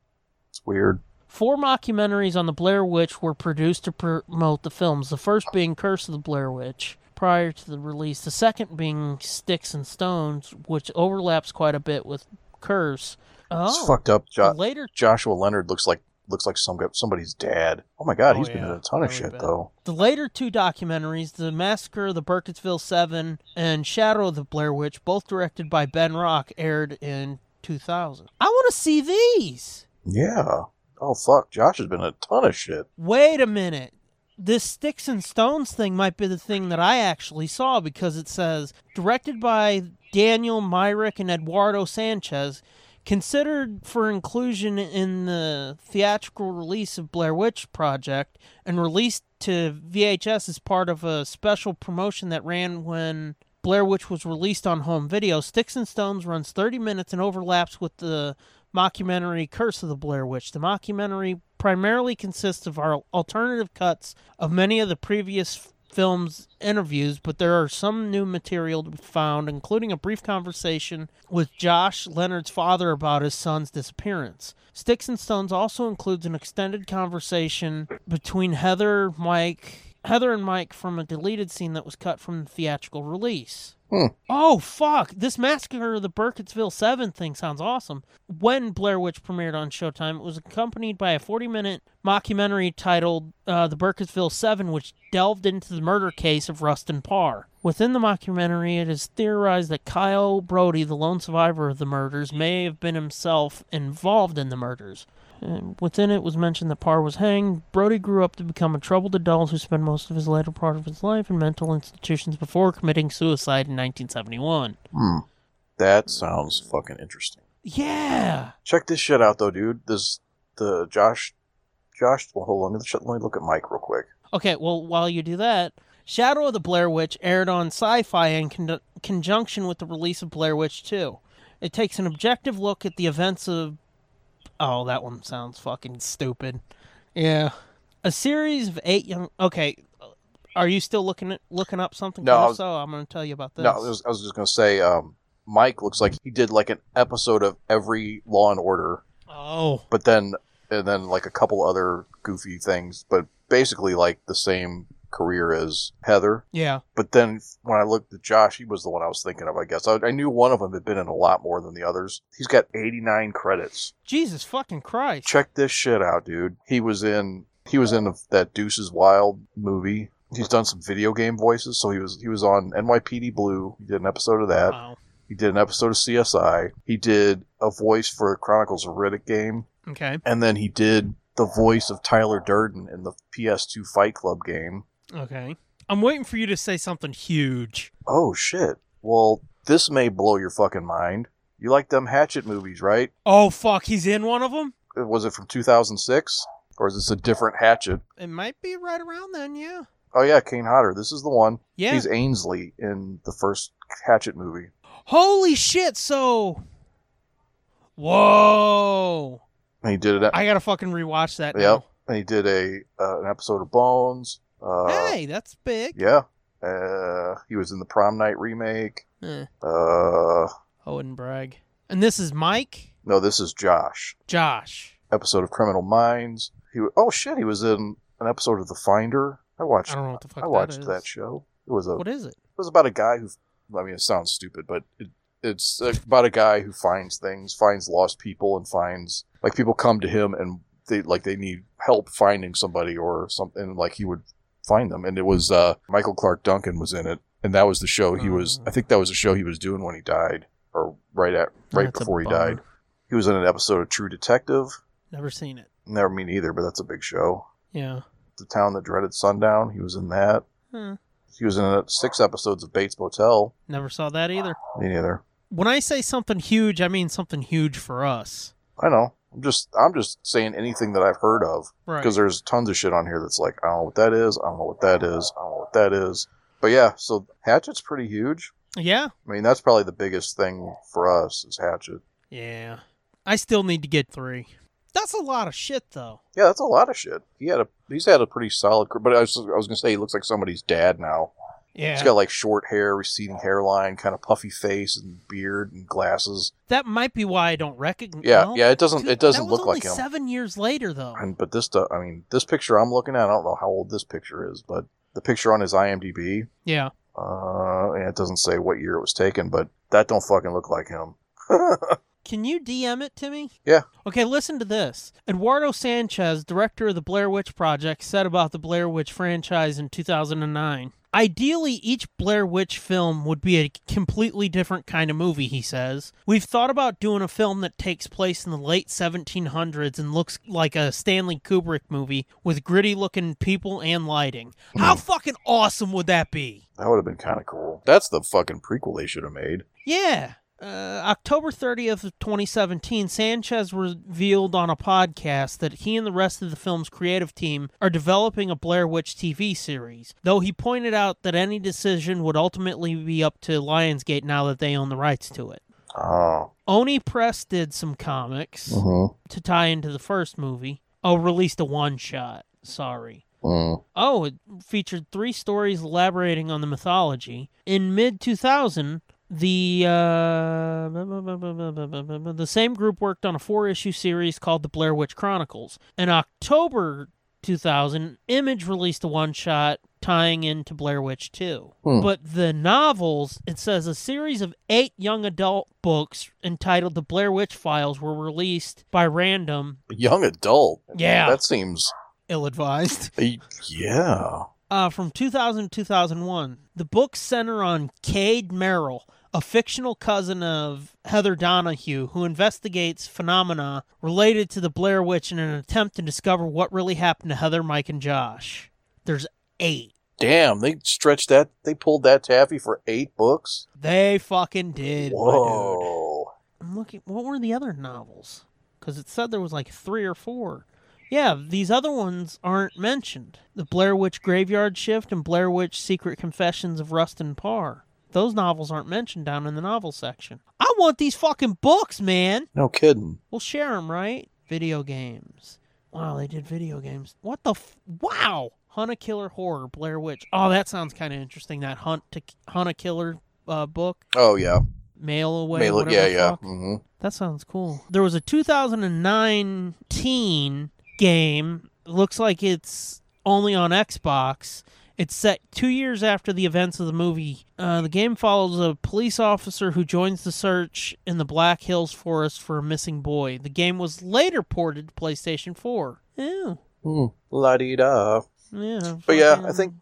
S3: it's weird
S2: Four mockumentaries on the Blair Witch were produced to promote the films, the first being Curse of the Blair Witch prior to the release, the second being Sticks and Stones, which overlaps quite a bit with Curse.
S3: it's
S2: Oh,
S3: fucked up jo-
S2: later
S3: Joshua Leonard looks like looks like some guy- somebody's dad oh my god
S2: Oh,
S3: he's been
S2: yeah.
S3: in a ton of
S2: Really
S3: shit
S2: bad.
S3: though
S2: The later two documentaries, The Massacre of the Burkittsville Seven and Shadow of the Blair Witch, both directed by Ben Rock, aired in 2000. I want to see these!
S3: yeah oh fuck Josh has been in a ton of shit
S2: Wait a minute. This Sticks and Stones thing might be the thing that I actually saw because it says, directed by Daniel Myrick and Eduardo Sanchez, considered for inclusion in the theatrical release of Blair Witch Project and released to VHS as part of a special promotion that ran when Blair Witch was released on home video. Sticks and Stones runs 30 minutes and overlaps with the mockumentary Curse of the Blair Witch. The mockumentary primarily consists of our alternative cuts of many of the previous f- film's interviews, but there are some new material to be found, including a brief conversation with Josh Leonard's father about his son's disappearance. Sticks and Stones also includes an extended conversation between Heather, Mike, Heather and Mike from a deleted scene that was cut from the theatrical release.
S3: Hmm.
S2: Oh fuck! This massacre of the Burkittsville Seven thing sounds awesome. When Blair Witch premiered on Showtime, it was accompanied by a 40-minute mockumentary titled uh, "The Burkittsville Seven, which delved into the murder case of Rustin Parr. Within the mockumentary, it is theorized that Kyle Brody, the lone survivor of the murders, may have been himself involved in the murders. And Um, within it was mentioned that Parr was hanged. Brody grew up to become a troubled adult who spent most of his later part of his life in mental institutions before committing suicide in 1971.
S3: Hmm. That sounds fucking interesting.
S2: Yeah.
S3: Check this shit out though, dude. This the Josh Josh well, hold on, let me, let me look at Mike real quick.
S2: Okay, well, while you do that, Shadow of the Blair Witch aired on Sci Fi in con- conjunction with the release of Blair Witch 2. It takes an objective look at the events of. Oh, that one sounds fucking stupid. Yeah. A series of eight young. Okay. Are you still looking at, looking up something? 'Cause
S3: No, I
S2: if
S3: was-
S2: so I'm going to tell you about this.
S3: No, I was, I was just gonna say, um, Mike looks like he did like an episode of every Law and Order,
S2: Oh,
S3: but then and then like a couple other goofy things, but basically like the same career as Heather.
S2: yeah.
S3: But then when I looked at Josh, he was the one I was thinking of. I guess I, I knew one of them had been in a lot more than the others. He's got 89 credits.
S2: Jesus fucking Christ.
S3: check this shit out, dude. He was in he was in that Deuces Wild movie. He's done some video game voices, so he was he was on NYPD Blue. He did an episode of that.
S2: Wow.
S3: He did an episode of CSI. He did a voice for Chronicles of Riddick game,
S2: Oh, Okay.
S3: and then he did the voice of Tyler Durden in the PS2 Fight Club game.
S2: Okay. I'm waiting for you to say something huge.
S3: Oh shit. Well, this may blow your fucking mind. You like them Hatchet movies, right?
S2: Oh fuck, he's in one of them.
S3: Was it from 2006 or is this a different Hatchet?
S2: It might be right around then, yeah.
S3: Oh yeah, Kane Hodder. This is the one.
S2: Yeah.
S3: He's Ainsley in the first Hatchet movie.
S2: Holy shit! So, whoa!
S3: And he did it.
S2: I gotta fucking rewatch that.
S3: Yep. And he did a uh, an episode of Bones. Uh,
S2: Now. hey, that's big.
S3: Yeah. Uh, he was in the Prom Night remake.
S2: Eh,
S3: Uh,
S2: I wouldn't brag. And this is Mike,
S3: no, this is Josh.
S2: Josh.
S3: Episode of Criminal Minds. He wa- oh shit, he was in an episode of The Finder. I watched.
S2: I don't know what the fuck
S3: I watched
S2: that is.
S3: that show. It was a
S2: What is it?
S3: it was about a guy who. I mean, it sounds stupid, but it, it's about a guy who finds things, finds lost people, and finds like people come to him and they like they need help finding somebody or something. and, Like he would find them, and it was uh, Michael Clark Duncan was in it, and that was the show he was.
S2: Oh.
S3: I think that was the show he was doing when he died, or right at right
S2: That's a
S3: before he
S2: bummer.
S3: died. He was in an episode of True Detective.
S2: Never seen it.
S3: Never mean either, but that's a big show.
S2: Yeah.
S3: The Town That Dreaded Sundown. He was in that.
S2: Huh.
S3: He was in uh, six episodes of Bates Motel.
S2: Never saw that either.
S3: Me neither.
S2: When I say something huge, I mean something huge for us.
S3: I know. I'm just I'm just saying anything that I've heard of
S2: Right.
S3: because there's tons of shit on here that's like I don't know what that is. I don't know what that is. I don't know what that is. But yeah, so Hatchet's pretty huge.
S2: Yeah.
S3: I mean, that's probably the biggest thing for us is Hatchet.
S2: Yeah. I still need to get three. That's a lot of shit, though.
S3: Yeah, that's a lot of shit. He had a he's had a pretty solid. career- But I was I was gonna say he looks like somebody's dad now.
S2: Yeah.
S3: He's got like short hair, receding hairline, kind of puffy face and beard and glasses.
S2: that might be why I don't recognize.
S3: Yeah, yeah. It doesn't it doesn't
S2: that
S3: look
S2: was only
S3: like him.
S2: Seven years later, though.
S3: And but this, do- I mean, this picture I'm looking at, I don't know how old this picture is, but the picture on his IMDb,
S2: Yeah.
S3: uh, and it doesn't say what year it was taken, but that don't fucking look like him.
S2: Can you DM it to me?
S3: Yeah.
S2: Okay, listen to this. Eduardo Sanchez, director of the Blair Witch Project, said about the Blair Witch franchise in 2009. Ideally, each Blair Witch film would be a completely different kind of movie, he says. We've thought about doing a film that takes place in the late 1700s and looks like a Stanley Kubrick movie with gritty looking people and lighting. How
S3: Hmm.
S2: fucking awesome would that be?
S3: that would have been kind of cool. That's the fucking prequel they should have made.
S2: Yeah. Uh, October 30th of 2017, Sanchez revealed on a podcast that he and the rest of the film's creative team are developing a Blair Witch TV series, though he pointed out that any decision would ultimately be up to Lionsgate now that they own the rights to it.
S3: Oh,
S2: Oni Press did some comics
S3: mm-hmm.
S2: to tie into the first movie. Oh, released a one shot. Sorry.
S3: mm.
S2: Oh, it featured three stories elaborating on the mythology. In mid 2000, the uh, bu- bu- bu- bu- bu- bu- bu- bu- bu- the same group worked on a four issue series called The Blair Witch Chronicles. In October 2000, Image released a one shot tying into Blair Witch 2.
S3: Hmm.
S2: But the novels, it says a series of eight young adult books entitled The Blair Witch Files were released by random,
S3: young adult.
S2: Yeah.
S3: that seems. eh,
S2: ill advised.
S3: Yeah,
S2: uh, from 2000 to 2001. The books center on Cade Merrill, a fictional cousin of Heather Donahue, who investigates phenomena related to the Blair Witch in an attempt to discover what really happened to Heather, Mike, and Josh. There's eight.
S3: damn, they stretched that. They pulled that taffy for eight books.
S2: They fucking did. my dude.
S3: Whoa.
S2: I'm looking. What were the other novels? Because it said there was like three or four. Yeah, these other ones aren't mentioned. The Blair Witch Graveyard Shift and Blair Witch Secret Confessions of Rustin Parr. Those novels aren't mentioned down in the novel section. I want these fucking books, man.
S3: No kidding.
S2: We'll share them, right? Video games. Wow, they did video games. What the? F- wow, Hunt a Killer Horror Blair Witch. Oh, that sounds kind of interesting. That Hunt to Hunt a Killer uh, book,
S3: Oh yeah,
S2: Mail Away.
S3: May look-
S2: whatever the
S3: yeah, yeah.
S2: fuck.
S3: hmm
S2: That sounds cool. There was a 2019 game. Looks like it's only on Xbox. It's set two years after the events of the movie. Uh, the game follows a police officer who joins the search in the Black Hills forest for a missing boy. The game was later ported to PlayStation 4. Ew.
S3: Mm. La di da.
S2: Yeah.
S3: But yeah, I
S2: fucking-
S3: think-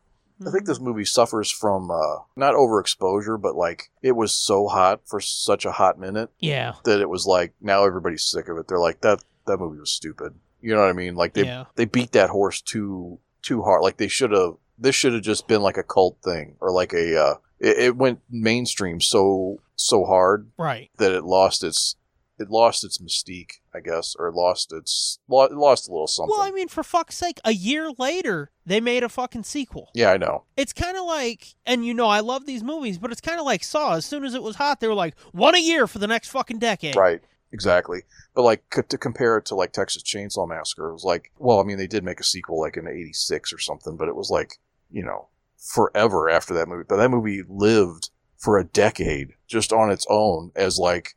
S3: I think this movie suffers from uh, not overexposure, but like it was so hot for such a hot minute
S2: Yeah.
S3: that it was like now everybody's sick of it. They're like that that movie was stupid. You know what I mean? Like they
S2: yeah.
S3: they beat that horse too too hard. Like they should have. This should have just been like a cult thing or like a. Uh, it, it went mainstream so so hard
S2: Right.
S3: that it lost its it lost its mystique, I guess, or it lost its lo- it lost a little something.
S2: Well, I mean, for fuck's sake, a year later they made a fucking sequel.
S3: yeah, I know.
S2: It's kind of like, and you know, I love these movies, but it's kind of like Saw. As soon as it was hot, they were like, one a year for the next fucking decade.
S3: Right. Exactly. But like c- to compare it to like Texas Chainsaw Massacre, it was like, well, I mean, they did make a sequel like in '86 or something, but it was like, you know, forever after that movie. But that movie lived for a decade just on its own as like,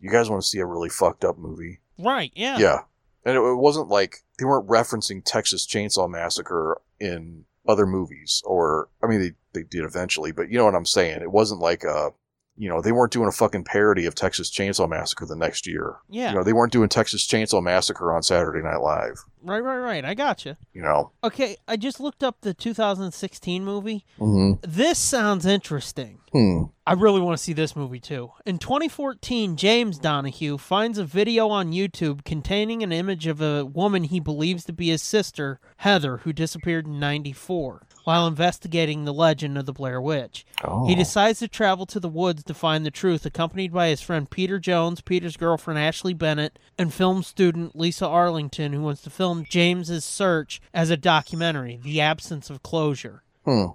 S3: you guys want to see a really fucked up movie?
S2: Right. Yeah.
S3: Yeah. And it, it wasn't like they weren't referencing Texas Chainsaw Massacre in other movies, or I mean, they they did eventually, but you know what I'm saying? It wasn't like a, you know, they weren't doing a fucking parody of Texas Chainsaw Massacre the next year
S2: Yeah.
S3: you know, they weren't doing Texas Chainsaw Massacre on Saturday Night Live.
S2: Right. Right. Right. I gotcha.
S3: You know,
S2: Okay. I just looked up the 2016 movie.
S3: mm-hmm.
S2: This sounds interesting.
S3: hmm.
S2: I really want to see this movie too. In 2014, James Donahue finds a video on YouTube containing an image of a woman he believes to be his sister, Heather, who disappeared in 94, while investigating the legend of the Blair Witch.
S3: Oh.
S2: He decides to travel to the woods to find the truth, accompanied by his friend Peter Jones, Peter's girlfriend Ashley Bennett, and film student Lisa Arlington, who wants to film James's search as a documentary, The Absence of Closure.
S3: Hmm.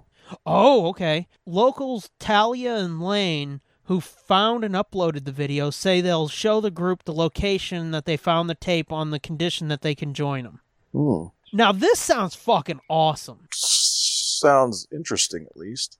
S2: Oh, okay. Locals Talia and Lane, who found and uploaded the video, say they'll show the group the location that they found the tape on the condition that they can join them.
S3: Hmm.
S2: Now, this sounds fucking awesome.
S3: Sounds interesting, at least.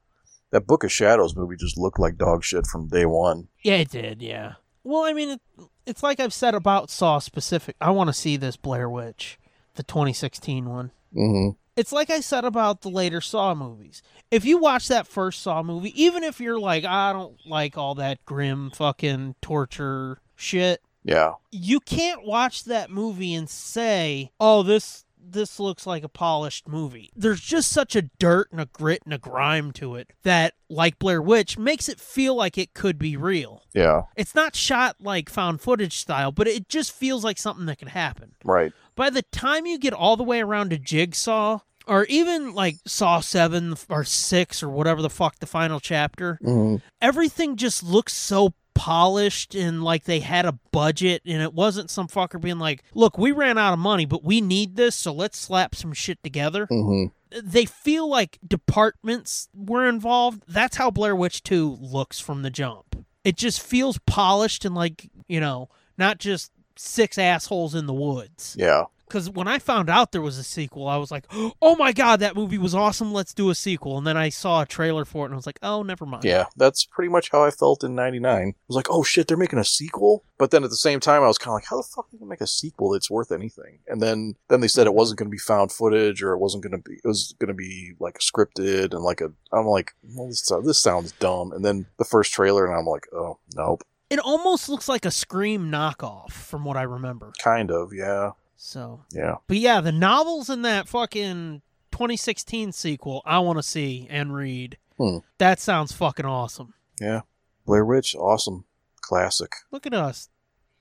S3: That Book of Shadows movie just looked like dog shit from day one.
S2: Yeah, it did, yeah. Well, I mean, it, it's like I've said about Saw specific. I want to see this Blair Witch, the 2016 one.
S3: Mm-hmm.
S2: It's like I said about the later Saw movies. If you watch that first Saw movie, even if you're like, I don't like all that grim fucking torture shit,
S3: Yeah.
S2: you can't watch that movie and say, "Oh, this this looks like a polished movie." There's just such a dirt and a grit and a grime to it that like Blair Witch makes it feel like it could be real.
S3: Yeah.
S2: It's not shot like found footage style, but it just feels like something that could happen.
S3: Right.
S2: By the time you get all the way around to Jigsaw or even like Saw 7 or 6 or whatever the fuck the final chapter,
S3: Mm-hmm.
S2: everything just looks so polished and like they had a budget and it wasn't some fucker being like, "Look, we ran out of money, but we need this, so let's slap some shit together."
S3: Mm-hmm.
S2: They feel like departments were involved. That's how Blair Witch 2 looks from the jump. It just feels polished and like, you know, not just six assholes in the woods.
S3: Yeah.
S2: Cuz when I found out there was a sequel, I was like, "Oh my god, that movie was awesome. Let's do a sequel." And then I saw a trailer for it and I was like, "Oh, never mind."
S3: Yeah. That's pretty much how I felt in 99. I was like, oh shit, they're making a sequel? But then at the same time, I was kind of like, how the fuck are they going to make a sequel that's worth anything? And then, then they said it wasn't going to be found footage or it wasn't going to be, it was going to be like scripted and like a, I'm like, well, this, so- this sounds dumb. And then the first trailer and I'm like, oh, nope.
S2: It almost looks like a Scream knockoff, from what I remember.
S3: Kind of. Yeah.
S2: So,
S3: Yeah.
S2: but yeah, the novels in that fucking 2016 sequel, I want to see and read.
S3: Hmm.
S2: That sounds fucking awesome.
S3: Blair Witch. Awesome. Classic.
S2: Look at us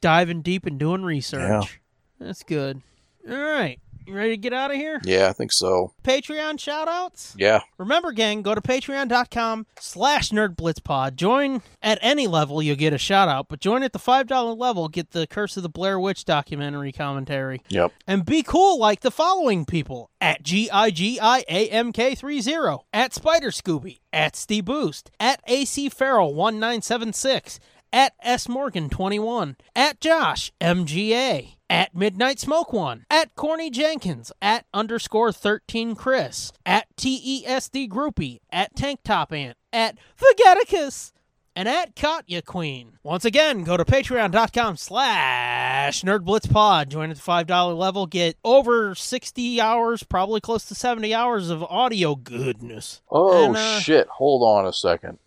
S2: diving deep and doing research. That's good. All right. You ready to get out of here?
S3: Yeah. I think so.
S2: Patreon shoutouts?
S3: Yeah.
S2: Remember, gang, go to patreon.com slash nerdblitzpod. Join at any level, you'll get a shout out, but join at the $5 level, get the Curse of the Blair Witch documentary commentary.
S3: Yep.
S2: And be cool like the following people at GIGIAMK30, at Spider Scooby, at Steve Boost, at AC Farrell 1976, at S Morgan 21, at Josh MGA, at Midnight Smoke One, at Corny Jenkins, at underscore 13 Chris, at TESD Groupie, at Tank Top Ant, at Vegaticus, and at Katya Queen. Once again, go to patreon.com slash nerdblitzpod. Join at the $5 level. Get over 60 hours, probably close to 70 hours of audio goodness.
S3: Oh
S2: And, uh,
S3: shit. Hold on a second.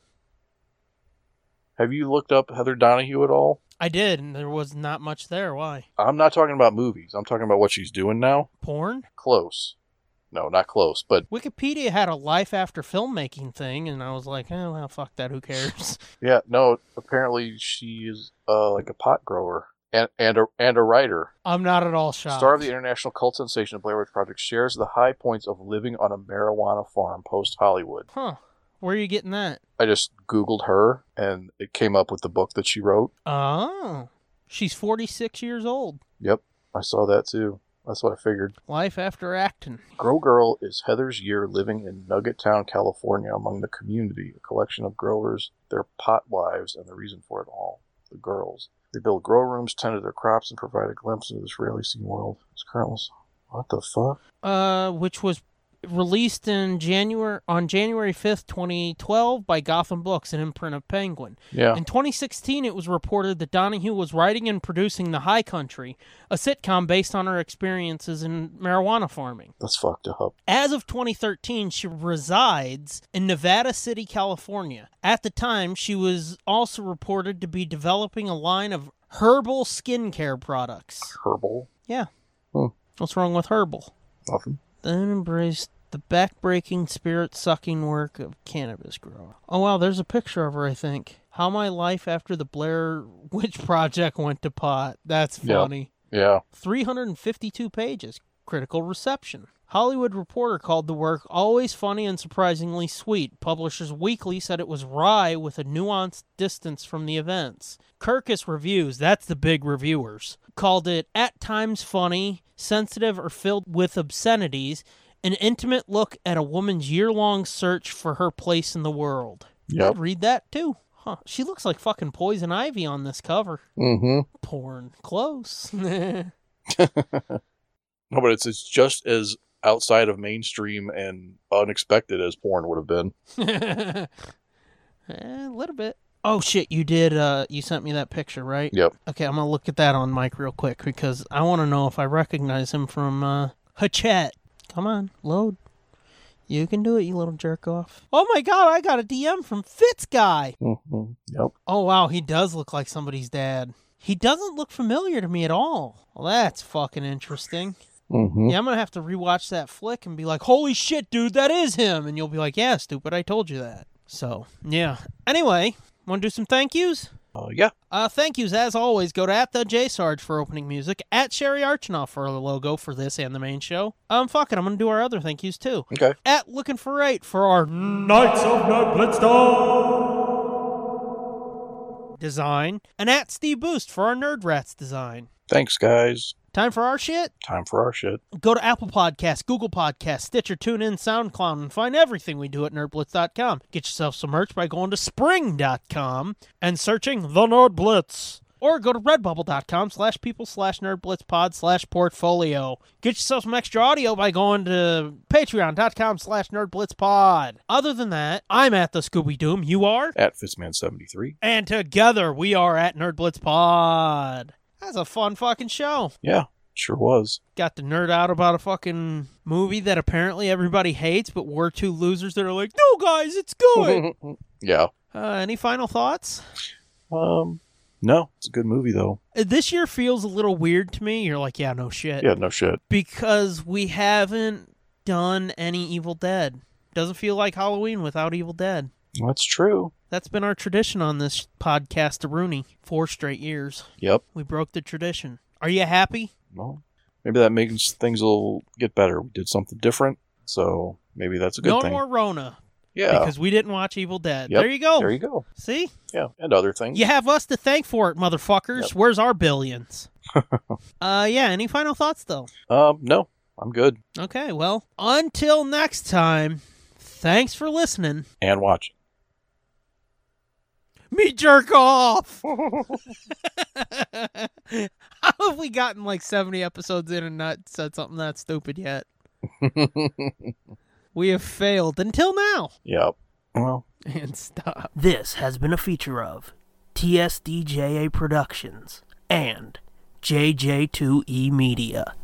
S3: Have you looked up Heather Donahue at all?
S2: I did, and there was not much there. Why?
S3: I'm not talking about movies. I'm talking about what she's doing now.
S2: Porn?
S3: Close. No, not close, but
S2: Wikipedia had a life after filmmaking thing, and I was like, oh, well, fuck that. Who cares?
S3: yeah, no, apparently she is uh, like a pot grower and and a, and a writer.
S2: I'm not at all shocked.
S3: Star of the international cult sensation of Blair Witch Project shares the high points of living on a marijuana farm post Hollywood.
S2: huh? Where are you getting that?
S3: I just Googled her and it came up with the book that she wrote.
S2: Oh, she's 46 years old.
S3: Yep, I saw that too. That's what I figured.
S2: Life after acting.
S3: Grow Girl is Heather's year living in Nugget Town, California, among the community, a collection of growers, their pot wives, and the reason for it all the girls. They build grow rooms, tend to their crops, and provide a glimpse into this rarely seen world. It's currently. What the fuck?
S2: uh, which was released in January on January 5th, 2012 by Gotham Books, an imprint of Penguin.
S3: Yeah.
S2: In 2016, it was reported that Donahue was writing and producing The High Country, a sitcom based on her experiences in marijuana farming.
S3: That's fucked up.
S2: As of 2013, she resides in Nevada City, California. At the time, she was also reported to be developing a line of herbal skincare products.
S3: Herbal.
S2: Yeah.
S3: Hmm.
S2: What's wrong with herbal?
S3: Nothing.
S2: then embraced the backbreaking, spirit sucking work of cannabis grower. Oh, wow, there's a picture of her, I think. How my life after the Blair Witch Project went to pot. That's
S3: Yeah.
S2: funny.
S3: Yeah.
S2: 352 pages. Critical reception. Hollywood Reporter called the work always funny and surprisingly sweet. Publishers Weekly said it was wry with a nuanced distance from the events. Kirkus Reviews, that's the big reviewers, called it at times funny, sensitive, or filled with obscenities, an intimate look at a woman's year long search for her place in the world.
S3: Yep.
S2: I'd read that too. Huh. She looks like fucking Poison Ivy on this cover.
S3: Mm hmm.
S2: Porn. Close.
S3: No, but it's, it's just as outside of mainstream and unexpected as porn would have been.
S2: Eh, a little bit. Oh shit, you did uh you sent me that picture, right?
S3: Yep.
S2: Okay, I'm gonna look at that on Mike real quick because I wanna know if I recognize him from uh Hachet. Come on, load. You can do it, you little jerk off. Oh my god, I got a DM from Fitz guy.
S3: Mm-hmm. Yep.
S2: Oh wow, he does look like somebody's dad. He doesn't look familiar to me at all. Well, that's fucking interesting.
S3: Mm-hmm.
S2: Yeah, I'm gonna have to rewatch that flick and be like, "Holy shit, dude, that is him!" And you'll be like, "Yeah, stupid, I told you that." So yeah. Anyway, want to do some thank yous?
S3: Uh, yeah.
S2: Uh, thank yous, as always, go to at the J Sarge for opening music, at Sherry Archinoff for the logo for this and the main show. Um, fuck it, I'm gonna do our other thank yous too.
S3: Okay.
S2: At Looking for Right for our
S4: Knights of Night
S2: design, and at Steve Boost for our Nerd Rats design.
S3: Thanks, guys.
S2: Time for our shit.
S3: Time for our shit.
S2: Go to Apple Podcasts, Google Podcasts, Stitcher, TuneIn, SoundCloud, and find everything we do at nerdblitz.com. Get yourself some merch by going to spring.com and searching The Nerd Blitz. Or go to redbubble.com slash people slash nerdblitzpod slash portfolio. Get yourself some extra audio by going to patreon.com slash nerdblitzpod. Other than that, I'm at the Scooby Doom. You are?
S3: At Fitzman73.
S2: And together we are at nerdblitzpod. That's a fun fucking show
S3: Yeah, sure was.
S2: got to nerd out about a fucking movie that apparently everybody hates, but we're two losers that are like, no, guys, it's good.
S3: yeah.
S2: uh, any final thoughts?
S3: Um, no, it's a good movie though.
S2: Uh, This year feels a little weird to me. You're like, yeah, no shit.
S3: Yeah, no shit.
S2: Because we haven't done any Evil Dead. Doesn't feel like Halloween without Evil Dead.
S3: That's true.
S2: That's been our tradition on this podcast, Rooney. Four straight years.
S3: Yep.
S2: We broke the tradition. Are you happy?
S3: Well, maybe that makes things will get better. We did something different, so maybe that's a good
S2: no
S3: thing.
S2: more Rona
S3: yeah.
S2: because we didn't watch Evil Dead.
S3: Yep.
S2: There you go.
S3: there you go.
S2: See?
S3: Yeah, and other things.
S2: You have us to thank for it, motherfuckers.
S3: Yep.
S2: Where's our billions? uh, yeah. Any final thoughts, though?
S3: Um, no, I'm good.
S2: Okay. Well, until next time. Thanks for listening.
S3: And watch.
S2: Me jerk off. How have we gotten like seventy episodes in and not said something that stupid yet? We have failed until now.
S3: yep. Well,
S2: And stop.
S1: This has been a feature of TSDJA Productions and JJ2E E Media.